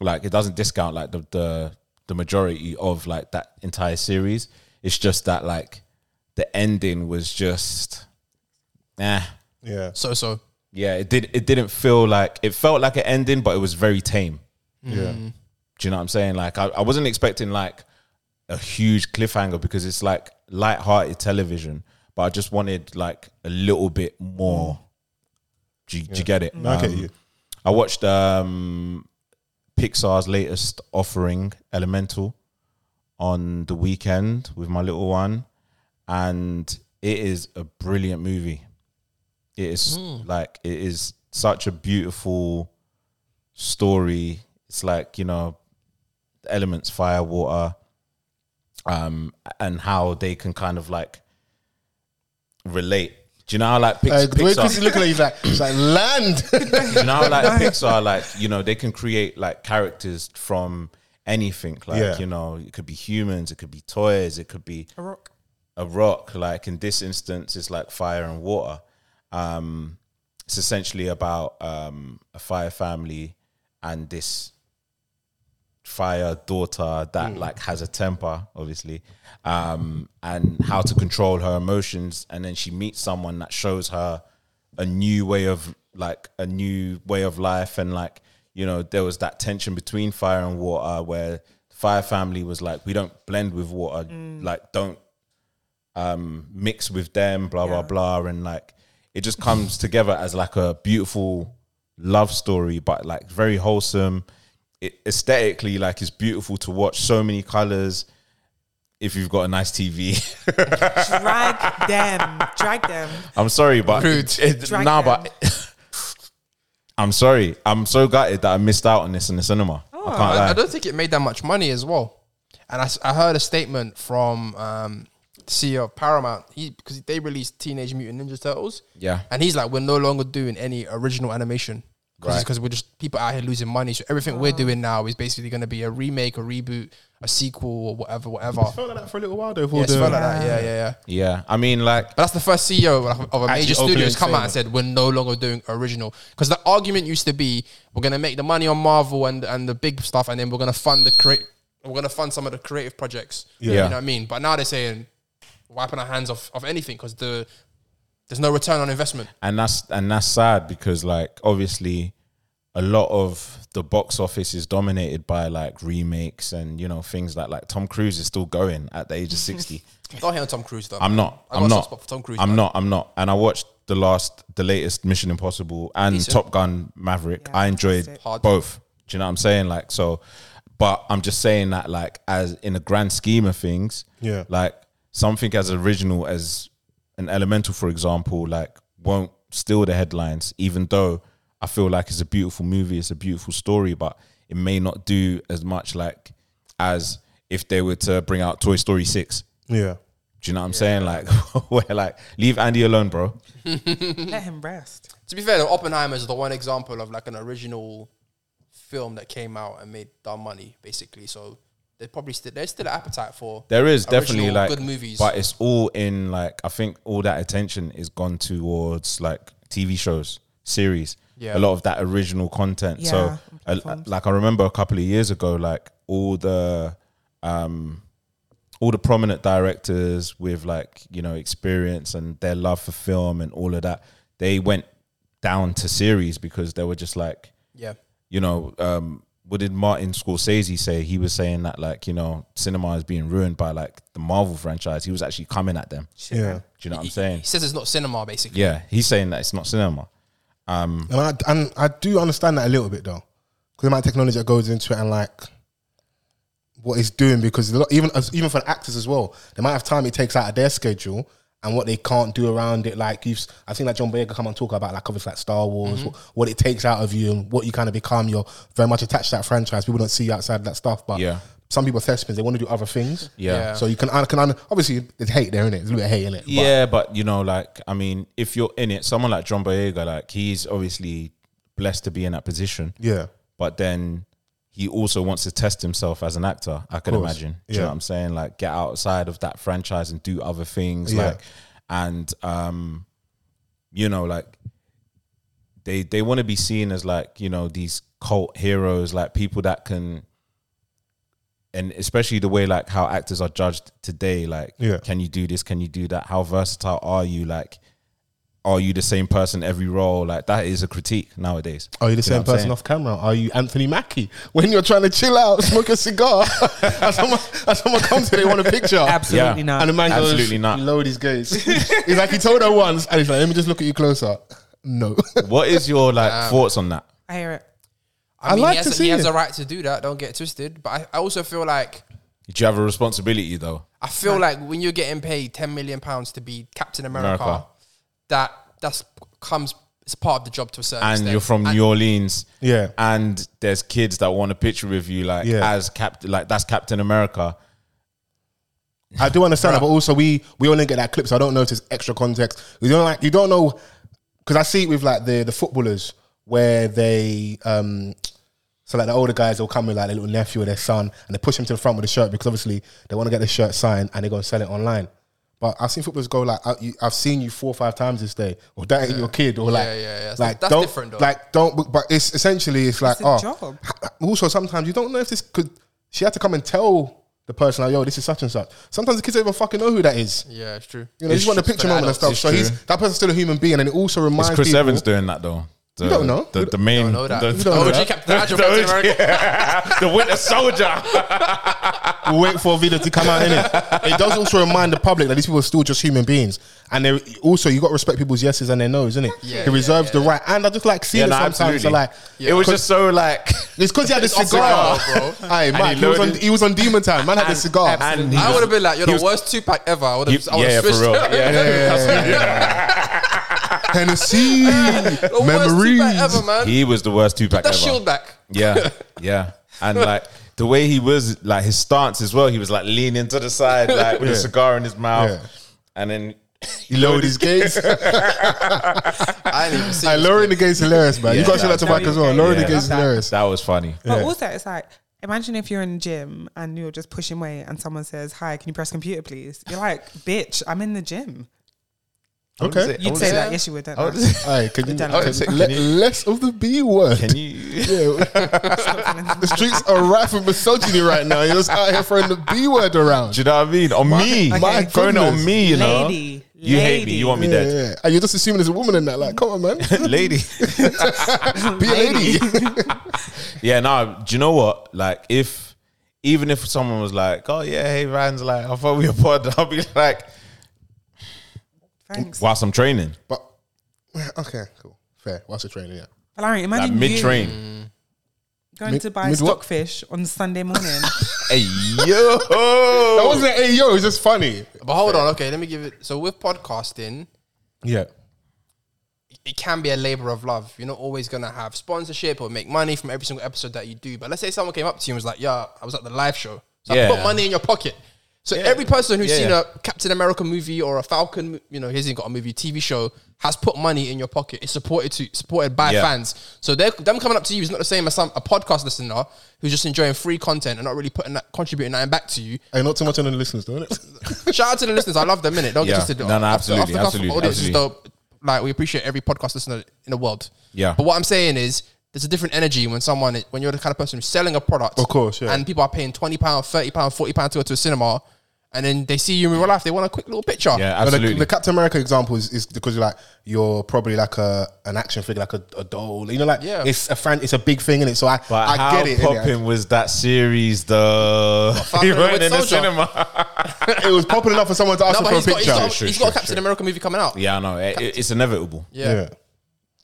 C: like it doesn't discount like the the the majority of like that entire series. It's just that like the ending was just, nah.
E: Yeah.
A: So so.
C: Yeah, it did. It didn't feel like it felt like an ending, but it was very tame.
E: Yeah.
C: Mm. Do you know what I'm saying? Like I, I wasn't expecting like a huge cliffhanger because it's like light-hearted television, but I just wanted like a little bit more. Do you, do you get it?
E: I get
C: Um,
E: you.
C: I watched um, Pixar's latest offering, Elemental, on the weekend with my little one, and it is a brilliant movie. It is like it is such a beautiful story. It's like you know, the elements, fire, water, um, and how they can kind of like relate. Do you know how like Pix-
E: Uh, the way
C: Pixar?
E: Chris is looking at you, he's like, it's like land.
C: Do you know, how, like Pixar, like you know, they can create like characters from anything. Like
E: Yeah.
C: you know, it could be humans, it could be toys, it could be
D: a rock.
C: a rock. Like in this instance, it's like fire and water. Um, it's essentially about um, a fire family and this fire daughter that like has a temper, obviously, um, and how to control her emotions. And then she meets someone that shows her a new way of like a new way of life. And like, you know, there was that tension between fire and water where fire family was like, we don't blend with water, like don't um, mix with them, blah,
D: Yeah.
C: blah, blah. And like, it just comes together as like a beautiful love story, but like very wholesome. It aesthetically, like, it's beautiful to watch. So many colors. If you've got a nice TV,
D: Drag them, drag them.
C: I'm sorry, but
A: Rude.
C: it,
D: Drag
C: nah,
D: them.
C: but I'm sorry. I'm so gutted that I missed out on this in the cinema. I
D: Oh.
C: can't lie.
A: I, I don't think it made that much money as well. And I, s- I heard a statement from um, the CEO of Paramount. He because they released Teenage Mutant Ninja Turtles.
C: Yeah.
A: and he's like, we're no longer doing any original animation because
C: Right.
A: we're just people out here losing money. So everything we're doing now is basically going to be a remake, a reboot, a sequel, or whatever, whatever.
E: felt like that for a little while though.
A: Yeah,
E: For
A: it's felt like that. Yeah, yeah, yeah.
C: yeah, I mean, like,
A: But that's the first CEO of- of a
E: Actually,
A: major studio
E: openly
A: has come out and
E: saying
A: said we're no longer doing original because the argument used to be we're going to make the money on Marvel and and the big stuff and then we're going to fund the create we're going to fund some of the creative projects. you
C: Yeah.
A: know what I mean. But now they're saying wiping our hands off of anything because the there's no return on investment.
C: and that's and that's sad because like obviously a lot of the box office is dominated by like remakes and you know things like like Tom Cruise is still going at the age of 60
A: I'm not here on Tom Cruise though.
C: I'm not
A: I got
C: I'm
A: a soft spot
C: not
A: for Tom Cruise.
C: I'm
A: man.
C: not I'm not and I watched the last the latest Mission Impossible and
A: Decent.
C: Top Gun Maverick
D: Yeah,
C: I enjoyed
D: fantastic.
A: Hard.
C: both do you know what I'm saying like so but I'm just saying that like as in the grand scheme of things
E: Yeah.
C: like something as original as an elemental for example like won't steal the headlines even though i feel like it's a beautiful movie it's a beautiful story but it may not do as much like as if they were to bring out toy story 6
E: Yeah.
C: do you know what i'm saying like where like leave andy alone bro
D: Let him rest.
A: To be fair, though, Oppenheimer is the one example of like an original film that came out and made dumb money, basically. So They probably still there's still an appetite for
C: There is definitely
A: original
C: like
A: good movies.
C: but it's all in like I think all that attention is gone towards like TV shows, series. a
A: Yeah.
C: lot of that original content.
D: Yeah,
C: so,
D: and
C: uh,
D: platforms.
C: like I remember a couple of years ago, like all the, um, all the prominent directors with like you know experience and their love for film and all of that, they went down to series because they were just like
A: yeah,
C: you know, um, what did Martin Scorsese say? He was saying that like, you know, cinema is being ruined by like the Marvel franchise. He was actually coming at them. Do
E: Yeah.
C: you know what I'm
A: he
C: saying?
A: says it's not cinema basically.
C: Yeah, he's saying that it's not cinema.
E: And I, and I do understand that a little bit though, because the amount of technology that goes into it and like what it's doing, because a lot, even as, even for the actors as well, the amount of time it takes out of their schedule and what they can't do around it. Like you've, s- I've seen like John Boyega come and talk about like obviously like Star
C: Mm-hmm.
E: Wars, what, what it takes out of you and what you kind of become. You're very much attached to that franchise. People don't see you outside of that stuff, but
C: Yeah.
E: some people are thespians. They want to do other things.
C: Yeah. Yeah.
E: So you can, I can obviously there's hate there, innit? There's a little bit of hate in it.
C: yeah, but you know, like I mean, if you're in it, someone like John Boyega, like he's obviously blessed to be in that position.
E: Yeah.
C: But then he also wants to test himself as an actor, I can
E: course.
C: imagine. Do you know
E: Yeah.
C: what I'm saying? Like get outside of that franchise and do other things.
E: Yeah.
C: Like and um, you know, like they they want to be seen as like, you know, these cult heroes, like people that can and especially the way like how actors are judged today, like
E: Yeah.
C: can you do this, can you do that? How versatile are you? Like are you the same person every role? Like that is a critique nowadays.
E: Are you the
C: Do know what
E: same
C: I'm
E: person
C: saying?
E: off camera? Are you Anthony Mackie when you're trying to chill out, smoke a cigar, and someone, and someone comes and they want a picture?
D: Absolutely
C: Yeah.
D: not.
E: And the man goes,
C: Absolutely not.
E: Load his gaze. he's like, he told her once, and he's like, let me just look at you closer. No.
C: What is your like thoughts on that?
D: I hear it.
A: I,
E: I'd
A: mean,
E: like
A: he, has,
E: to
A: he
E: see
A: has
E: it.
A: a right to do that. Don't get twisted. But I, I also feel like
C: Do you have a responsibility though?
A: I feel like when you're getting paid ten million pounds to be Captain America,
C: America.
A: that that's comes it's part of the job to a certain
C: And
A: extent.
C: you're from
A: And
C: New Orleans,
E: Yeah.
C: And there's kids that want a picture with you, like
E: Yeah.
C: as Captain, like that's Captain America.
E: I do understand that, but also we we only get that clip, so I don't know if there's extra context. You don't like you don't know because I see it with like the the footballers where they um so like the older guys will come with like their little nephew or their son and they push him to the front with a shirt because obviously they want to get the shirt signed and they're gonna sell it online. But I've seen footballers go like I, you, I've seen you four or five times this day, or that ain't your kid, or like
A: yeah, yeah. That's-
E: like
A: that's
E: don't
A: different, though.
E: like don't. But it's essentially it's like
D: It's a
E: oh,
D: job.
E: also sometimes you don't know if this could she had to come and tell the person like yo this is such and such sometimes the kids don't even fucking know who that is
A: yeah, it's true.
E: you know you just want a
A: true.
E: picture
A: For the
E: moment and stuff
A: adults,
E: so
C: it's
E: he's
C: true.
E: that person's still a human being and it also reminds
C: It's Chris
E: people,
C: Evans doing that though. The,
E: You don't know.
C: the, the main,
A: know that.
C: the,
A: You
E: don't know
C: the-
E: that.
A: OG Captain Agile
C: OG
A: Captain America.
C: the Winter Soldier.
E: we wait for a video to come out in it it does also remind the public that these people are still just human beings and they also you got to respect people's yeses and their nos innit
A: Yeah,
E: he
A: yeah,
E: reserves the right and I just like seeing
C: yeah,
E: it
C: no,
E: sometimes so
C: absolutely.
E: like
C: it was
E: 'cause-
C: just so like,
E: it's because he had a
A: a
E: cigar,
A: cigar,
E: bro. Aye,
C: he
E: Mike, he, was on,
C: loaded-
E: he was on demon time. Man had a cigar.
C: and he
A: I
C: was-
A: would have been like, you're the
C: he was-
A: worst two pack ever. I would
C: he-
A: have. I would
C: yeah,
A: have
C: for
A: switched.
C: real. Yeah, yeah, yeah,
E: Tennessee
A: the worst two pack ever,
E: memories.
A: man.
C: He was the worst two pack
A: that
C: ever.
A: shield back.
C: Yeah, yeah, and like the way he was, like his stance as well. He was like leaning to the side, like with a
E: Yeah.
C: cigar in his mouth,
E: Yeah.
C: and then
E: He lowered his gaze.
A: I didn't even see.
E: Like,
A: it.
E: lowering the gaze is hilarious, man. you
C: Yeah,
E: gotta show
C: nah.
E: that to Mike as well. Lowering the
C: Yeah.
E: gaze is hilarious.
C: that was funny.
D: But also, it's like, imagine if you're in the gym and you're just pushing weight and someone says, Hi, can you press computer, please? You're like, Bitch, I'm in the gym.
E: Okay.
D: You'd say that. Yes, you would. Don't
C: I would
D: lie.
E: Alright, can you,
D: Done. I would
E: can-
C: say,
E: le-
C: can you-
E: less of the B word?
C: Can you?
E: Yeah. the streets are rife with misogyny right now. You're just out here throwing the B word around.
C: Do you know what I mean? On me,
D: Okay.
C: my throwing it on
E: goodness.
C: me, you know.
D: Lady.
C: You hate me.
D: Lady.
C: You want me
E: Yeah,
C: dead,
E: yeah. And you're just assuming there's a woman in that. Like, come on, man.
C: lady.
E: Be a lady.
C: Yeah, no. Do you know what? Like, if even if someone was like, "Oh yeah, hey Ryan's like, I thought we were pod," I'll be like,
D: Thanks.
C: whilst I'm training,
E: but, okay, cool. Fair. What's the training? Yeah.
D: But Larry,
C: like
D: imagine
C: mid
D: you
C: train.
D: going
E: Mid-
D: to buy
E: mid what?
D: stockfish on Sunday morning.
C: Hey yo,
E: That wasn't a yo, it's just funny.
A: But hold on, okay, let me give it. So with podcasting,
E: Yeah.
A: it can be a labor of love. You're not always gonna have sponsorship or make money from every single episode that you do. But let's say someone came up to you and was like, "Yeah, I was at the live show, so
C: Yeah.
A: I put money in your pocket." So every person who's
C: Yeah,
A: seen
C: yeah.
A: a Captain America movie or a Falcon, mo- you know, he's even got a movie, TV show, has put money in your pocket. It's supported to supported by
C: Yeah.
A: fans. So they them coming up to you is not the same as some a podcast listener who's just enjoying free content and not really putting that contributing that back to you.
E: Hey, not too much on the listeners, don't it?
A: Shout out to the listeners. I love them minute. Don't
C: Yeah.
A: get twisted.
C: No, no,
A: I- I-
C: absolutely,
A: I think our
C: absolutely,
A: audience is
C: absolutely.
A: dope. Like we appreciate every podcast listener in the world.
C: Yeah.
A: But what I'm saying is, there's a different energy when someone, when you're the kind of person who's selling a product,
E: Of course, yeah.
A: and people are paying twenty pound, thirty pound, forty pound to go to a cinema, and then they see you in real life, they want a quick little picture.
C: Yeah,
E: But the-
C: absolutely.
E: The, Captain America example is, is because you're like you're probably like a an action figure, like a, a doll. You know, like
A: Yeah.
E: it's a friend, it's a big thing, and it. So I,
C: but
E: I
C: how
E: get it. innit?
C: popping was that series? though?
A: Falcon
C: he
A: and the
C: went
A: Winter
C: in the
A: Soldier.
C: cinema.
E: it was popping enough for someone to ask
A: No,
E: him
A: but
E: for a
A: he's got, he's
E: picture.
A: got,
C: Sure,
A: he's
C: sure,
A: got a Captain America movie coming out.
C: yeah, I know. It- it- it's inevitable.
A: Yeah.
E: yeah.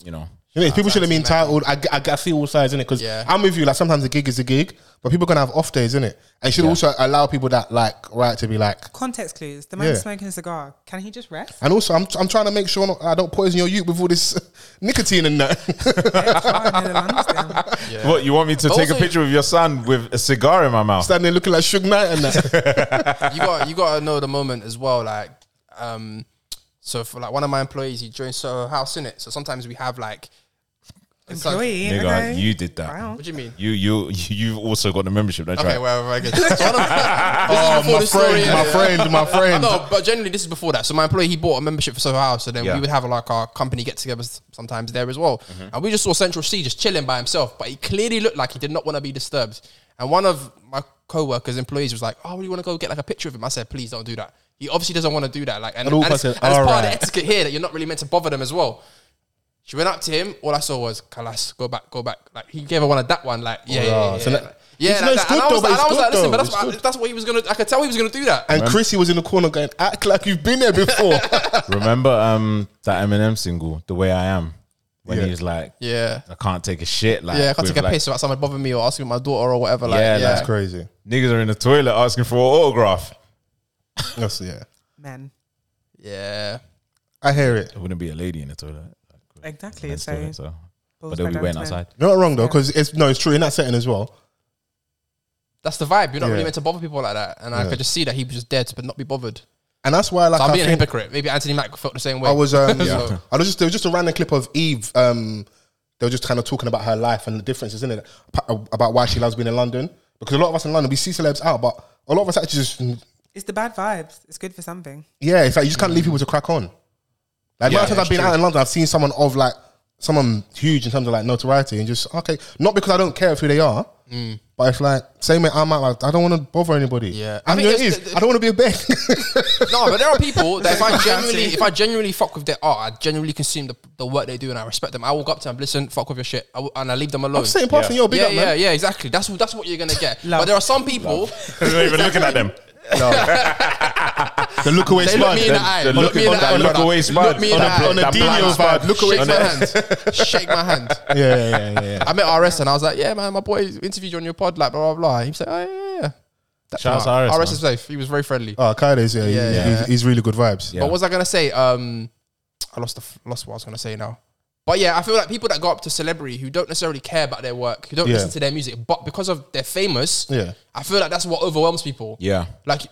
C: You know.
E: You know, people should have been
A: Sometimes
E: titled. I, g- I, g- I see all sides in it because
A: Yeah.
E: I'm with you. Like sometimes a gig is a gig, but people can have off days in it. And you should also allow people that like right to be like.
D: Context clues. The man's
E: Yeah.
D: smoking a cigar. Can he just rest?
E: And also, I'm, I'm trying to make sure not, I don't poison your youth with all this nicotine and that.
D: Oh, no, the lungs down.
C: What you want me to
A: But
C: take a
A: also-
C: picture of your son with a cigar in my mouth?
E: Standing there looking like Suge Knight and that.
A: you got you got to know the moment as well. Like, um, so for like one of my employees, he joined Soho House in it. So sometimes we have like it's like-
D: Employee.
C: Nigga,
D: okay.
C: you did that.
D: Wow.
A: What do you mean?
C: You you you've also got the membership. That's
A: Okay,
C: right.
A: wherever I get. So one of- this is
E: oh,
A: before
E: my
A: the story,
E: friend, my
A: innit?
E: friend, my friend.
A: No, but generally this is before that. So my employee he bought a membership for Soho House, so then
C: Yeah.
A: we would have like our company get-togethers sometimes there as well.
E: Mm-hmm.
A: And we just saw Central C just chilling by himself, but he clearly looked like he did not want to be disturbed. And one of my co-workers, employees, was like, "Oh, you want to go get like a picture of him?" I said, "Please don't do that." He obviously doesn't want to do that. Like, and,
E: And all
A: and it's,
E: of us
A: and
E: said,
A: it's part of the
E: "Alright."
A: etiquette here that you're not really meant to bother them as well. She went up to him. All I saw was Kalas, go back, go back. Like he gave her one of that one. Like yeah, yeah,
E: yeah.
A: yeah.
E: So
A: yeah,
E: that-
A: like, yeah,
E: It's
A: like
E: nice,
A: that. And
E: good
A: I
E: though,
A: was,
E: but
A: and I
E: it's
A: was like,
E: good
A: listen,
E: though,
A: but that's
E: it's
A: what, I-
E: good.
A: that's what he was gonna. I could tell he was gonna do that.
E: And Chrissy was in the corner going, act like you've been there before.
C: Remember um that Eminem single, "The Way I Am," when
E: Yeah.
C: he's like,
A: Yeah.
C: I can't take a shit." Like,
A: Yeah, I can't
C: with,
A: take a
C: like,
A: piss without someone bothering me or asking my daughter or whatever. Like,
C: Yeah,
A: yeah,
C: that's
E: crazy.
C: Niggas are in the toilet asking for an autograph.
E: That's, yeah.
D: Men.
A: Yeah.
E: I hear it.
C: There wouldn't be a lady in the toilet.
D: Exactly.
C: It's
D: So,
C: toilet, so-
D: balls
C: But they'll
D: back
C: be waiting
D: down to men.
C: outside.
E: You're not wrong though, because it's no, it's true in that setting as well.
A: That's the vibe. You're not
E: Yeah.
A: really meant to bother people like that. And I
E: Yeah.
A: could just see that he was just dead, but not be bothered.
E: And that's why, like,
A: So I'm
E: I
A: being a
E: think
A: hypocrite. Maybe Anthony Mack felt the same way.
E: I was, um,
A: Yeah.
E: I was just there was just a random clip of Eve. Um, they were just kind of talking about her life and the differences in it pa- about why she loves being in London. Because a lot of us in London, we see celebs out, but a lot of us actually just,
D: It's the bad vibes. It's good for something.
E: yeah, it's like you just can't leave people to crack on. Like,
C: Yeah,
E: nine times
C: it's
E: I've been
C: true.
E: out in London, I've seen someone of like someone huge in terms of like notoriety, and just okay, not because I don't care of who they are. But it's like same way I'm out. Like I don't want to bother anybody.
A: Yeah. I
E: I, know it
A: think it's
E: is.
A: the-
E: I don't want to be a beg.
A: no, but there are people that if I genuinely, if I genuinely fuck with their art, I genuinely consume the, the work they do and I respect them. I walk up to them, listen, fuck with your shit, I w- and I leave them alone.
E: I'm saying, passing your big
A: yeah,
E: up,
A: yeah,
E: man.
A: yeah, exactly. That's what that's what you're gonna get.
D: Love.
A: But there are some people
C: They're not even looking at them.
E: The look away
A: They
E: smile.
A: look me in the eye.
C: The
A: Look
C: look,
A: me in the eye.
C: that look
A: brother.
C: away spud.
A: Look me in the eye.
E: on a
C: that
E: Dino
C: blind
E: vibe.
C: spud.
E: Look away
A: Shake my hand. Shake my hand.
E: yeah, yeah, yeah, yeah, yeah.
A: I met RS and I was like, yeah, man, my boy interviewed you on your pod, like, blah, blah, blah. He said, oh, yeah, yeah, yeah. That-
C: Shout
A: nah,
C: out to RS,
A: RS is safe. He was very friendly.
E: Oh, Kaide's, yeah,
A: Yeah,
E: yeah,
A: yeah.
E: He's, he's really good vibes.
C: Yeah.
A: But what was I going to say? Um, I lost, the, f- lost what I was going to say now. But yeah, I feel like people that go up to celebrity who don't necessarily care about their work, who don't
E: Yeah.
A: listen to their music, but because of they're famous,
E: Yeah.
A: I feel like that's what overwhelms people.
C: Yeah.
A: Like,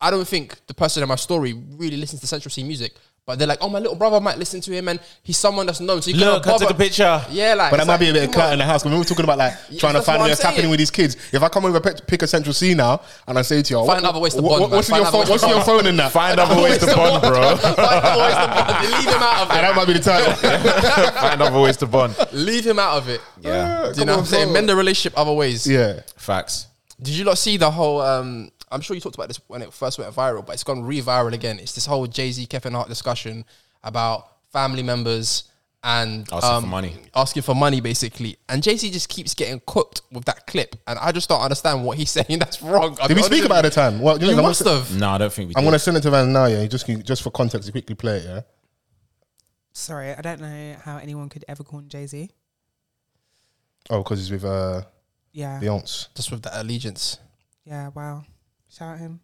A: I don't think the person in my story really listens to Central C music, but they're like, oh, my little brother might listen to him and he's someone that's known. So you
C: Look, I
A: can't
C: took a
A: bother.
C: picture.
A: Yeah, like.
E: But that
A: it's
E: might
A: like,
E: be a bit of
A: come on.
E: clout in the house. 'cause we were talking about like trying to find
A: that's what
E: out
A: I'm
E: what's happening
A: saying.
E: with these kids. If I come over pick, pick a Central C now and I say to you,
A: Find other ways to bond, man.
E: what's in
A: Find
E: your
A: other
E: phone?
A: ways
E: What's
A: to
E: in your
A: bond.
E: phone in that?
C: Find other ways to bond, bro.
A: Find other ways to bond. Leave him out of
E: And
A: it.
E: that might be the time.
C: Find other ways to bond.
A: Leave him out of it.
C: Yeah.
A: Do you know what I'm saying? Mend the relationship other ways.
E: Yeah.
C: Facts.
A: Did you not see the whole? Um, I'm sure you talked about this when it first went viral, but it's gone re-viral again. It's this whole Jay Z Kevin Hart discussion about family members and um,
C: Asking for money.
A: asking for money basically. And Jay Z just keeps getting cooked with that clip, and I just don't understand what he's saying. That's wrong.
E: Did we speak about it at the time? Well, you, know,
A: You
E: I'm
A: must
E: gonna,
A: have.
C: No, I don't think we.
E: I'm
C: did.
E: gonna send it to Van now. Yeah, You just you- just for context, you quickly play it. Yeah.
D: Sorry, I don't know how anyone could ever call him Jay Z.
E: Oh, because he's with uh,
D: Yeah.
E: Beyonce.
A: Just with that allegiance,
D: Yeah. Wow. Shout out him.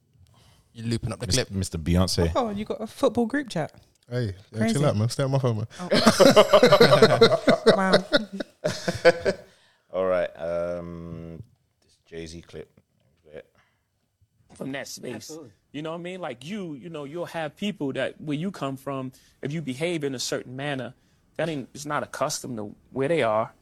A: you looping up the
C: Mis-
A: clip.
C: Mr. Beyonce.
D: Oh, you got a football group chat.
E: Hey, yeah,
D: Crazy.
E: chill out, man. Stay on my phone, man.
D: Wow.
C: All right. Um, this Jay Z clip.
J: from that space. You know what I mean? Like you, you know, you'll have people that where you come from, if you behave in a certain manner, that ain't it's not accustomed to where they are.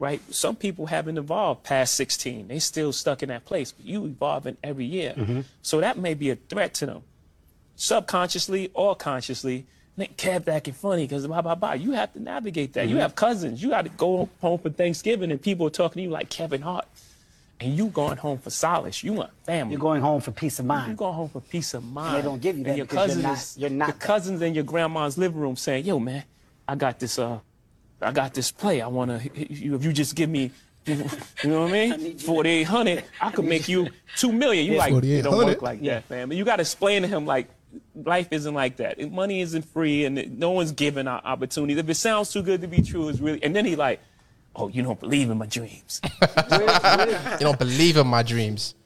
J: Right? Some people haven't evolved past sixteen. They still stuck in that place, but you evolving every year. So that may be a threat to them. Subconsciously or consciously, Nick cab back and funny because blah blah blah. You have to navigate that. You have cousins. You gotta go home for Thanksgiving and people are talking to you like Kevin Hart. And you going home for solace. You want family.
K: You're going home for peace of
J: You
K: mind.
J: go home for peace of mind.
K: don't give you
J: And
K: that
J: your
K: because
J: cousins,
K: you're not- you're not
J: your
K: that.
J: cousins in your grandma's living room saying, "Yo, man, I got this. Uh, I got this play. I wanna. You, if you just give me, you know what I mean? Forty eight hundred, I could make you two million. You like it don't
E: 4800.
J: work like that, fam. And you got to explain to him like." Life isn't like that. And Money isn't free, and no one's giving out opportunities. If it sounds too good to be true, it's really. And then he like, "Oh, you don't believe in my dreams."
A: You don't believe in my dreams.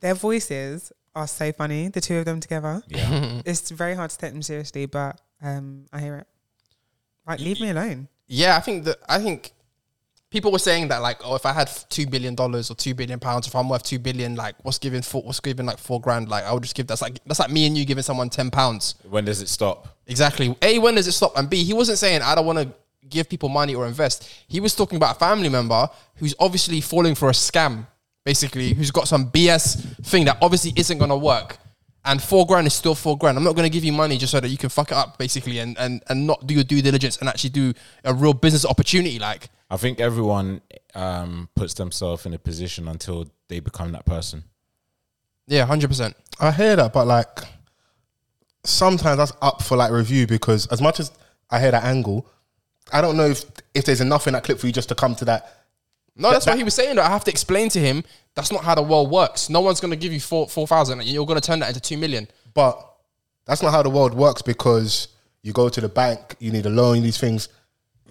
D: Their voices are so funny, the two of them together. Yeah. it's very hard to take them seriously, but um, I hear it. Like, leave me alone.
A: Yeah, I think that I think people were saying that like, oh, if I had two billion dollars or two billion pounds, if I'm worth two billion, like, what's giving four, what's giving like four grand? Like, I would just give that's like that's like me and you giving someone ten pounds.
C: When does it stop?
A: Exactly. A, when does it stop? And B, he wasn't saying I don't want to give people money or invest. He was talking about a family member who's obviously falling for a scam, basically, who's got some BS thing that obviously isn't going to work. And four grand is still four grand. I'm not going to give you money just so that you can fuck it up, basically, and, and, and not do your due diligence and actually do a real business opportunity. Like,
C: I think everyone um, puts themselves in a position until they become that person.
A: yeah, 100%.
E: I hear that, but like sometimes that's up for like review because as much as I hear that angle, I don't know if if there's enough in that clip for you just to come to that.
A: No, that's what
E: that-
A: he was saying. Though I have to explain to him that's not how the world works. No one's going to give you four four thousand, and you're going to turn that into two million.
E: But that's not how the world works because you go to the bank, you need a loan, these things.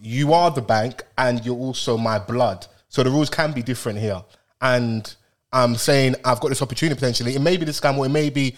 E: You are the bank and you're also my blood. So the rules can be different here. And I'm saying I've got this opportunity potentially. It may be the scam or it may be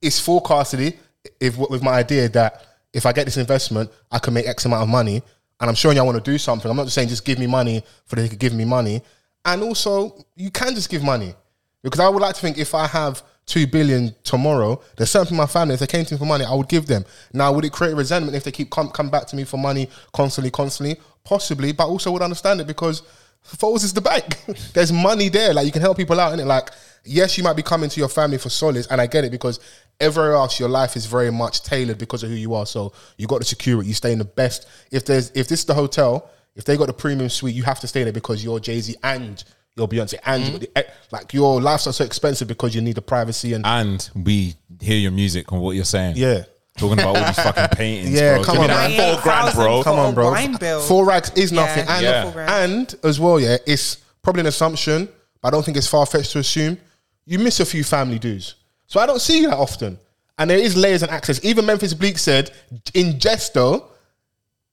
E: it's forecastedly if with my idea that if I get this investment, I can make X amount of money. And I'm showing you I want to do something. I'm not just saying just give me money for the sake of giving me money. And also, you can just give money because I would like to think if I have two billion tomorrow, there's something in my family. If they came to me for money, I would give them. Now, would it create resentment if they keep come, come back to me for money constantly, constantly? Possibly, but also would understand it because Foles is the bank. There's money there. Like you can help people out in it. Like yes, you might be coming to your family for solace, and I get it because everywhere else your life is very much tailored because of who you are. So you got to secure it. You stay in the best. If there's if this is the hotel, if they got the premium suite, you have to stay there because you're Jay Z and you're Beyonce and you're the- eh, like your lifestyle's so expensive because you need the privacy and
C: And we hear your music and what you're saying.
E: yeah.
C: Talking about all these fucking paintings.
E: Yeah,
C: bro.
E: come
C: Give me
E: on,
C: that
E: man.
C: Four grand, bro.
E: Come on, bro.
D: Wine bill.
E: Four rags is nothing.
D: Yeah,
E: And,
C: Yeah.
D: four grand.
E: and as well, yeah, it's probably an assumption, but I don't think it's far fetched to assume you miss a few family dues. So I don't see you that often. And there is layers and access. Even Memphis Bleak said in jest though,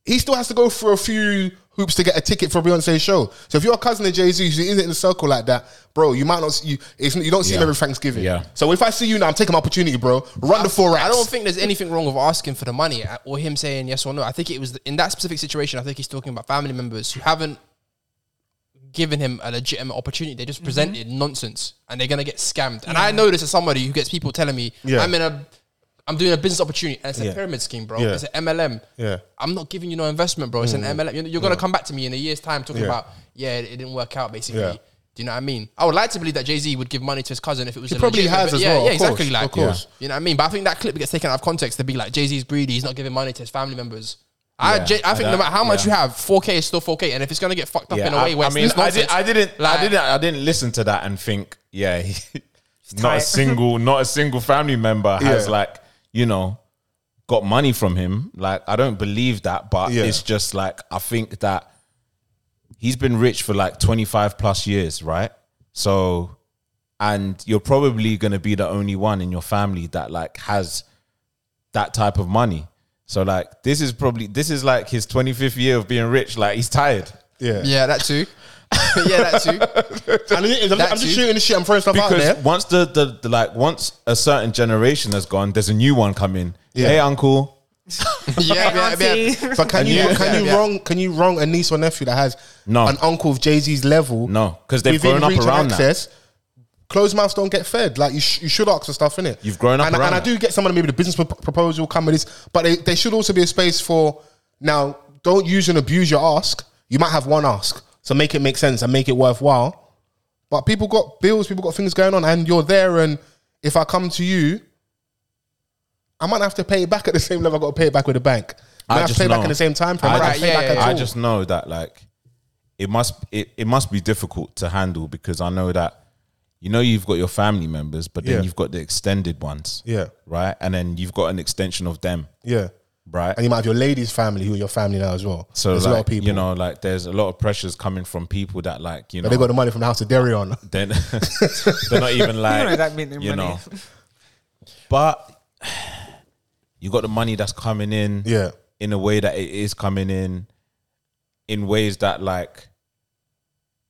E: he still has to go through a few hoops to get a ticket for a Beyonce show. So if you're a cousin of Jay Z who isn't in the circle like that, bro, you might not see you. It's, you don't see him
C: Yeah.
E: every Thanksgiving.
C: Yeah.
E: So if I see you now, I'm taking my opportunity, bro. Run the four racks.
A: I don't think there's anything wrong with asking for the money uh, or him saying yes or no. I think it was the, in that specific situation. I think he's talking about family members who haven't given him a legitimate opportunity. They
E: Mm-hmm.
A: just presented nonsense, and they're gonna get scammed. And I know this as somebody who gets people telling me,
E: Yeah.
A: "I'm in a, I'm doing a business opportunity, and it's a
E: Yeah.
A: pyramid scheme, bro.
E: Yeah.
A: It's an MLM.
E: Yeah. Mm.
A: I'm not giving you no investment, bro. It's an MLM. You're, you're gonna come back to me in a year's time talking
E: Yeah.
A: about, yeah, it, it didn't work out, basically."
E: Yeah.
A: Do you know what I mean? I would like to believe that Jay Z would give money to his cousin if it was.
E: He
A: a
E: probably
A: legitimate-
E: has
A: but
E: as
A: yeah,
E: well,
A: Yeah,
E: of course,
A: exactly. Like,
E: of course.
A: Yeah. You know what I mean? But I think that clip gets taken out of context to be like Jay Z's greedy. He's not giving money to his family members. I,
C: Yeah,
A: Jay- I think
C: I
A: no
C: don't-
A: matter how much
C: yeah.
A: you have, 4K is still 4K, and if it's gonna get fucked up in a way where
C: I, I
A: it's
C: mean, I,
A: nonsense,
C: did, I didn't,
A: like-
C: I didn't, I didn't listen to that and think, yeah, he- not a single, not a single family member has
E: Yeah.
C: like, you know, got money from him. Like, I don't believe that, but
E: Yeah.
C: it's just like I think that he's been rich for like twenty five plus years, right? So, and you're probably gonna be the only one in your family that like has that type of money. So like this is probably this is like his 25th year of being rich. Like he's tired.
E: yeah.
A: yeah, that too. yeah, that too.
E: And it is, I'm,
A: That
E: I'm just
A: too.
E: shooting the shit. I'm throwing stuff out
C: because
E: there.
C: once the, the, the like once a certain generation has gone, there's a new one coming. Hey, uncle.
A: Yeah, yeah, yeah,
D: Auntie.
E: But can
C: And
E: you,
C: you-
E: can
A: yeah,
E: you
A: yeah.
E: wrong can you wrong a niece or nephew that has
C: No.
E: an uncle of Jay Z's level?
C: No, 'cause they've
E: within
C: grown up
E: reach and
C: around that.
E: access Closed mouths don't get fed. Like you, sh- you should ask for stuff in it.
C: You've grown up
E: and, I-
C: around
E: and I
C: that.
E: do get someone maybe the business pro- proposal companies, but they, they should also be a space for now. Don't use and abuse your ask. You might have one ask, so make it make sense and make it worthwhile. But people got bills, people got things going on, and you're there. And if I come to you, I might have to pay it back at the same level I got to pay it back with the bank. I,
C: I
E: might have to
C: just
E: pay it back
C: know.
E: in the same time frame. I,
C: I
E: might not have
A: just-
E: to pay it
A: yeah,
E: back
A: yeah,
E: at
A: yeah.
E: all.
C: I just know that like it must it, it must be difficult to handle because I know that you know you've got your family members, but then
E: Yeah.
C: you've got the extended ones.
E: Yeah.
C: Right? And then you've got an extension of them.
E: yeah.
C: Right.
E: And you might have your lady's family who are your family now as well.
C: so
E: there's
C: like,
E: a lot of people.
C: You know, like there's a lot of pressures coming from people that like, you know
E: But they got the money from the house of Darion.
C: then they're not even like
D: know that meant their
C: you
D: money.
C: know. But you got the money that's coming in,
E: Yeah.
C: in a way that it is coming in, in ways that like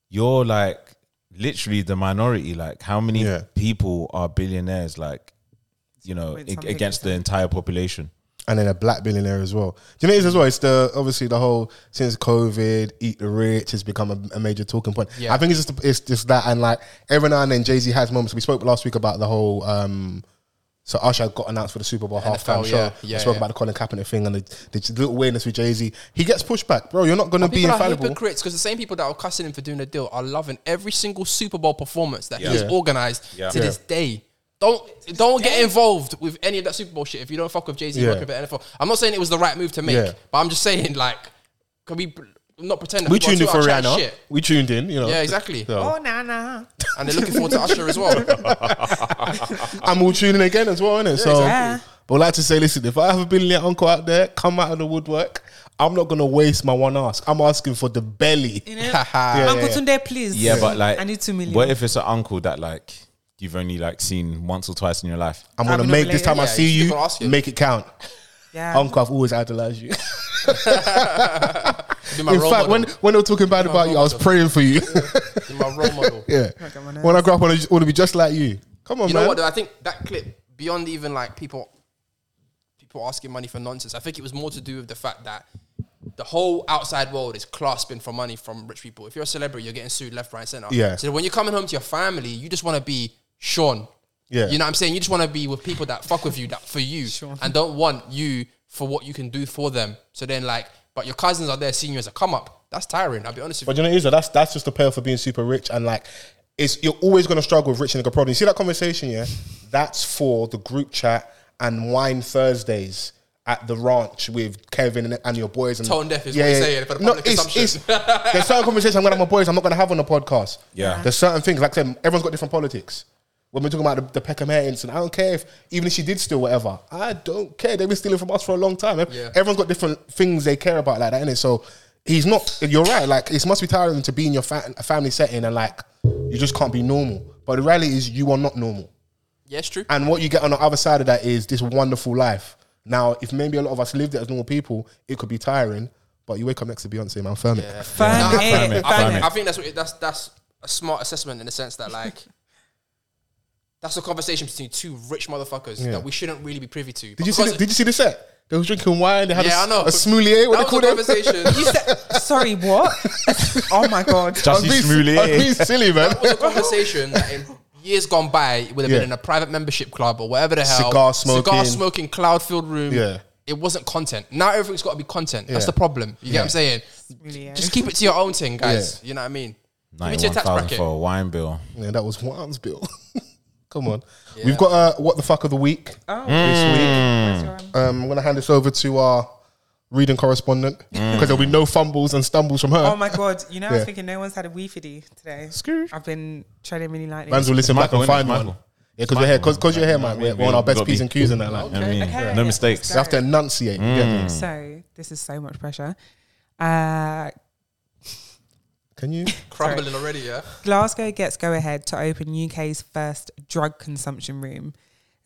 C: you're like literally the minority. Like how many
E: Yeah.
C: people are billionaires? Like you know,
D: Point
C: ag-
D: something
C: against the entire population.
E: And then a black billionaire as well. Do you know what it is as well? It's the obviously the whole since COVID, eat the rich has become a, a major talking point.
A: Yeah.
E: I think it's just it's just that and like every now and then Jay Z has moments. We spoke last week about the whole um so Usher got announced for the Super Bowl halftime
A: NFL,
E: show.
A: yeah. Yeah,
E: we spoke
A: yeah.
E: about the Colin Kaepernick thing and the, the little weirdness with Jay Z. He gets pushback, bro. You're not going to be
A: People are
E: infallible.
A: hypocrites because the same people that are cussing him for doing the deal are loving every single Super Bowl performance that
C: Yeah.
A: he's
C: Yeah.
A: organized
C: Yeah.
A: to
C: Yeah.
A: this day. Don't don't get involved with any of that Super Bowl shit if you don't fuck with Jay Z
E: Yeah.
A: working for NFL. I'm not saying it was the right move to make,
E: Yeah.
A: but I'm just saying like, can we not pretend that
E: We
A: people are
E: tuned in
A: too
E: for
A: out of
E: Rihanna.
A: Shit.
E: We tuned in, you know.
A: Yeah, exactly.
E: So-
D: Oh, nah, nah.
A: And they're looking forward to Usher as well.
E: and we'll tune in again as well, innit? So,
D: exactly.
E: but I'd like to say, listen, if I have a billionaire uncle out there, come out of the woodwork. I'm not gonna waste my one ask. I'm asking for the belly.
D: You know?
E: Yeah,
D: Uncle
E: yeah, yeah.
D: Tunde, please.
C: Yeah, but like,
D: I need two million.
C: What if it's an uncle that like you've only like seen once or twice in your life?
E: I'm gonna
D: I'm
E: make
D: not
E: this time I
A: related. Yeah,
E: see
A: you
E: you,
A: gotta ask you.
E: make it count.
D: yeah.
E: Uncle, I've always idolized you.
A: Be my
E: In
A: role
E: fact,
A: model.
E: when when they were talking bad about you, I was praying for you.
A: Be my role model.
E: yeah.
D: get my
E: When I grow up, I want to be just like you. Come on,
A: You
E: man.
A: know what? Though? I think that clip beyond even like people people asking money for nonsense. I think it was more to do with the fact that the whole outside world is clasping for money from rich people. If you're a celebrity, you're getting sued left, right, and center.
E: Yeah.
A: So when you're coming home to your family, you just want to be Sean.
E: Yeah.
A: You know what I'm saying? You just want to be with people that fuck with you, that for you, and don't want you for what you can do for them. So then, like, but your cousins are there seeing you as a come up. That's tiring. I'll be honest with
E: But you know, what it is though? that's that's just the payoff for being super rich and like it's you're always gonna struggle with rich nigga problem. You see that conversation, yeah? That's for the group chat and wine Thursdays at the ranch with Kevin and, and your boys. And
A: Tone deaf is what you're saying for the public consumption.
E: there's certain conversations I'm gonna have with my boys. I'm not gonna have on the podcast.
C: Yeah.
E: there's certain things like I said, everyone's got different politics. When we're talking about the, the Peckham Hare incident, I don't care if even if she did steal whatever, I don't care. They've been stealing from us for a long time. Ev-
A: Yeah.
E: Everyone's got different things they care about like that, innit? So he's not. You're right. Like it must be tiring to be in your fa- a family setting and like you just can't be normal. But the reality is, you are not normal.
A: you. Yes, true.
E: And what you get on the other side of that is this wonderful life. Now, if maybe a lot of us lived it as normal people, it could be tiring. But you wake up next to Beyonce, man, firm it.
D: Firm
A: No,
D: it,
A: I
D: firm
A: think- I think-
D: it.
A: I think that's what, that's that's a smart assessment in the sense that like that's a conversation between two rich motherfuckers
E: Yeah.
A: that we shouldn't really be privy to.
E: Did you see? The, did you see the set? They was drinking wine. They had
A: yeah,
E: a,
A: I know.
E: a sommelier. What
A: that
E: they call
A: was a
E: them?
A: conversation.
D: You said, sorry, what? oh my God.
E: I'm
C: Justin
E: being- I'm
C: Smollett.
E: being silly, man.
A: That was a conversation that in years gone by it would have
E: Yeah.
A: been in a private membership club or whatever the hell.
E: Cigar smoking.
A: cigar smoking, cloud filled room.
E: Yeah.
A: It wasn't content. Now everything's got to be content. That's
E: Yeah.
A: the problem. You get what I'm saying?
D: Really, yeah.
A: Just keep it to your own thing, guys. You know what I mean? Give it to your
C: Ninety-one
A: tax
C: thousand
A: bracket.
C: for a wine bill.
E: Yeah, that was Juan's bill. Come on, we've got uh, what the fuck of the week
D: Oh.
E: Mm.
D: Mm.
E: this week. Um, I'm gonna hand this over to our reading correspondent because there'll be no fumbles and stumbles from her.
D: Mm. Oh my God. You know, I
E: Yeah.
D: was thinking no one's had a weefity today.
C: Screw.
D: I've been treading mini lightning.
E: Man's will listen
C: Michael,
E: back and
C: innit?
E: find one.
C: Michael.
E: Yeah, because we're here. Because you're here,
C: Michael.
E: man. We're,
C: Michael.
E: we're on our
C: We've
E: best
C: got
E: p's
C: me.
E: and q's and that. Like,
C: You know what I mean?
D: Okay. Mm.
C: no
D: Yeah.
C: mistakes.
E: you have to enunciate. you get
C: Mm.
E: me?
D: So this is so much pressure. Uh,
E: Can you?
A: Crumbling already, yeah?
D: Glasgow gets go ahead to open UK's first drug consumption room.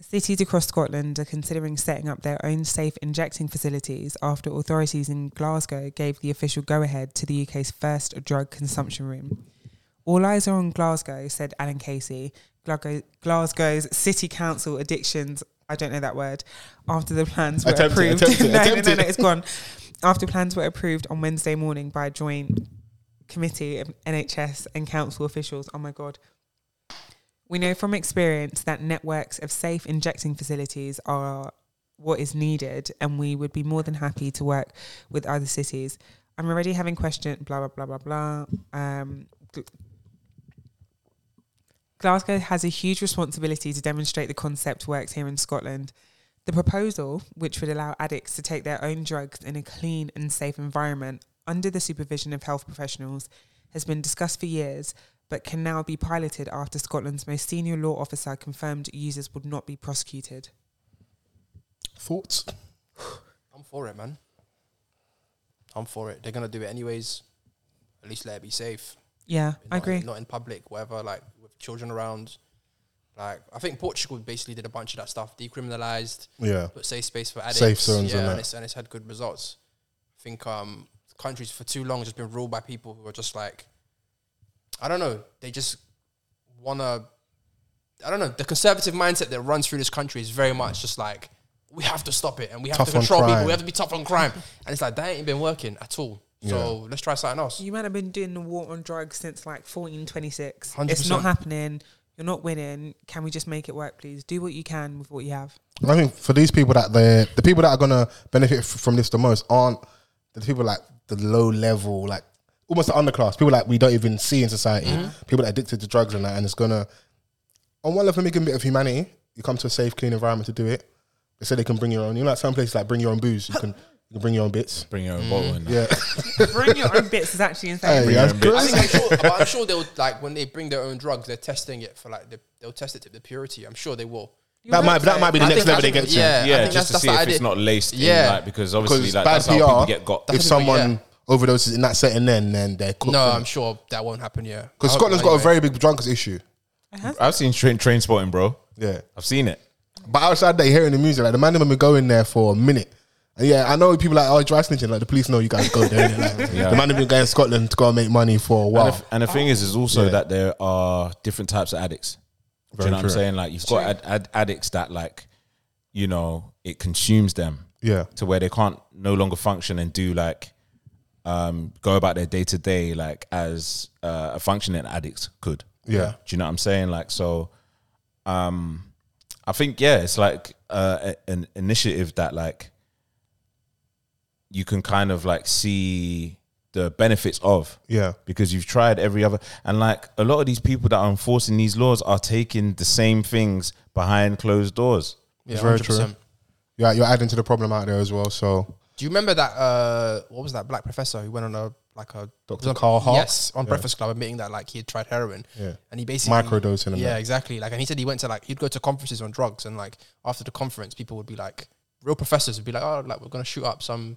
D: Cities across Scotland are considering setting up their own safe injecting facilities after authorities in Glasgow gave the official go ahead to the UK's first drug consumption room. All eyes are on Glasgow, said Alan Casey, Glasgow, Glasgow's City Council Addictions. I don't know that word. After the plans were
E: Attempt it,
D: approved,
E: attempt it,
D: no,
E: attempt
D: no, no,
E: it.
D: no, it's gone. After plans were approved on Wednesday morning by a joint committee of NHS and council officials. Oh my god. We know from experience that networks of safe injecting facilities are what is needed, and we would be more than happy to work with other cities. I'm already having question blah blah blah blah blah. Um, gl- Glasgow has a huge responsibility to demonstrate the concept works here in Scotland. The proposal, which would allow addicts to take their own drugs in a clean and safe environment under the supervision of health professionals, has been discussed for years but can now be piloted after Scotland's most senior law officer confirmed users would not be prosecuted.
E: Thoughts?
A: I'm for it, man. I'm for it. They're gonna do it anyways. At least let it be safe.
D: Yeah, I
A: Not-
D: agree.
A: Not in public, whatever. Like with children around. Like I think Portugal basically did a bunch of that stuff, decriminalized,
E: Yeah.
A: put safe space for addicts.
E: Safe zones
A: yeah,
E: and that.
A: it's, and it's had good results. I think um, countries for too long has just been ruled by people who are just like, I don't know, they just wanna. I don't know. The conservative mindset that runs through this country is very much just like we have to stop it and we have
E: Tough
A: to
E: on
A: control people.
E: crime.
A: We have to be tough on crime, and it's like that ain't been working at all. So let's try something else.
D: You might have been doing the war on drugs since like 1426.
A: 100%.
D: It's not happening. You're not winning. Can we just make it work, please? Do what you can with what you have.
E: I think for these people that they the people that are gonna benefit f- from this the most aren't the people like the low level, like almost the underclass, people like we don't even see in society,
C: Mm-hmm.
E: people that are addicted to drugs and that, and it's gonna on one level make a bit of humanity. You come to a safe, clean environment to do it. They say they can bring your own. You know, like some places like bring your own booze. You can you can bring your own bits.
C: Bring your own bottle in.
E: Yeah,
D: Bring your own bits is actually insane.
E: Hey, that's
C: bits.
A: I
E: crazy.
A: think I'm sure, but I'm sure they'll like when they bring their own drugs, they're testing it for like they, they'll test it to the purity. I'm sure they will.
E: That might that might be the
A: I
E: next
A: think- I
E: level they
A: think-
E: get to.
A: yeah. I
C: Yeah,
A: think
C: just to
A: that's-
C: see
A: that's
C: if
A: the
C: it's
A: idea.
C: not laced in,
A: Yeah.
C: like, because obviously,
E: because
C: like,
E: bad
C: that's
E: PR.
C: how people get got.
E: if
A: That's what people-
E: someone overdoses in that setting, then then they're cooked.
A: No, I'm sure Oh, that won't happen. Yeah,
E: because
A: I hope
E: Scotland's got
A: not
E: a
A: anyway.
E: very big drunkers issue.
C: I've seen train train spotting, bro.
E: Yeah.
C: I've seen it.
E: But outside that, you're hearing the music, like the man them been going there for a minute. And yeah, I know people like, oh, dry snitching, like the police know you guys go there. innit? The man have been going to Scotland to go and make money for a
C: And
E: while.
C: the, f- and the thing is, is also that there are different types of addicts. Do you know what I'm saying? Like you've got ad, ad, addicts that like, you know, it consumes them
E: Yeah.
C: to where they can't no longer function and do like, um, go about their day to day like as uh, a functioning addict could.
E: Yeah.
C: Do you know what I'm saying? Like so, um, I think yeah, it's like uh, a- an initiative that like you can kind of like see the benefits of
E: Yeah.
C: because you've tried every other and like a lot of these people that are enforcing these laws are taking the same things behind closed doors
A: Yeah,
E: It's very
A: 100%.
E: true. You're, you're adding to the problem out there as well. So,
A: Do you remember that? Uh, what was that black professor who went on a like a
E: Dr. Carl Hart?
A: Yes, on Breakfast Club, admitting that like he had tried heroin.
E: Yeah.
A: and he basically
E: Microdosing and
A: Yeah,
E: that.
A: exactly. Like, and he said he went to like he'd go to conferences on drugs, and like after the conference, people would be like, real professors would be like, oh, like we're gonna shoot up some,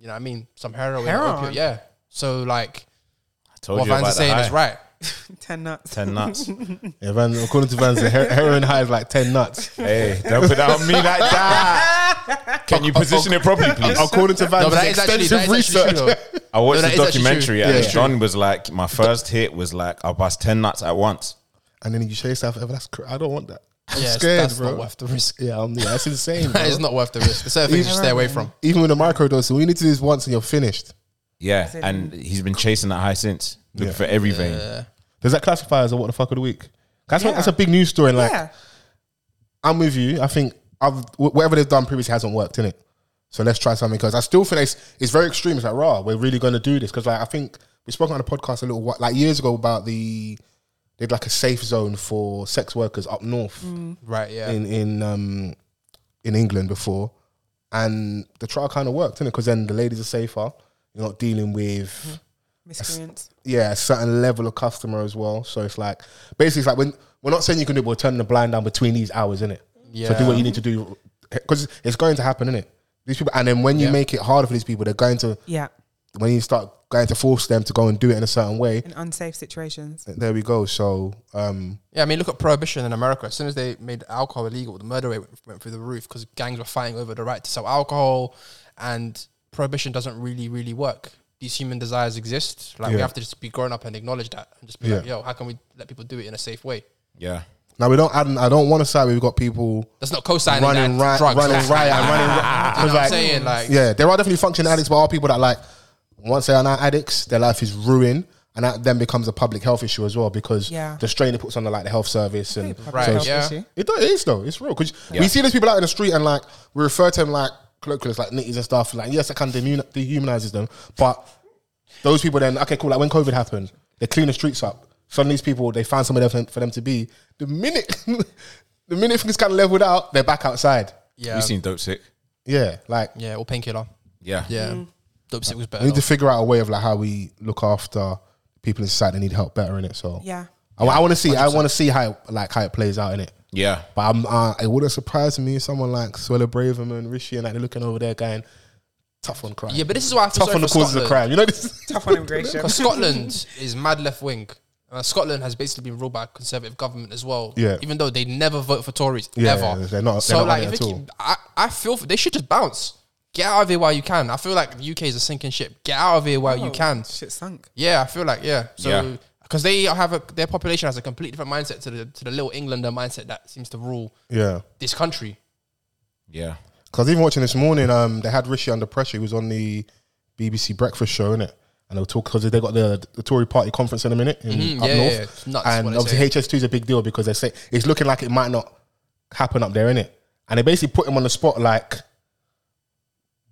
A: you know, what I mean, some heroin, or
D: Heroin?
A: opiate." Yeah. So like,
C: i told
A: what
C: you
A: Vans
C: about
A: is saying is
C: right
A: right.
D: 10 nuts.
C: 10 nuts
E: yeah, Van, according to Vans, the her- heroin high is like 10 nuts.
C: hey don't put that on me like that can you position it properly please
E: according to Vans,
A: No, but that
E: it's
A: is actually,
E: extensive
A: that is actually
E: research.
A: true, though.
C: i watched
A: No, that
C: the
A: is actually
C: documentary
A: true.
C: and
E: Yeah.
C: john was like my first hit was like i bust 10 nuts at once
E: and then you chase after, that's cr- I don't want that. I'm
A: Yeah, it's-
E: scared,
A: that's
E: bro.
A: not worth the risk.
E: yeah, I'm, yeah, that's insane.
A: That
E: bro.
A: is not worth the risk. The certain things you stay away from.
E: Even with the microdose, all you need to do is once and you're finished.
C: yeah and he's been chasing that high since looking for everything
E: Does that classify as a what the fuck of the week? That's, what-
D: Yeah.
E: that's a big news story. And like,
D: yeah.
E: I'm with you. I think I've, wh- whatever they've done previously hasn't worked, innit? So let's try something because I still think it's, it's very extreme. It's like, rah, we're really going to do this because like I think we spoke on the podcast a little while, like years ago about the they had like a safe zone for sex workers up north
D: Mm.
A: Right. Yeah.
E: in in um in England before, and the trial kind of worked, innit? Because then the ladies are safer. You're not dealing with
A: Mm-hmm.
D: Miscreants.
E: yeah, a certain level of customer as well. So it's like basically it's like when we're not saying you can do it, but we're turning the blind down between these hours, innit? So do
A: Yeah.
E: what you need to do because it's going to happen, innit? These people, and then when you
A: Yeah.
E: make it harder for these people, they're going to
D: Yeah.
E: when you start going to force them to go and do it in a certain way.
D: In unsafe situations.
E: There we go. So um,
A: Yeah, I mean, look at prohibition in America. As soon as they made alcohol illegal, the murder rate went- went through the roof because gangs were fighting over the right to sell alcohol, and prohibition doesn't really, really work. These human desires exist. Like
E: Yeah.
A: we have to just be grown up and acknowledge that, and just be like,
E: Yeah.
A: "Yo, how can we let people do it in a safe way?"
C: yeah
E: now we don't. I don't, I don't want to say we've got people
A: That's not co-signing
E: running
A: that
E: right,
A: drugs.
E: running right, and running. Right.
A: You know what I'm saying? Like,
E: yeah, there are definitely functioning addicts, but are people that like once they are now addicts, their life is ruined. And that then becomes a public health issue as well because
D: Yeah.
E: the strain it puts on the like the health service and
A: Right,
D: Health
A: yeah.
D: issue.
E: it, do- it is though. It's real because we see these people out in the street and like we refer to them like colloquially as, like nitties and stuff. Like yes, that kind of demun- dehumanizes them, but those people then okay, cool. Like when COVID happened, they clean the streets up. Some of these people they found somewhere for them, for them to be. The minute the minute things kind of leveled out, they're back outside.
A: Yeah.
C: You seen Dope Sick?
E: Yeah, like
A: yeah, or painkiller.
C: Yeah.
A: Yeah. Dope sick was better.
E: we need to
A: though.
E: figure out a way of like how we look after people in society that need help better in it. So
D: Yeah.
E: I, want to see. I want to see how it, like how it plays out in it.
C: Yeah.
E: But I'm, uh, it would have surprised me if someone like Swella Braverman and Rishi and like, they're looking over there going, tough on crime.
A: Yeah, but this is why I
E: tough
A: feel sorry
E: on the
A: for
E: causes
A: Scotland.
E: of crime. You know this.
D: Tough on immigration.
A: Because Scotland is mad left wing. Uh, Scotland has basically been ruled by a conservative government as well.
E: Yeah.
A: Even though they never vote for Tories
E: Yeah,
A: ever.
E: yeah, they're not- they're
A: so
E: not on
A: like,
E: it
A: if
E: at
A: it
E: all.
A: keep- I, I feel for, they should just bounce. Get out of here while you can. I feel like the UK is a sinking ship. Get out of here while
E: Oh,
A: you can.
D: Shit sunk.
A: Yeah, I feel like yeah.
C: Yeah.
A: So because they have a, their population has a completely different mindset to the to the little Englander mindset that seems to rule
E: Yeah.
A: this country.
C: Yeah.
E: Because even watching this morning, um, they had Rishi under pressure. He was on the BBC Breakfast show, innit? And they were talking because they got the, the Tory party conference in a minute in
A: Mhm,
E: up north.
A: yeah, yeah, yeah. It's nuts what
E: and
A: they
E: obviously
A: say.
E: HS2 is a big deal because they say it's looking like it might not happen up there, innit? And they basically put him on the spot like,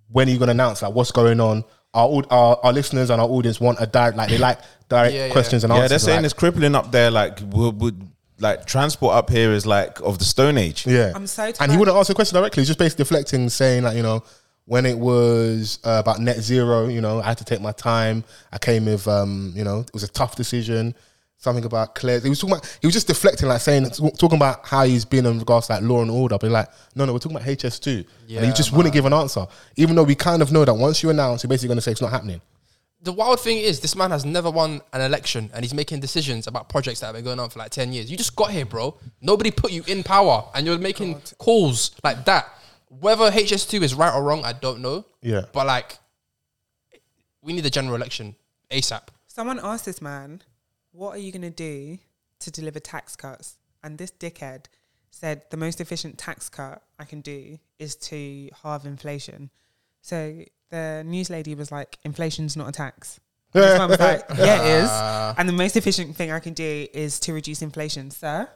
E: when are you going to announce? Like, what's going on? Our, aud- our, our listeners and our audience want a direct, like, they like direct
A: Yeah, yeah.
E: questions and
C: Yeah,
E: answers.
C: they're saying
E: like-
C: it's crippling up there. Like, would, would like transport up here is like of the Stone Age.
E: Yeah.
D: I'm so
E: And he
D: tired.
E: wouldn't answer the question directly. He's just basically deflecting, saying like, you know, when it was uh, about net zero, you know, I had to take my time. I came with, um, you know, it was a tough decision. Something about Claire. He was talking about. He was just deflecting, like saying, talking about how he's been in regards to like law and order. But like, no, no, we're talking about HS two. and he
A: Yeah,
E: just wouldn't give an answer, even though we kind of know that once you announce, you're basically going to say it's not happening.
A: The wild thing is, this man has never won an election, and he's making decisions about projects that have been going on for like ten years. You just got here, bro. Nobody put you in power, and you're making calls like that. Whether HS2 is right or wrong, I don't know.
E: Yeah.
A: But like, we need a general election ASAP.
D: Someone asked this man, "What are you going to do to deliver tax cuts?" And this dickhead said, "The most efficient tax cut I can do is to halve inflation." So the news lady was like, "Inflation's not a tax." And this man was like, "Yeah, it is." And the most efficient thing I can do is to reduce inflation, sir.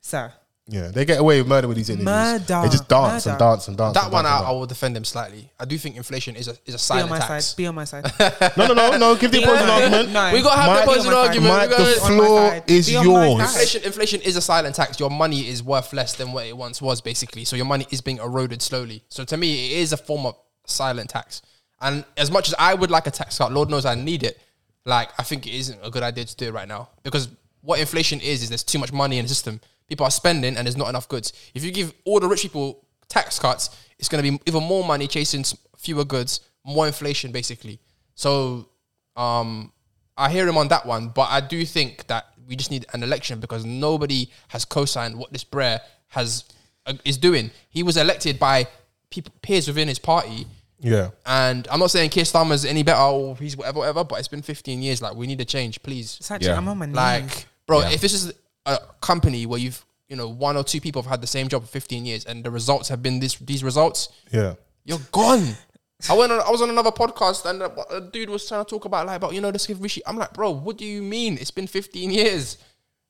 D: Sir,
E: Yeah, they get away with murder with these interviews.
D: Murder.
E: They just dance and
D: Murder.
E: dance and dance.
A: That
E: and
A: one, I,
E: dance
A: I will defend him slightly. I do think inflation is a is
D: be
A: a silent
D: on my
A: tax.
D: side. Be on my side.
E: and dance. No, no, no, no. Give the
D: Be
E: opposing
D: on my-
E: argument.
D: No.
A: We gotta have
E: Mike-
A: the opposing
D: Mike,
A: argument.
E: Mike,
A: we
E: the
A: gotta-
D: on my
E: floor
D: side.
E: is
D: Be on my
E: yours.
D: side.
A: Inflation, inflation is a silent tax. Your money is worth less than what it once was, basically. So your money is being eroded slowly. So to me, it is a form of silent tax. And as much as I would like a tax cut, Lord knows I need it. Like I think it isn't a good idea to do it right now because what inflation is is there's too much money in the system. People are spending and there's not enough goods. If you give all the rich people tax cuts, it's going to be even more money chasing s- fewer goods, more inflation, basically. So um, I hear him on that one, but I do think that we just need an election because nobody has co-signed what this Brer has uh, is doing. He was elected by people, peers within his party,
E: Yeah.
A: and I'm not saying Keir Starmer's any better or he's whatever, whatever. But it's been 15 years. Like we need a change, please.
D: It's actually,
C: Yeah.
D: I'm on my knees.
A: Like, bro, if this is a company where you've you know one or two people have had the same job for 15 years and the results have been this these results,
E: Yeah.
A: you're gone. I went. On, I was on another podcast, and a- a dude was trying to talk about like about you know this give Rishi. I'm like, bro, what do you mean? It's been 15 years,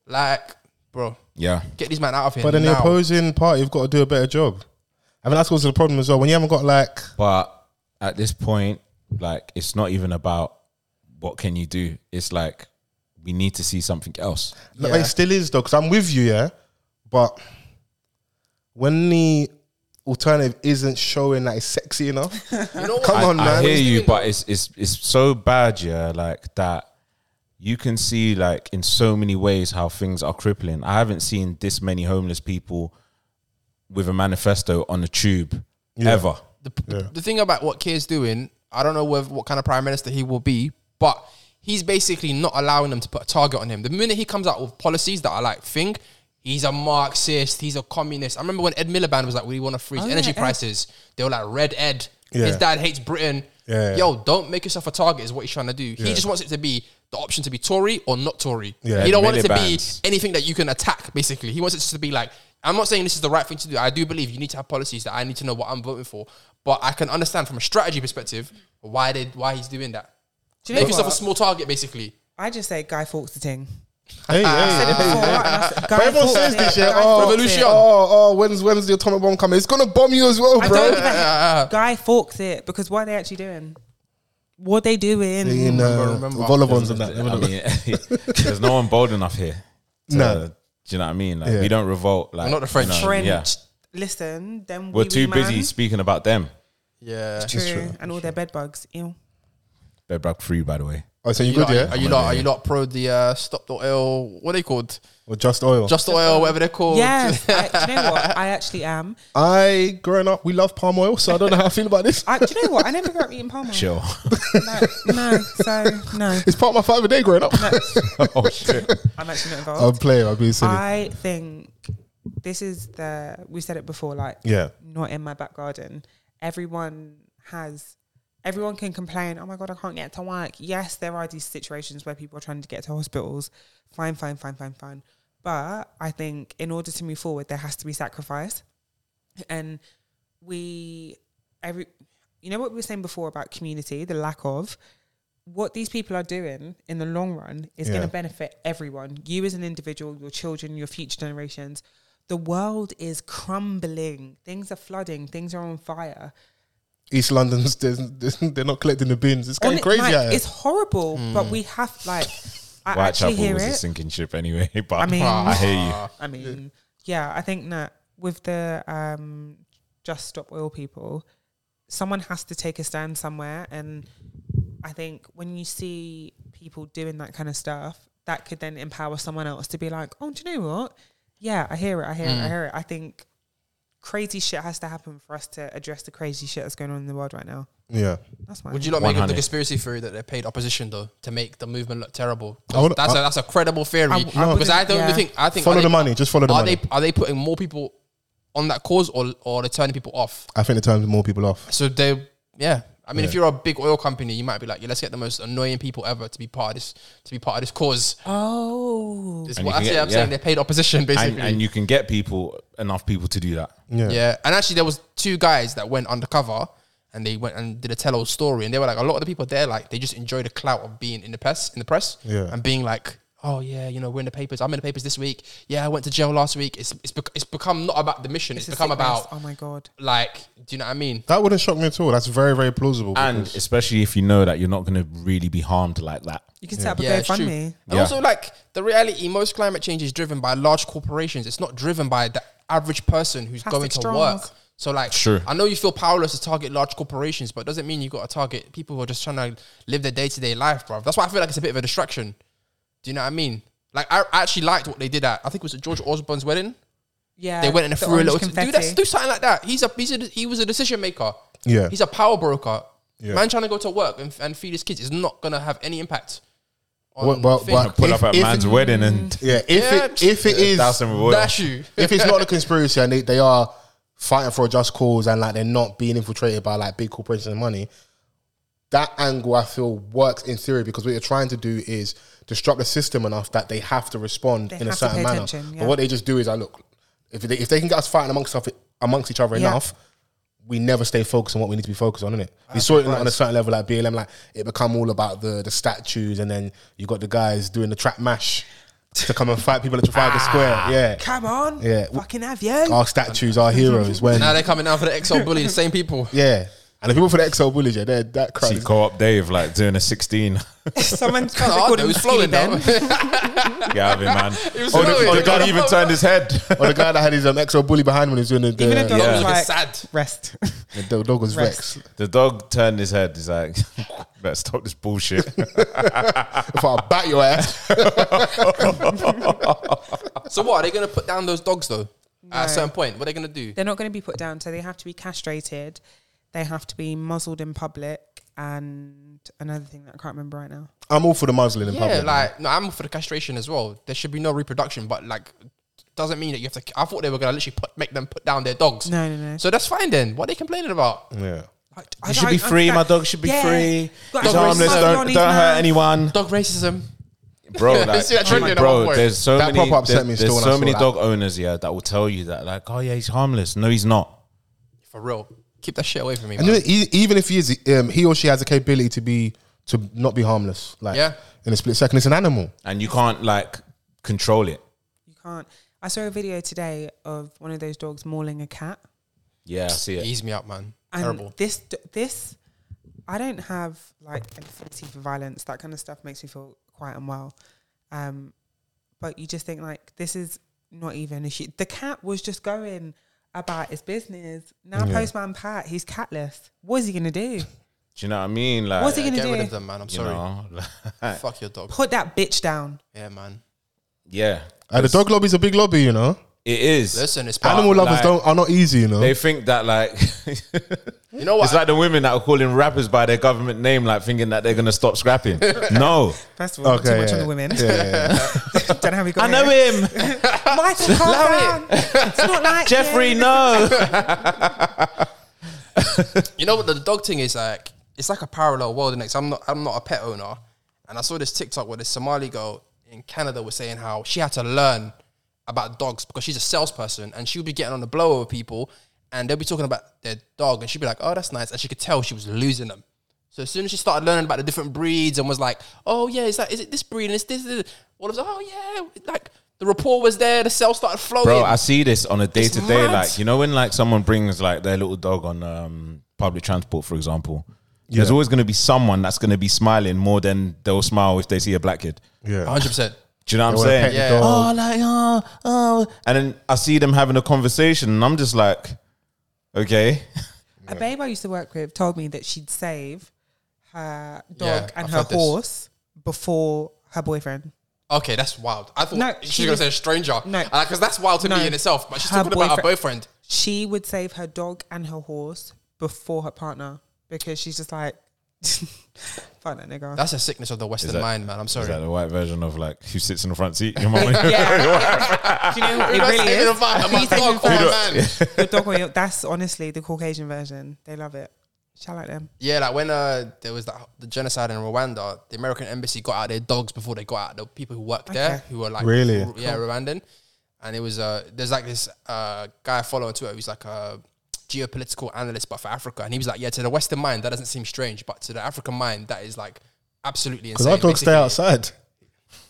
A: like, bro,
C: Yeah.
A: get these man out of here.
E: But then the
A: now.
E: opposing party have got to do a better job. I mean, that's also the problem as well. When you haven't got like,
C: But at this point, like, it's not even about what can you do. It's like we need to see something else.
E: like, it still is though, because I'm with you, yeah. But when the alternative isn't showing that it's sexy enough,
A: you know what?
E: come
C: I,
E: on,
C: I
E: man.
C: hear you, but it's it's it's so bad, yeah. Like that, you can see like in so many ways how things are crippling. I haven't seen this many homeless people with a manifesto on the tube ever.
A: the, the thing about what Keir's doing, I don't know whether, what kind of prime minister he will be, but he's basically not allowing them to put a target on him. The minute he comes out with policies that are like thing, he's a Marxist, he's a communist. I remember when Ed Miliband was like, "We want to freeze energy prices." They were like, "Red Ed,
E: Yeah.
A: his dad hates Britain."
E: Yeah, yeah.
A: Yo, don't make yourself a target. Is what he's trying to do.
E: Yeah.
A: He just wants it to be the option to be Tory or not Tory.
E: Yeah.
A: He don't want it to be
C: Miliband's.
A: anything that you can attack. Basically, he wants it to be like. I'm not saying this is the right thing to do. I do believe you need to have policies that I need to know what I'm voting for. But I can understand from a strategy perspective why they why he's doing that.
D: Do you know
A: Make yourself a
D: what?
A: small target, basically.
D: I just say Guy Fawkes the ting.
E: Hey, hey, hey, hey. But everyone says this, yeah. Oh,
A: Revolution.
E: Oh, oh, when's when's the atomic bomb coming? It's gonna bomb you as well,
D: I
E: bro.
D: don't give a heck. Guy Fawkes it because what are they actually doing? What they doing?
E: In, uh,
A: remember.
E: Volavons and that.
C: I mean, there's no one bold enough here. to-
E: No.
C: do you know what I mean? Like
E: Yeah.
C: we don't revolt. Like
A: We're not the French.
C: you know,
D: French.
C: yeah.
D: Listen, then
C: We're
D: wee-wee
C: too
D: man.
C: busy speaking about them.
A: Yeah.
D: True.
E: true,
D: and all their bed bugs. Ew.
C: They're back free, by the way.
E: Oh, so you
A: You
E: good,
A: lot,
E: yeah?
A: Are you lot? Are you lot pro the uh, stop the oil? What are they called?
E: Or just oil?
A: Just the oil, whatever they're called.
D: Yes. I, do you know what? I actually am.
E: I growing up, we love palm oil, so I don't know how I feel about this.
D: I, do you know what? I never grew up eating palm oil.
C: Chill.
D: Like, no, so no.
E: It's part of my five a day growing up.
C: oh shit.
D: I'm actually not
E: I'm
D: involved.
E: playing. I'm being silly.
D: I think this is the we said it before, like
E: yeah.
D: not in my back garden. Everyone has everyone can complain, oh my god, I can't get to work. Yes, there are these situations where people are trying to get to hospitals. Fine, fine, fine, fine, fine. But I think in order to move forward there has to be sacrifice. And we every you know what we were saying before about community, the lack of what these people are doing in the long run is going
E: Yeah.
D: to benefit everyone. You as an individual, your children, your future generations. The world is crumbling. Things are flooding. Things are on fire.
E: East London's there's, there's, they're not collecting the bins. It's getting Hmm.
D: On it,
E: crazy
D: like,
E: out here.
D: It's horrible, but we have like. I actually
C: Whitechapel
D: hear
C: was a
D: it.
C: sinking ship anyway. But
D: I
C: I,
D: mean-
C: hear you.
D: I mean, yeah, I think that with the um, just stop oil people, someone has to take a stand somewhere, and I think when you see people doing that kind of stuff, that could then empower someone else to be like, oh, do you know what? Yeah, I hear it. I hear
A: Mm.
D: it. I hear it. I think crazy shit has to happen for us to address the crazy shit that's going on in the world right now.
E: yeah.
D: That's my
A: Would you not make up
C: 100.
A: the conspiracy theory that they paid opposition though to make the movement look terrible?
E: I would-
A: that's a
E: I-
A: that's a credible theory
D: I- I
A: because I don't
D: wouldn't- yeah.
A: think I think
E: Follow
A: are
E: the
A: they-
E: money. Just follow the
A: Are
E: money.
A: they are they putting more people on that cause or or they turning people off?
E: I think it turns more people off.
A: So they yeah. I mean, if you're a big oil company, you might be like, yeah, let's get the most annoying people ever to be part of this to be part of this cause.
D: Uh, oh,
A: Is
C: And
A: what
C: you
A: I
C: can
A: say,
C: get-
A: I'm saying
C: yeah.
A: they paid opposition basically.
C: And, and you can get people enough people to do that.
E: Yeah.
A: Yeah, and actually, there was two guys that went undercover, and they went and did a tell-all story, and they were like, a lot of the people there, like, they just enjoy the clout of being in the press, in the press,
E: Yeah.
A: and being like, oh yeah, you know, we're in the papers. I'm in the papers this week. Yeah, I went to jail last week. It's it's, bec- it's become not about the mission. It's,
D: It's a
A: become
D: sickness.
A: about
D: Oh my god.
A: like, do you know what I mean?
E: That wouldn't shock me at all. That's very, very plausible.
C: And
E: because-
C: especially if you know that you're not going to really be harmed like that.
D: You can set up a
A: Yeah, it's true.
D: GoFundMe.
A: And
C: Yeah.
A: also, like the reality, most climate change is driven by large corporations. It's not driven by the average person who's
D: Plastic
A: going to
D: straws.
A: work. So, like,
C: Sure.
A: I know you feel powerless to target large corporations, but it doesn't mean you got to target people who are just trying to live their day to day life, bro. That's why I feel like it's a bit of a distraction. Do you know what I mean? Like, I I actually liked what they did at. I think it was at George Osborne's wedding.
D: Yeah,
A: They went in and
D: the
A: threw a
D: orange
A: little.
D: confetti.
A: Do that. Do something like that. He's a. He's a. He was a decision maker.
E: Yeah.
A: He's a power broker.
E: Yeah.
A: Man trying to go to work and, and feed his kids is not gonna have any impact. on
E: Well, well,
A: things.
E: but-
C: Pull
E: If-
C: up at
E: if-
C: man's wedding and
E: yeah, if it
A: Yeah.
E: if it is
C: thousand reward.
A: Dash you.
E: if it's not a conspiracy and they, they are fighting for a just cause and like they're not being infiltrated by like big corporations and money, that angle I feel works in theory because what you're trying to do is disrupt the system enough that they have to respond
D: They
E: in a
D: have to
E: certain
D: pay
E: manner.
D: attention, yeah.
E: But what they just do is, I look if they, if they can get us fighting amongst us, amongst each other
D: Yeah.
E: enough. We never stay focused on what we need to be focused on, innit? We saw it on a certain level, like BLM, like it become all about the the statues, and then you got the guys doing the trap mash to come and fight people at Trafalgar
D: Ah,
E: Square. Yeah,
D: Come on,
E: Yeah.
D: fucking have you?
C: Oh,
E: our statues, our heroes. When
A: Now they're coming out for the XL bully, the same people.
E: yeah, and the people for the XL Bullies, yeah, they're that crowd.
C: see
E: is-
C: co-op Dave like doing a 16.
D: Someone's
A: Kinda hard
D: called
A: though,
D: him
A: It was flowing
D: Skinny
A: though.
D: Ben.
C: Gavin, man.
A: was
C: Oh,
A: flowing.
C: the, oh, the guy even turned his head.
E: Or the guy that had his um, XL Bully behind when he was doing the, the,
D: Even a dog
C: Yeah.
D: was
A: Even
D: like,
A: sad.
D: rest.
E: the, the dog was
D: Rex.
E: Rex.
C: The dog turned his head. He's like, better stop this bullshit.
E: If I bat your ass,
A: So what are they gonna put down those dogs though? At a certain point, what are they gonna do?
D: They're not going to be put down, so they have to be castrated. They have to be muzzled in public, and another thing that I can't remember right now.
E: I'm all for the muzzling in
A: yeah,
E: public.
A: like no, I'm for the castration as well. There should be no reproduction, but like doesn't mean that you have to. I thought they were gonna literally put, make them put down their dogs.
D: No, no, no.
A: So that's fine then. What are they complaining about?
E: yeah.
D: I
C: should be
D: don't
C: free. My
D: understand.
C: dog should be
D: Yeah.
C: free.
D: Got
C: He's
D: a
C: harmless.
D: muzzle on
C: Don't,
D: his
C: don't hurt
D: mouth.
C: anyone.
A: Dog racism.
C: Bro, like,
A: See that trend at one
C: bro
A: point.
C: there's so
E: That
C: many,
E: pop-up upset
C: there's,
E: me
C: there's
E: still when I
C: so
E: saw
C: many
E: that.
C: dog owners here that will tell you that, like, oh, yeah, he's harmless. No, he's not.
A: For real, keep that shit away from me.
E: And
A: man.
E: you know, e- even if he is, um, he or she has the capability to be to not be harmless. Like
A: Yeah.
E: in a split second, it's an animal.
C: and you can't like control it.
D: You can't. I saw a video today of one of those dogs mauling a cat.
C: Yeah, I see it.
A: Ease me up, man.
D: And
A: Terrible.
D: This, d- this, I don't have like an affinity for violence. That kind of stuff makes me feel quite unwell. Um, but you just think like this is not even a shit. The cat was just going about his business. Now postman Pat, he's catless. What is he gonna do?
C: Do you know what I mean? Like,
D: What's he
A: Get
D: gonna
A: rid
D: do?
A: of them, man. I'm
C: you
A: sorry.
C: know, like,
A: Fuck your dog.
D: Put that bitch down.
A: Yeah, man.
C: yeah,
E: And the dog lobby is a big lobby, you know.
C: it is.
A: Listen, it's part
E: Animal
C: But,
E: lovers
C: like,
E: don't are not easy, you know.
C: They think that like
A: You know what?
C: it's like the women that are calling rappers by their government name, like thinking that they're gonna stop scrapping. no,
D: First of all, not
E: Okay,
D: too much
E: yeah,
D: on the women.
E: yeah, yeah, yeah.
D: don't know how we got
C: I know
D: here.
C: him,
D: Michael, calm down. It's not like
C: Jeffrey.
D: him.
C: No,
A: You know what the dog thing is like? It's like a parallel world in it. 'cause I'm not I'm not a pet owner, and I saw this TikTok where this Somali girl in Canada was saying how she had to learn about dogs because she's a salesperson and she would be getting on the blow with people, and they'll be talking about their dog, and she'd be like, "Oh, that's nice," and she could tell she was losing them. So as soon as she started learning about the different breeds and was like, "Oh yeah, is that is it this breed and it's this?" this, this," all of a sudden, "Oh yeah," like the rapport was there, the sales started flowing.
C: bro, I see this on a day to day.
A: mad.
C: Like you know when like someone brings like their little dog on um, public transport, for example. There's
E: Yeah.
C: always gonna be someone that's gonna be smiling more than they'll smile if they see a black kid.
E: yeah.
A: 100. percent
C: Do you know
E: They
C: what I'm
E: wanna pet
C: saying?
E: the
A: Yeah.
C: oh,
E: dog.
C: like, oh, oh. And then I see them having a conversation, and I'm just like, okay.
D: A babe I used to work with told me that she'd save her dog
A: Yeah,
D: and
A: I've
D: her
A: heard this.
D: horse before her boyfriend.
A: Okay, that's wild. I thought
D: No,
A: she
D: she-
A: was going to say a stranger.
D: No.
A: because that's wild to
D: No.
A: me in itself. But she's
D: Her
A: talking about her boyfriend.
D: She would save her dog and her horse before her partner because she's just like, fuck that nigga.
A: That's a sickness of the Western
C: that-
A: mind, man. I'm
C: Is
A: sorry.
C: that the white version of like who sits in the front seat? Your mama.
D: yeah. Do you know what
A: You're not
D: it really
A: saving
D: is?
A: a man, I'm a
D: You saving
A: dog
D: for
A: or a
D: us.
A: man.
D: Your dog or your, that's honestly the Caucasian version. They love it. Shout out them.
A: Yeah, like when uh, there was that, the genocide in Rwanda, the American embassy got out their dogs before they got out the people who worked there,
D: Okay.
A: who were like
E: Really?
A: r- yeah, Rwandan. And it was uh, there's like this uh guy I follow on Twitter who's like a geopolitical analyst, but for Africa, and he was like, yeah, to the Western mind that doesn't seem strange, but to the African mind that is like absolutely
E: Because
A: insane.
E: our dogs stay
A: Basically,
E: outside.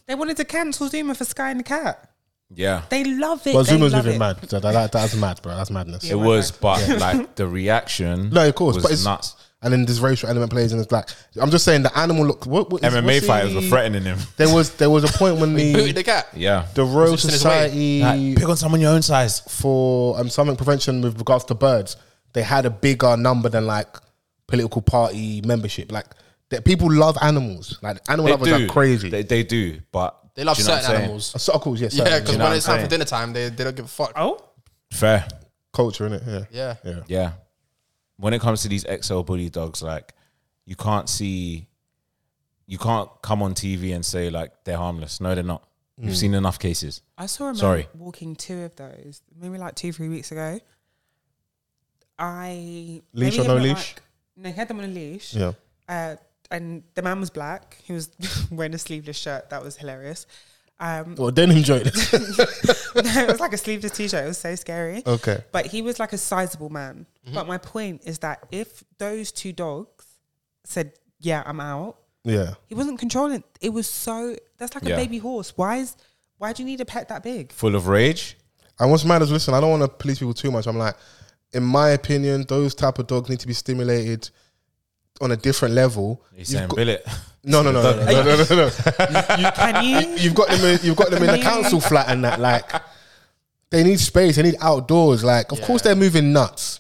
D: They wanted to cancel Zuma for Sky and the Cat.
C: yeah.
D: They love it.
E: But
D: they
E: Zuma's
D: love
E: moving
D: it.
E: mad. That, that- that's mad, bro. That's madness.
C: It
D: Yeah.
C: was, but like the reaction.
E: No, of course,
C: was
E: but it's
C: nuts.
E: And then this racial element plays, and it's like I'm just saying the animal look. What, what, is-
C: MMA
E: what's
C: fighters
E: the-
C: were threatening him.
E: There was there was a point when
A: Booted
E: the
A: the cat.
C: Yeah,
E: the Royal
A: It's just in his way.
E: Society
C: like, pick on someone your own size.
E: for um, something prevention with regards to birds, they had a bigger number than like political party membership. Like that, people love animals. Like animal
C: They
E: lovers
C: do
E: are crazy.
C: They, they do, but
A: They love
C: do you know what I'm
A: certain
C: saying?
A: animals.
E: so cool, yes.
A: Yeah,
E: Yeah,
A: because
C: know
A: when
C: what
A: it's
C: I'm
A: time for
C: saying?
A: dinner time, they, they don't give a fuck.
D: Oh,
C: Fair.
E: culture in it. Yeah.
A: Yeah.
E: yeah.
C: Yeah. When it comes to these XL bully dogs, like you can't see, you can't come on TV and say like they're harmless. No, they're not.
E: Hmm.
C: You've seen enough cases.
D: I saw a man
C: Sorry.
D: walking two of those maybe like two, three weeks ago. I
E: Leash
D: maybe
E: or
D: he
E: no
D: had,
E: leash?
D: like- no, he had them on a leash.
E: Yeah.
D: Uh, and the man was black. He was wearing a sleeveless shirt. That was hilarious. Um,
E: Well, denim joint.
D: it was like a sleeveless t-shirt. It was so scary.
E: okay. Mm-hmm.
D: But he was like a sizable man. But my point is that if those two dogs said, "Yeah, I'm out,"
E: Yeah.
D: he wasn't controlling. It was so. That's like
C: Yeah.
D: a baby horse. Why is? Why do you need a pet that big?
C: Full of rage.
E: And what's mad is, listen, I don't want to police people too much. I'm like, in my opinion, those type of dogs need to be stimulated on a different level.
C: He's
E: You've
C: saying
E: got-
C: billet.
E: no, no, no, no, no, no, no, no, no.
D: Can you?
E: You've got them. In, you've got them in the council flat and that. Like, they need space. They need outdoors. Like, of course, they're moving nuts.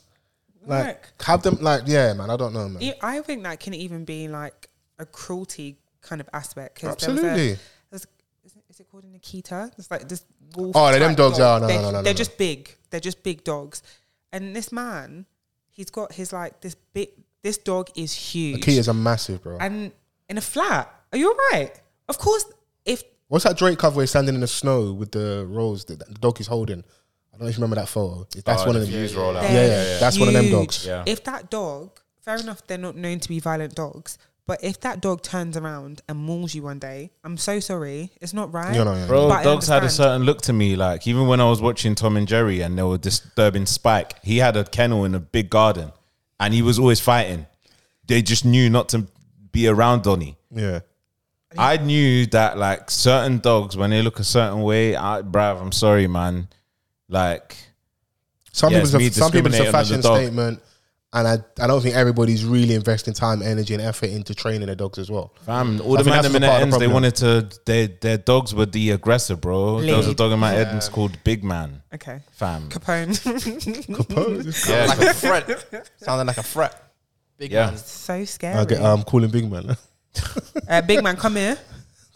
E: Like,
D: Look.
E: have them. Like, yeah, man. I don't know, man.
D: E- I think that can even be like a cruelty kind of aspect. 'cause There was
E: Absolutely.
D: a, there's, is, it, is it called a Nikita? It's like this wolf.
E: Oh, they're
D: type
E: them dogs,
D: dog.
E: yeah, no,
D: they're,
E: no, no, no,
D: They're
E: no.
D: just big. They're just big dogs. And this man, he's got his like this big. This dog is huge.
E: Key is a massive, bro.
D: and in a flat. Are you all right? Of course, if
E: What's that Drake cover where he's standing in the snow with the rose that the dog is holding? I don't know if you remember that photo. That's
C: Oh,
E: one
C: the
E: of them.
C: views roll out.
E: yeah, yeah. That's one of them dogs.
C: Yeah.
D: If that dog, fair enough, they're not known to be violent dogs. But if that dog turns around and mauls you one day, I'm so sorry. It's not right.
E: You know, yeah.
C: Bro,
D: But I
C: dogs had a
D: understand.
C: certain look to me. Like even when I was watching Tom and Jerry, and they were disturbing Spike. He had a kennel in a big garden, and he was always fighting. They just knew not to be around Donny.
E: Yeah.
C: I knew that like certain dogs when they look a certain way, I, bruv, I'm sorry, man. Like
E: Some
C: Yeah,
E: people,
C: it's me
E: it's a, some people, it's a
C: discriminating on the
E: fashion
C: dog.
E: statement, and I, I don't think everybody's really investing time, energy, and effort into training their dogs as well.
C: Fam, all the
E: think
C: man them
E: that's the
C: in the
E: part of the
C: ends, they
E: problem.
C: wanted to. Their their dogs were the aggressor, bro. There was a
D: Lead.
C: dog in my head and it's called Big Man,
D: Okay.
C: fam.
D: Capone.
C: Yeah,
A: like a threat. Sounded like a threat. Big
C: Yeah.
A: man.
D: so scary.
E: I get um calling big man.
D: Uh, big man, come here.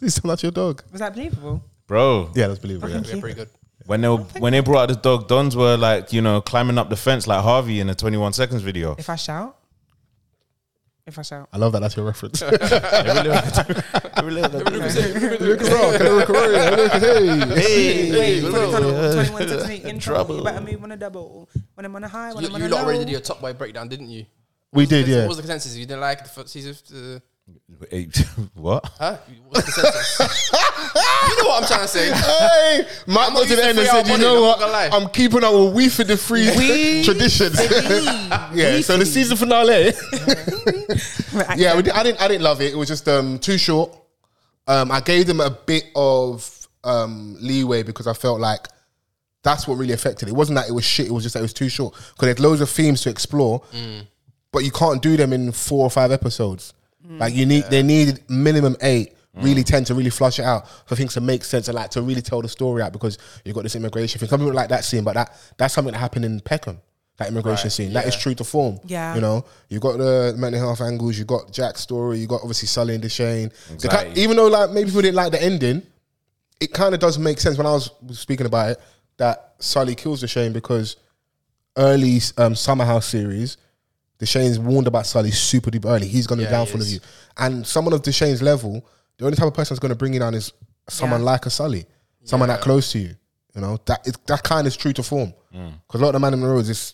E: Is that your dog?
D: Was that believable?
C: bro.
E: Yeah, that's believable. Yeah.
A: Yeah, pretty good.
C: When they were, when they brought out the dog, Dons were like you know climbing up the fence like Harvey in the 21 seconds video.
D: If I shout, if I shout,
E: I love that. That's your reference.
C: Hey,
D: 21 technique in trouble. You better move on a double. When I'm on a high, when
A: You,
D: I'm on
A: you
D: a
A: lot
D: low.
A: already did your top boy breakdown, didn't you?
E: we did, yeah.
A: What was the consensus? You didn't like the first season? Uh,
C: Hey, what?
A: huh? What was the consensus? you know what I'm trying to say.
E: Hey, Matt got
A: not
E: to
A: used
E: the
A: to
E: end and
A: three-hour
E: said, "You
A: body,
E: know
A: I'm
E: what?
A: not gonna lie."
E: I'm keeping up with we for the free tradition." yeah. So the season finale. yeah, we did, I didn't. I didn't love it. It was just um, too short. Um, I gave them a bit of um, leeway because I felt like that's what really affected it. It wasn't that it was shit. It was just that it was too short because there's loads of themes to explore, but you can't do them in four or five episodes. Like you need, they needed minimum eight, really ten to really flush it out for things to make sense and like to really tell the story out because you've got this immigration thing. Some people like that scene, but that that's something that happened in Peckham. That immigration scene that is true to form.
D: Yeah.
E: you know, you got the mental health angles, you got Jack's story, you got obviously Sully and Deshane. The ki-
C: Anxiety.
E: even though like maybe people didn't like the ending, it kind of does make sense when I was speaking about it that Sully kills the Shane because early um, Summer House series, the Shane's warned about Sully super deep early. He's going to be
A: Yeah, he
E: downfall of
A: is.
E: you. And someone of the Shane's level, the only type of person that's going to bring you down is someone
D: Yeah.
E: like a Sully, someone that close to you. You know that is, that kind is true to form because
A: Mm.
E: a lot of the man in the roads is,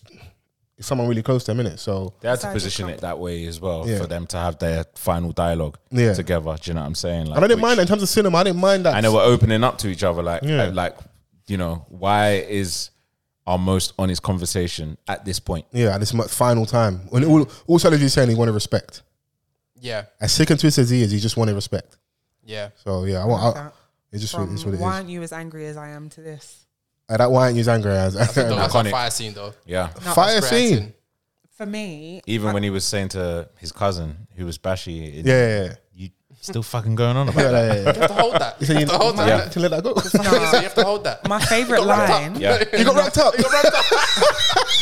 E: is someone really close to him, innit? So
C: They had to
D: Side
C: position it
D: account.
C: that way as well
E: Yeah.
C: for them to have their final dialogue
E: Yeah.
C: together. Do you know what I'm saying? Like,
E: and I didn't
C: which-
E: mind that in terms of cinema. I didn't mind that.
C: and they were opening up to each other like
E: Yeah.
C: uh, like you know why is our most honest conversation at this point
E: yeah, and it's my final time. And all, all Sully's saying he wanted respect.
A: Yeah,
E: As sick and twisted as he is, he just wanted respect.
A: yeah.
E: So yeah, I want. I,
D: That.
E: it's just
D: From
E: it's what it is.
D: why aren't you as angry as I am to this?
E: Uh, that why aren't you angry as
A: That's a, that's a
C: Iconic.
A: fire scene though.
C: yeah
E: fire scene?
D: For me,
C: even when he was saying to his cousin who was bashy it-
E: Yeah, yeah, yeah.
C: you still fucking going on
E: yeah,
C: about that
E: yeah, yeah, yeah.
A: You have to hold that. You
E: So you,
A: have to hold
E: you
A: that.
E: to let that go.
A: Seriously, You have to hold that.
D: my favorite
A: wrapped up.
D: line.
C: yeah
E: you got wrapped up. You got wrapped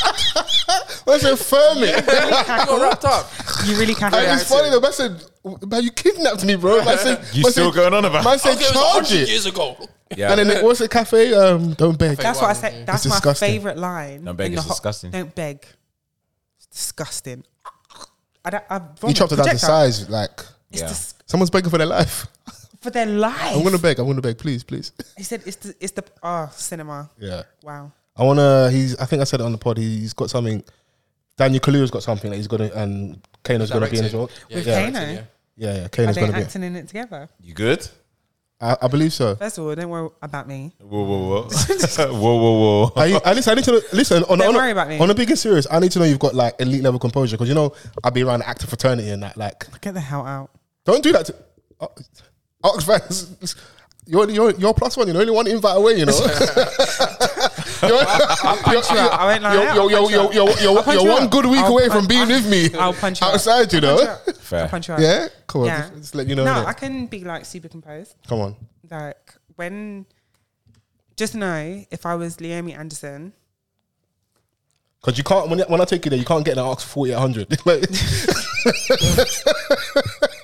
E: up. Where's your firming?
A: You got wrapped up.
D: You really
E: And
D: can't.
E: it's funny though. Man said, "Man, you kidnapped me, bro." Man said,
C: You
E: man
C: still
E: said,
C: going on about-
E: Man said,
A: Okay, it was
E: "Charge
A: 100
E: it."
A: years ago.
C: yeah
E: And then it- what's the cafe? Um, don't beg.
D: That's what I said. That's my
E: disgusting.
D: favorite line.
C: Don't beg,
D: in the
C: it's
D: ho-
C: disgusting.
D: Don't beg. It's disgusting. I don't, I
E: You chopped it down to size. Like
D: It's
C: Yeah.
D: dis-
E: someone's begging for their life.
D: for their life.
E: I'm gonna beg. I'm gonna beg. Please, please.
D: he said, "It's the, it's the oh cinema."
E: Yeah.
D: Wow.
E: I wanna. He's. I think I said it on the pod. He's got something. Daniel Kaluuya's got something that he's gonna and Kano's gonna be in as well.
D: With
E: yeah,
D: Kano,
A: directed, yeah.
E: Yeah, yeah.
D: are
E: Kano's
D: they
E: gonna be. in.
D: acting in it together?
C: you good
E: I, I believe so.
D: First of all, don't worry about me.
C: whoa whoa whoa whoa whoa whoa
E: Are you, I, listen, I need to know, listen. On,
D: Don't
E: on,
D: worry about me.
E: On a bigger serious, I need to know you've got like elite level composure because you know I'd be around the actor fraternity and that. Like,
D: Get the hell out.
E: don't do that. To, uh, Ox fans, you're, you're you're plus one. You're only one invite away. You know. you're,
D: you out. I won't lie.
E: you're-
D: I'll
E: you're-
D: punch you
E: you're-
D: out.
E: you're- you're-
D: I'll punch
E: you're
D: you
E: one
D: out.
E: good week
D: I'll
E: away
D: punch-
E: from being with me.
D: I'll punch you out.
E: outside. You know.
D: I'll
C: fair
D: punch you out.
E: Yeah. Come on.
D: Yeah.
E: Just, just let you know.
D: no,
E: innit?
D: I can be like super composed.
E: Come on.
D: Like when, just know if I was Leomi Anderson,
E: Because you can't, when, when I take you there, you can't get an Ox 40 at 100.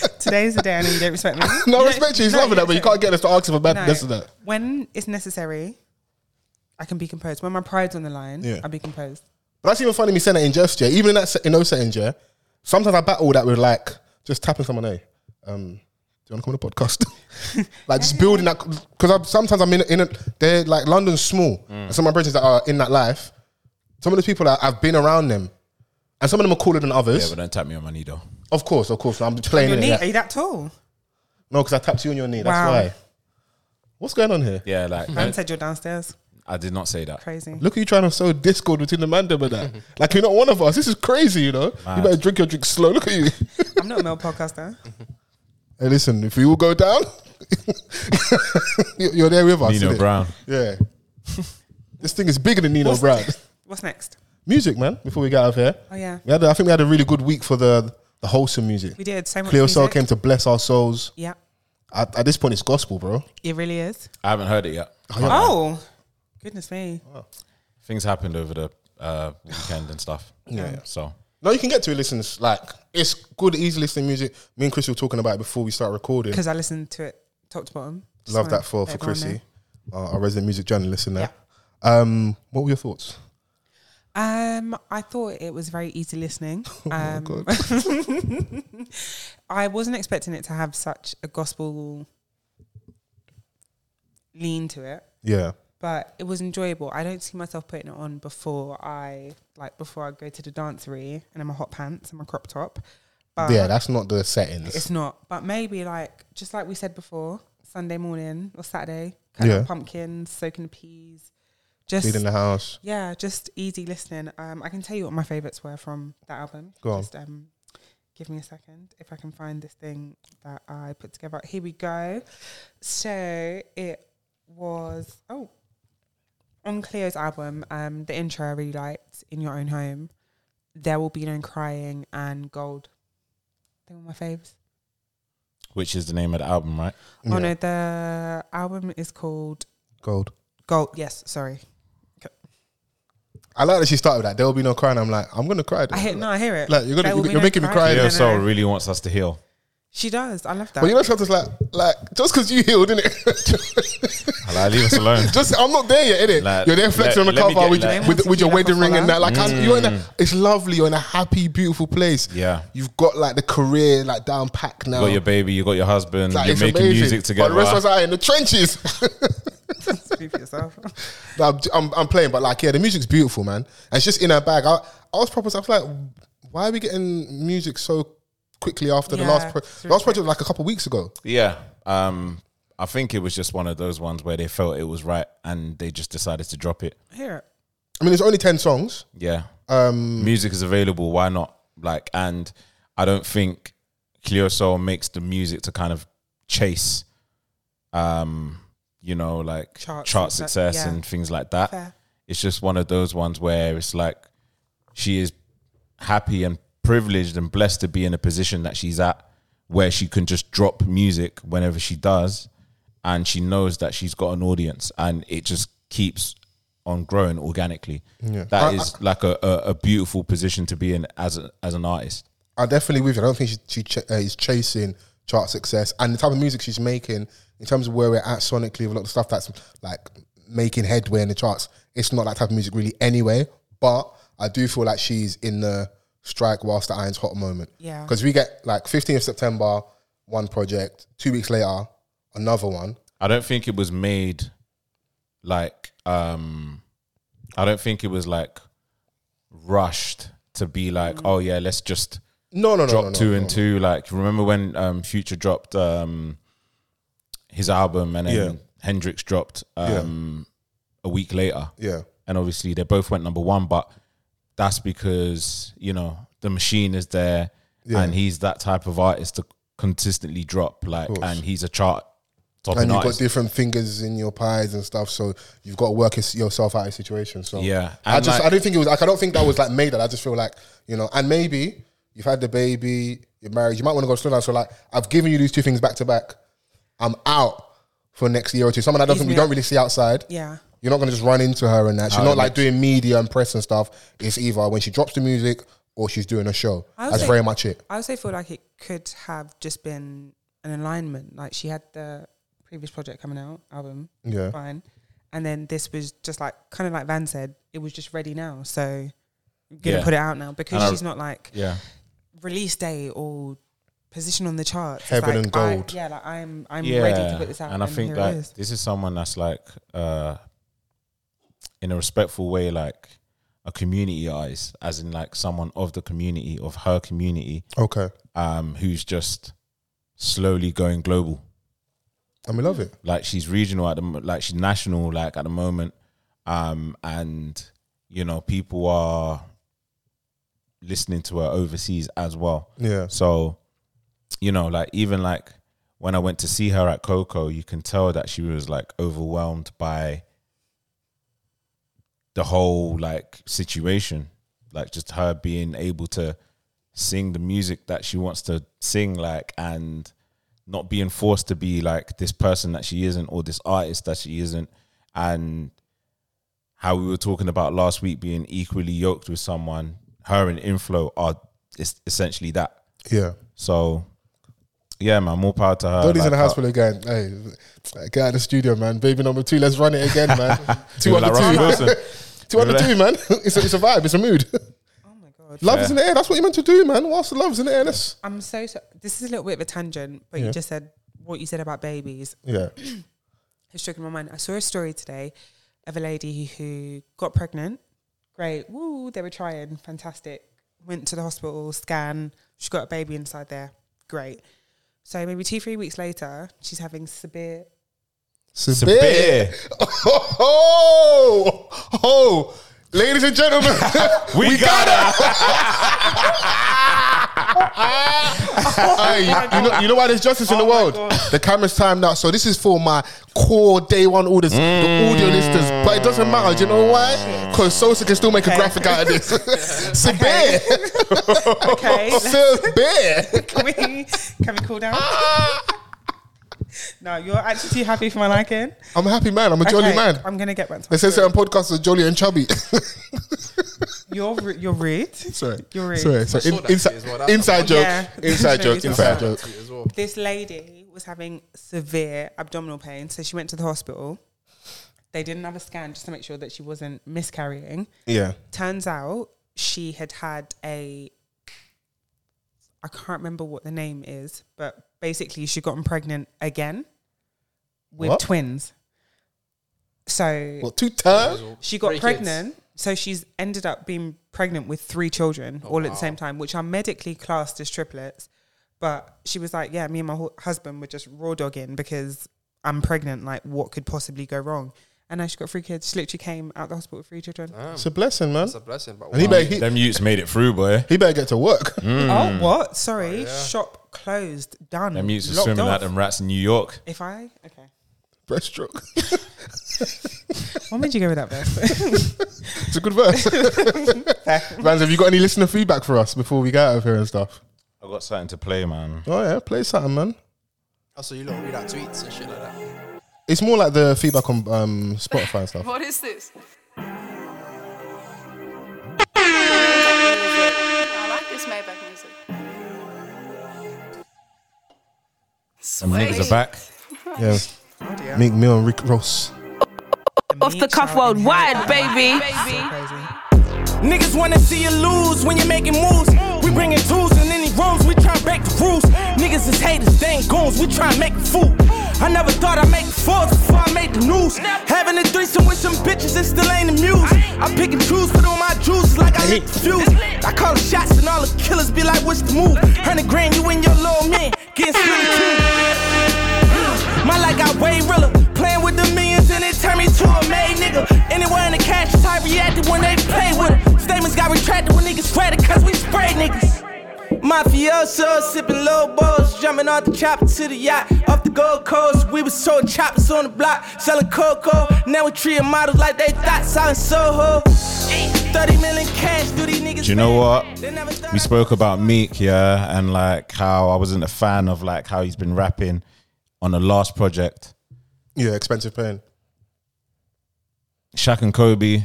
E: Like,
D: today's the day I know you don't respect me.
E: no,
D: You
E: respect you, he's
D: no,
E: loving that, but you
D: don't.
E: can't get us to ask him about
D: No.
E: this and that.
D: When it's necessary, I can be composed. When my pride's on the line,
E: Yeah.
D: I'll be composed.
E: But that's even funny me saying that in jest, yeah. Even in that se- in those settings, yeah. Sometimes I battle that with like just tapping someone, hey, um, do you want to come on the podcast? like just building that because I'm, sometimes I'm in in a, they're like London's small,
C: Mm.
E: and some of my bridges that are in that life, some of those people that I've been around them, and some of them are cooler than
C: yeah
E: others.
C: but don't tap me on my knee though
E: of course, of course, I'm playing
D: Your
E: in
D: knee,
E: it.
D: are
E: yeah.
D: you that tall?
E: No, because I tapped you on your knee. That's
D: Wow.
E: why. What's going on here?
C: yeah like
D: Man said you're downstairs.
C: I did not say that
D: Crazy.
E: Look at you trying to sow discord between the man them and that. like you're not one of us. This is crazy, you know. You better drink your drink slow. Look at you.
D: I'm not a male podcaster.
E: Hey, listen, if we all go down, you're you're there with us.
C: Nino
E: innit?
C: Brown.
E: Yeah. this thing is bigger than Nino Brown.
D: What's next?
E: music, man, before we get out of here.
D: Oh yeah,
E: We had, a- I think we had a really good week for the, the wholesome music.
D: we did so much.
E: Cleo Soul
D: music.
E: came to bless our souls.
D: Yeah,
E: At, at this point, it's gospel, bro.
D: it really is.
C: I haven't heard it yet.
D: Oh, goodness me.
C: Things happened over the uh, weekend and stuff. Yeah. So
E: No, you can get to it, listens. Like, it's good, easy listening music. Me and Chris were talking about it before we started recording.
D: Because I listened to it top to bottom. Just
E: Love
D: wanna
E: that for,
D: let
E: for
D: everyone know.
E: Chrissy, our, our resident music journalist in there. Um, what were your thoughts?
D: Um, I thought it was very easy listening.
E: Oh
D: Um, I wasn't expecting it to have such a gospel lean to it,
E: Yeah.
D: but it was enjoyable. I don't see myself putting it on before I like before I go to the dancery and I'm a hot pants and my crop top. But
E: yeah, that's not the settings.
D: Uh, it's not. But maybe like just like we said before, Sunday morning or Saturday, cutting
E: Yeah.
D: up pumpkins, soaking the peas, just
E: Feed in the house.
D: yeah, just easy listening. Um, I can tell you what my favorites were from that album.
E: Go on.
D: Just um, give me a second if I can find this thing that I put together. Here we go. So it was oh, on Cleo's album, um, the intro I really liked, "In Your Own Home," "There Will Be No Crying," and "Gold." They were my faves.
C: which is the name of the album, right?
D: Oh no, the album is called
E: Gold.
D: Gold. Yes, sorry.
E: I like that she started with that. There will be no crying. I'm like, I'm gonna cry.
D: I
E: then.
D: hear no, I hear it.
E: Like, you're gonna-
D: There Will Be
E: you're
D: No
E: making me
D: Crying.
E: cry.
D: No,
C: Cleo
D: no,
C: Soul
D: no.
C: really wants us to heal.
D: She does. I love that.
E: But you know, sometimes like, like just because you healed, innit?
C: Like, leave us alone.
E: just I'm not there yet, innit?
C: Like,
E: You're there flexing
C: let-
E: on the
C: let me
E: cover
C: get-
E: with,
C: like-
E: with, with your wedding ring and that. Like, I- you're in a, it's lovely. You're in a happy, beautiful place.
C: Yeah.
E: you've got like the career like down packed now.
C: You got your baby, you got your husband,
E: Like,
C: you're
E: it's
C: making
E: amazing.
C: music
E: But
C: together.
E: the rest of us are in the trenches.
D: Speak for yourself.
E: No, I'm, I'm, I'm playing, but like, yeah, the music's beautiful, man. And it's just in her bag. I, I was proper. I was like, why are we getting music so quickly after the
D: Yeah,
E: last pro-
D: it's
E: the
D: really
E: last project? was, Like a couple weeks ago.
C: yeah. Um, I think it was just one of those ones where they felt it was right and they just decided to drop it.
D: Hear it.
E: I mean, it's only ten songs.
C: Yeah.
E: Um,
C: music is available. Why not? Like, and I don't think Cleo Soul makes the music to kind of chase, um, you know, like
D: Charts
C: chart
D: and stuff,
C: success
D: yeah.
C: and things like that.
D: Fair.
C: It's just one of those ones where it's like she is happy and privileged and blessed to be in a position that she's at where she can just drop music whenever she does and she knows that she's got an audience and it just keeps on growing organically That
E: I-
C: is like a, a, a beautiful position to be in as a, as an artist
E: I definitely with you. I don't think she, she ch- uh, is chasing chart success and the type of music she's making in terms of where we're at sonically with a lot of stuff that's like making headway in the charts. It's not that type of music really anyway. But I do feel like she's in the strike whilst the iron's hot moment.
D: Yeah.
E: Because we get like 15th of September, one project. Two weeks later, another one.
C: i don't think it was made like um i don't think it was like rushed to be like oh yeah let's just
E: No, no, no,
C: drop
E: Oh, no, no,
C: two
E: no,
C: and
E: no.
C: two. Like remember when um, Future dropped um, his album and then
E: Yeah.
C: Hendrix dropped um, a week later,
E: Yeah.
C: and obviously they both went number one. But that's because you know the machine is there, and he's that type of artist to consistently drop like, and he's a chart topping
E: And you've got
C: artist.
E: different fingers in your pies and stuff, so you've got to work is- yourself out of the situation. So
C: Yeah,
E: I
C: and
E: just
C: like-
E: I don't think it was like I don't think that was like made that. I just feel like you know, and maybe you've had the baby, you're married, you might want to go slow down. So like I've given you these two things back to back. I'm out for next year or two. Someone I don't
D: Excuse
E: think we
D: me,
E: don't
D: I-
E: really see outside.
D: Yeah.
E: You're not gonna just run into her and that. She's not like doing media and press and stuff. It's either when she drops the music or she's doing a show.
D: I would
E: That's
D: say-
E: very much it.
D: I also feel like it could have just been an alignment. Like she had the previous project coming out, album,
E: Yeah.
D: fine, and then this was just like kind of like Van said, it was just ready now. So I'm gonna
C: Yeah.
D: put it out now because
C: And I-
D: she's not like
C: yeah,
D: release day or position on the charts. It's
E: Heaven
D: like,
E: and
D: I-
E: gold.
D: yeah, like I'm I'm
C: yeah.
D: ready to put this out.
C: and I think
D: here it
C: like
D: is.
C: this is someone that's like uh, in a respectful way, like a community artist, as in like someone of the community of her community,
E: Okay.
C: um, who's just slowly going global.
E: And we love it.
C: Like she's regional at the mo- like she's national like at the moment, um, and you know people are listening to her overseas as well.
E: Yeah.
C: So you know, like even like when I went to see her at Coco, you can tell that she was like overwhelmed by the whole like situation, like just her being able to sing the music that she wants to sing, like and not being forced to be like this person that she isn't or this artist that she isn't, and how we were talking about last week being equally yoked with someone. Her and Inflow are es- essentially that.
E: Yeah.
C: So, yeah, man, more power to her.
E: Dodie's
C: Like,
E: in the house
C: uh,
E: full again. Hey, get out of the studio, man. Baby number two, let's run it again, man. two
C: people
E: under
C: like Russell Wilson.
E: two. Two under
C: People
E: two, man. It's a, it's a vibe. It's a mood.
D: Oh my god.
E: Love is in the air. That's what you're meant to do, man. Whilst the love's in the air, let's.
D: I'm so, so this is a little bit of a tangent, but
E: Yeah.
D: you just said what you said about babies
E: Yeah.
D: has struck in my mind. I saw a story today of a lady who got pregnant. Great. Woo, they were trying. Fantastic. Went to the hospital, scan. She got a baby inside there. Great. So maybe two, three weeks later, she's having severe.
E: Sabir. Oh, oh, oh, ladies and gentlemen,
C: We, got, her.
E: Hey, you, know, you know why there's justice
D: Oh
E: in the world? The camera's timed out, so this is for my core day one orders,
F: Mm.
E: the audio listeners. But it doesn't matter. Do you know why? Because Sosa can still make a graphic out of this. Sabir,
D: Okay. let's-
E: Sabir.
D: can, we, can we cool down? no, you're actually too happy for my liking.
E: I'm a happy man. I'm a jolly
D: Okay,
E: man.
D: I'm going to get back to my
E: They say
D: story.
E: certain podcasts are jolly and chubby.
D: You're, ru- you're rude.
E: Sorry,
D: You're rude.
E: sorry, sorry. In-
F: that
E: inside,
F: tweet as well. That's
E: inside joke,
D: Yeah.
E: inside
D: No, you
E: joke,
D: saw
E: inside
D: that.
E: joke.
F: as well.
D: this lady was having severe abdominal pain, so she went to the hospital. They didn't have a scan just to make sure that she wasn't miscarrying.
E: Yeah,
D: Turns out she had had a I can't remember what the name is, but basically she gotten pregnant again with
E: What?
D: twins. So
E: well, two times.
D: she got
F: Three kids.
D: pregnant, so she's ended up being pregnant with three children
F: Oh,
D: all at the same time, which are medically classed as triplets. But she was like, "Yeah, me and my hu- husband were just raw dogging because I'm pregnant. Like, what could possibly go wrong?" And now she got three kids. She literally came out the hospital with three children.
F: Ah.
E: It's a blessing, man.
F: It's a blessing, but
E: And he better, he,
C: Them youths made it through, boy.
E: he better get to work. Hmm.
D: Oh, what? Sorry, shop closed, done.
C: Them youths are
D: locked
C: swimming
D: off.
C: like them rats in New York.
D: If I okay,
E: Breaststroke.
D: what made you go with that verse?
E: It's a good verse. Vans, have you got any listener feedback for us before we get out of here and stuff?
C: I got something to play, man.
E: Oh yeah, play something, man.
A: Oh,
F: also you don't read out tweets and shit like that.
E: It's more like the feedback on um, Spotify and stuff.
K: What is this? I like this Maybach music.
C: Them niggas are back.
E: Yeah. Meek Mill and Rick Ross.
D: Off the cuff
K: worldwide, baby.
D: Crazy.
L: Niggas wanna see you lose when you're making moves. We bringing tools in any rooms, we tryna break the rules. Niggas is haters, they ain't goons, we tryna make a fool. I never thought I'd make fools before I made the news. Having a threesome with some bitches, it still ain't amused. I pick and choose, put on my juice like I hit the fuse. I call the shots and all the killers be like, what's the move? Hundred grand, you and your little man, getting split in two. My life got way realer. Playing with the millions and it turned me to a made nigga. Anywhere in the cash, I reacted when they play with it. Statements got retracted when niggas read it cause we spray niggas. Mafioso, sipping low balls, jumping off the chopper to the yacht. Off the Gold Coast, we was sold choppers on the block, selling cocoa. Now we treating models like they thought, selling Soho. 30 million cash, do these niggas.
C: Do you know what?
L: bad? They never thought
C: We
L: I'd
C: spoke about Meek, yeah, and like how I wasn't a fan of like how he's been rapping on the last project.
E: Yeah, expensive pain.
C: Shaq and Kobe.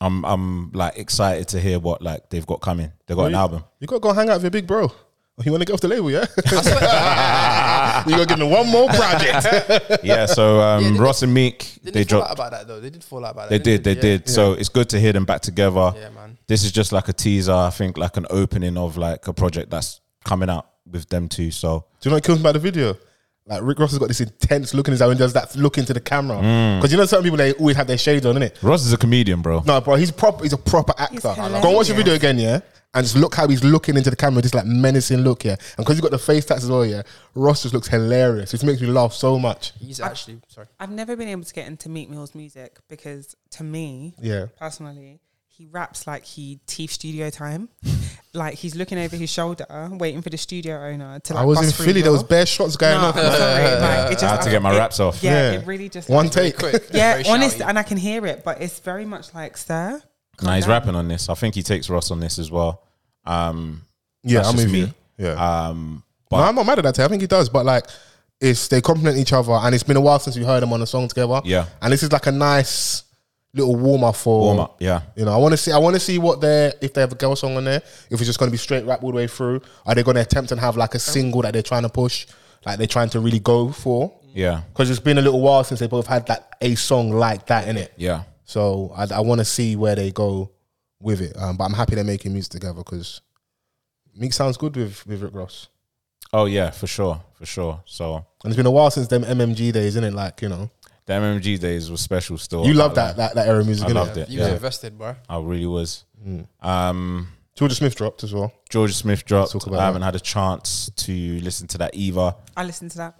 C: I'm I'm like excited to hear what like they've got coming. They've got an
E: you,
C: album.
E: You gotta go hang out with your big bro. Oh, You want to get off the label, yeah? you gotta give him one more project.
C: Yeah, so um, Ross and Meek
F: Didn't
C: they
F: they, fall out
C: dropped
F: about that though? They did fall out about
C: They
F: that.
C: did, they did. So it's good to hear them back together.
F: Yeah, man.
C: This is just like a teaser, I think, like an opening of like a project that's coming out with them too. So
E: Do you know what kills me about the video? Like Rick Ross has got this intense look in his eye and does that look into the camera. Because you know certain people they always have their shades on, innit?
C: Ross is a comedian, bro.
E: No, bro, he's proper. He's a proper actor. Go and watch the video again, yeah, and just look how he's looking into the camera, this like menacing look, yeah, and because he's got the face tats as well, yeah. Ross just looks hilarious. It makes me laugh so much.
F: He's actually sorry.
D: I've never been able to get into Meat Mill's music because to me,
E: Yeah.
D: personally, he raps like he teeth studio time. like he's looking over his shoulder, waiting for the studio owner to. Like,
E: I was in
D: bust through
E: Philly.
D: your-
E: There was bare shots going
D: No,
E: off.
D: I'm sorry, like, it
C: I had
D: just-
C: to get my
D: it-
C: raps off.
D: Yeah,
E: Yeah.
D: it really just
E: One
D: like,
E: take.
L: Quick.
D: Yeah,
L: Very
D: honest,
L: shouty.
D: and I can hear it, but it's very much like, sir,
C: Nah, he's
D: down.
C: rapping on this. I think he takes Ross on this as well. Um,
E: yeah,
C: that's
E: I'm
C: just
E: with you.
C: me.
E: Yeah.
C: um,
E: No,
C: but
E: I'm not mad at that. Tay. I think he does, but like, it's they complement each other, and it's been a while since we heard them on a song together.
C: Yeah.
E: and this is like a nice little warmer for
C: warm up, yeah.
E: You know, I want to see. I want to see what they if they have a girl song on there. If it's just going to be straight rap all the way through, are they going to attempt and have like a single that they're trying to push, like they're trying to really go for?
C: Yeah,
E: Because it's been a little while since they both had that a song like that in it.
C: yeah.
E: So I, I want to see where they go with it. Um, but I'm happy they're making music together because Meek sounds good with with Rick Ross.
C: Oh yeah, for sure, for sure. So
E: And it's been a while since them MMG days, isn't it? Like you know,
C: the MMG days was special. Still,
E: you
C: Oh, I
E: love
C: can't
E: that, that that era of
C: lie.
E: music.
C: I
E: innit? Mm.
C: loved it.
L: You was
C: Yeah,
L: invested, bro.
C: I really was. Um,
E: Georgia Smith dropped as well.
C: George Smith dropped.
E: Talk about
C: I haven't
E: that.
C: had a chance to listen to that either.
D: I listened to that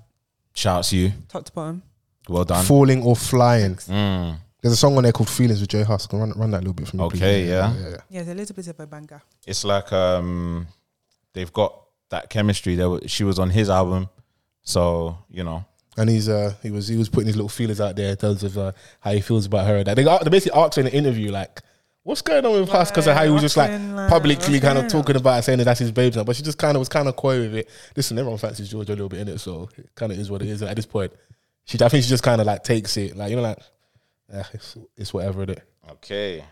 C: Shout out to you.
D: top to bottom.
C: Well done.
E: Falling or flying.
C: Mm.
E: There's a song on there called Feelings with Jay Husk. Run, run that a little bit for me.
C: Okay,
E: please.
C: yeah.
E: yeah.
D: Yeah, it's a little bit of a banger.
C: It's like um, they've got that chemistry. That she was on his album, so you know.
E: And he's uh he was he was putting his little feelers out there in terms of uh, how he feels about her. That they, they basically asked her in the interview like, "What's going on with us?" Because of how he was just like
D: Fucking, like,
E: publicly kind of
D: yeah.
E: talking about it, saying that that's his babe now. But she just kind of was kind of coy with it. Listen, everyone fancies George a little bit in it, so it kind of is what it is at this point. She I think she just kind of like takes it like you know like, eh, it's, it's whatever it.
C: Okay.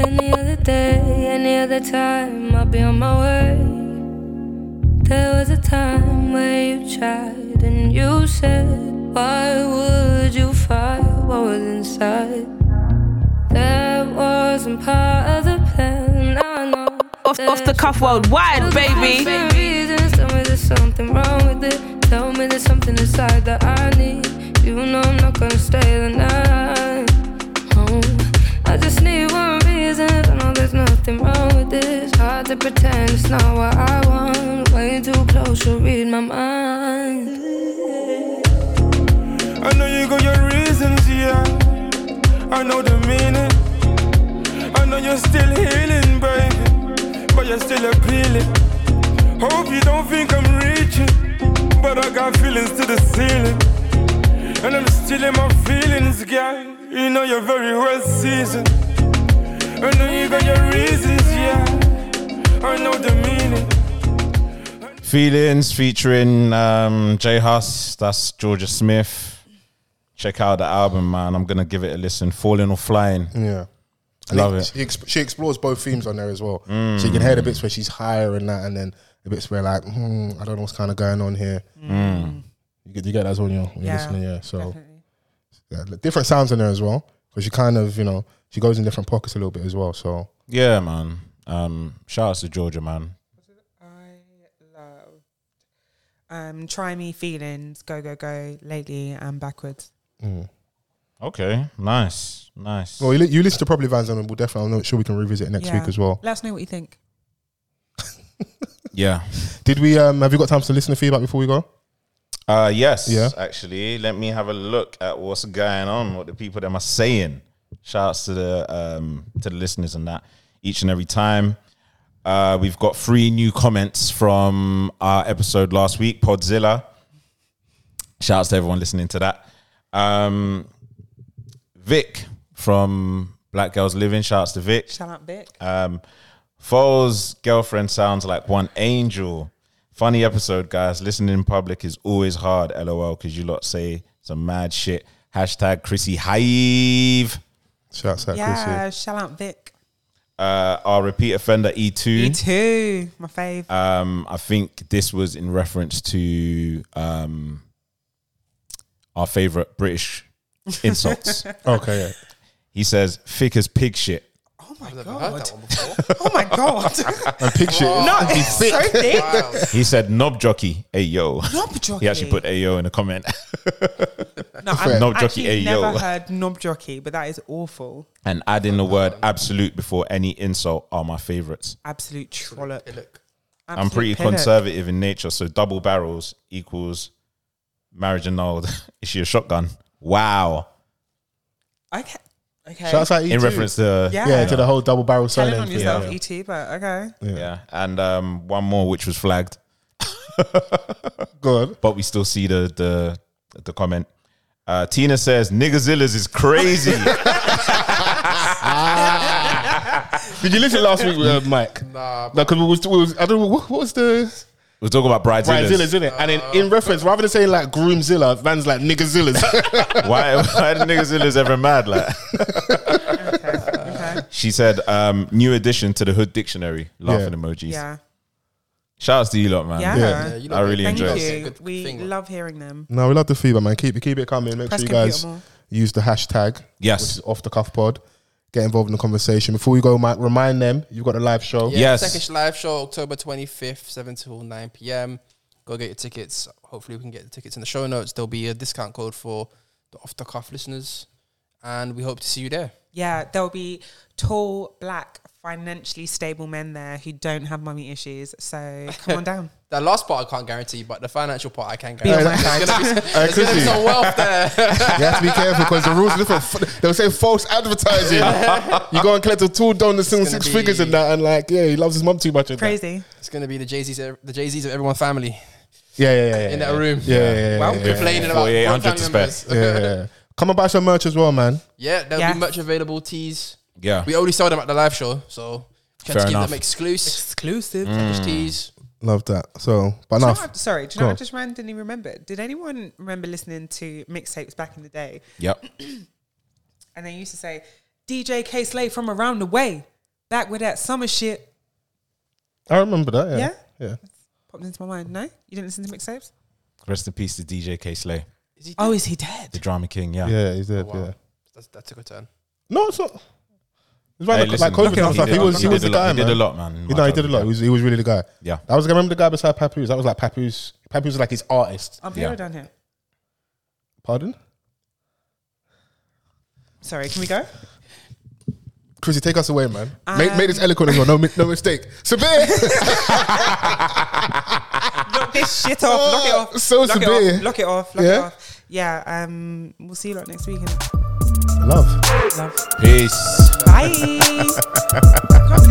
K: Any other day, any other time, I'll be on my way. There was a time where you tried and you said, Why would you fight what was inside? That wasn't part of the plan. I know.
B: Off, off the
K: that
B: cuff
K: you
B: worldwide,
K: took
B: baby.
K: different Reasons. Tell me there's something wrong with it. Tell me there's something inside that I need. You know I'm not gonna stay the night. No. I just need one reason. I know there's nothing wrong with this. Hard to pretend it's not what I want. Way too close to read my mind.
F: I know you got your reasons, yeah. I know the meaning. I know you're still healing, baby, but you're still appealing. Hope you don't think I'm reaching, but I got feelings to the ceiling, and I'm still in my feelings, girl. You know you're very well seasoned. I know you got your reasons, yeah. I know the meaning.
C: Feelings featuring um, Jay Huss. That's Georgia Smith. Check out the album, man. I'm gonna give it a listen. Falling or flying.
E: Yeah.
C: Love it. Mm.
E: She, exp- she explores both themes on there as well. So you can hear the bits where she's higher and that, and then the bits where like, hmm, I don't know what's kind of going on here. You get you get that as well when you're, when you're
D: Mm. Yeah,
E: listening, yeah. So
D: Definitely.
E: yeah, li- different sounds on there as well, because she kind of you know she goes in different pockets a little bit as well. So
C: Yeah, man. Um, shout outs to Georgia, man.
D: I love. Um, try me feelings, go go go, lately and backwards.
C: Okay, nice, nice.
E: well, you, li- you listen to probably Van Zandt, we'll definitely. I'm sure we can revisit it next
D: Yeah.
E: week as well.
D: Let us know what you think.
C: yeah.
E: Did we? Um, have you got time to listen to feedback before we go?
C: Uh, yes.
E: Yeah.
C: Actually, let me have a look at what's going on. What the people them are saying. Shout outs to the um to the listeners and that each and every time. Uh, we've got three new comments from our episode last week, Podzilla. Shout outs to everyone listening to that. Um, Vic from Black Girls Living. Shout outs to Vic.
D: Shout out Vic.
C: Um, Foles' girlfriend sounds like one angel. Funny episode, guys. Listening in public is always hard, lol, because you lot say some mad shit. Hashtag Chrissy Hive.
E: Shouts out,
D: yeah,
E: Chrissy.
D: shout out Vic.
C: Uh, our repeat offender,
D: Me
C: E2.
D: too. My fave.
C: Um, I think this was in reference to um, our favorite British insults.
E: Okay, yeah.
C: he says, thick as pig shit.
D: oh
A: I've
D: my
A: never heard
D: god!
A: that one before.
D: Oh my god!
E: And picture it.
D: no, it's so thick.
C: He said knob jockey, ayo.
D: Knob jockey.
C: He actually put ayo in a comment.
D: no, I've
C: Knob jockey,
D: actually
C: hey, yo.
D: never heard knob jockey, but that is awful.
C: and adding the word absolute before any insult are my favorites.
D: Absolute trollop.
C: I'm
D: Absolute
C: pretty
D: pillock.
C: conservative in nature, so double barrels equals marriage annulled. Is she a shotgun? Wow.
D: Okay. Okay.
E: Shouts out E2.
C: In reference to
D: Yeah.
E: yeah, to the whole double barrel
D: Telling
E: surname.
D: on
E: thing.
D: yourself,
C: Yeah.
D: ET, but okay.
C: yeah, and um, one more which was flagged.
E: Good.
C: but we still see the the the comment. Uh, Tina says niggerzillas is crazy.
E: Did you listen last week, uh, Mike? Nah. because we was, we was, I don't know, what, what was the.
C: We're talking about bridezillas.
E: Bridezillas, isn't it? And then in reference, rather than saying like groomzilla, Van's like niggerzillas.
C: Why, why are niggerzillas ever mad? Like
D: Okay.
C: she said, um, new addition to the hood dictionary. Laughing
E: Yeah.
C: emojis.
D: Yeah.
C: Shouts to you lot, man.
D: Yeah.
E: Yeah.
A: you
C: I really
D: Thank
C: enjoy. it.
A: It's a
D: you.
A: good
D: We
A: thing.
D: love hearing them.
E: no, we love the feedback, man. Keep it, keep it coming. Make
D: Press
E: sure you
D: computer
E: guys
D: more.
E: use the hashtag.
C: Yes.
E: which is off the cuff pod. Get involved in the conversation. Before we go, Mike, remind them you've got a live show.
A: Yeah,
C: Yes.
A: Techish live show October 25th, 7 till 9 p.m. Go get your tickets. Hopefully, we can get the tickets in the show notes. There'll be a discount code for the off the cuff listeners, and we hope to see you there.
D: Yeah, there'll be tall, black, financially stable men there who don't have mummy issues. So come on down.
A: That last part I can't guarantee, but the financial part I can
D: on
A: guarantee.
D: my side.
A: There's gonna
E: Uh,
A: be, there's gonna be
E: Chrissy.
A: some wealth there.
E: You have to be careful because the rules are different. F- They'll say false advertising. you go and collect a tool donors and
A: It's
E: six
A: gonna
E: figures
A: be-
E: and that, and like, yeah, he loves his mum too much. and that.
D: Crazy.
A: it's gonna be the Jay Z's, the Jay Z's of everyone's family
E: Yeah, yeah, yeah, yeah.
A: in
E: yeah.
A: that room.
E: Yeah, yeah, yeah, yeah,
D: Well,
E: yeah,
A: complaining about
C: 4,800
A: family
C: to spare.
A: members.
E: yeah, yeah, yeah. Come and buy some merch as well, man.
A: Yeah, there'll
D: Yeah.
A: be much available teas.
C: Yeah.
A: We only sell them at the live show, so
C: Fair
A: trying to keep
C: enough.
A: them exclusive.
C: Mm.
D: Exclusive.
A: Techish teas.
E: Love that. So, but
D: Do you know
E: enough.
D: what- sorry, do you
E: Go
D: know what I
E: on.
D: just randomly remembered? Did anyone remember listening to mixtapes back in the day?
C: Yep.
D: And they used to say, DJ K Slade from around the way, back with that summer shit.
E: I remember that. Yeah.
D: Yeah?
E: Yeah.
D: Popped into my mind. No? You didn't listen to mixtapes?
C: Rest in peace to DJ K Slay,
D: Oh, is he
C: the
D: dead?
C: drama king. Yeah.
E: Yeah, he did. Yeah.
A: That's, that took a turn.
E: No, it's not. It's right.
C: Hey,
E: like,
C: listen,
E: like COVID and stuff. He was, he
C: did
E: was
C: a
E: the
C: lot-
E: guy,
C: He did a
E: man.
C: lot, man.
E: You know, he did a lot. He was, he was really the guy.
C: Yeah.
E: I was I remember the guy beside Papoose. That was like Papoose. Papoose was like his artist.
D: I'm
C: Yeah.
D: yeah. down here.
E: Pardon?
D: Sorry, can we go?
E: Chrissy, take us away, man. make, make this
D: Um,
E: eloquent as well. No, mi- no mistake. Sabir,
D: knock this shit off. Knock it off.
E: So
D: knock it
E: severe.
D: off. Knock it off. Knock
E: Yeah?
D: it off. Yeah. Um. We'll see you lot next week. And
E: love.
D: love.
C: Peace.
D: Bye. I can't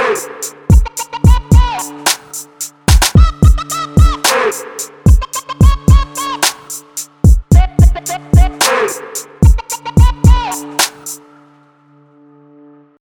D: believe he's dead.
B: Bye.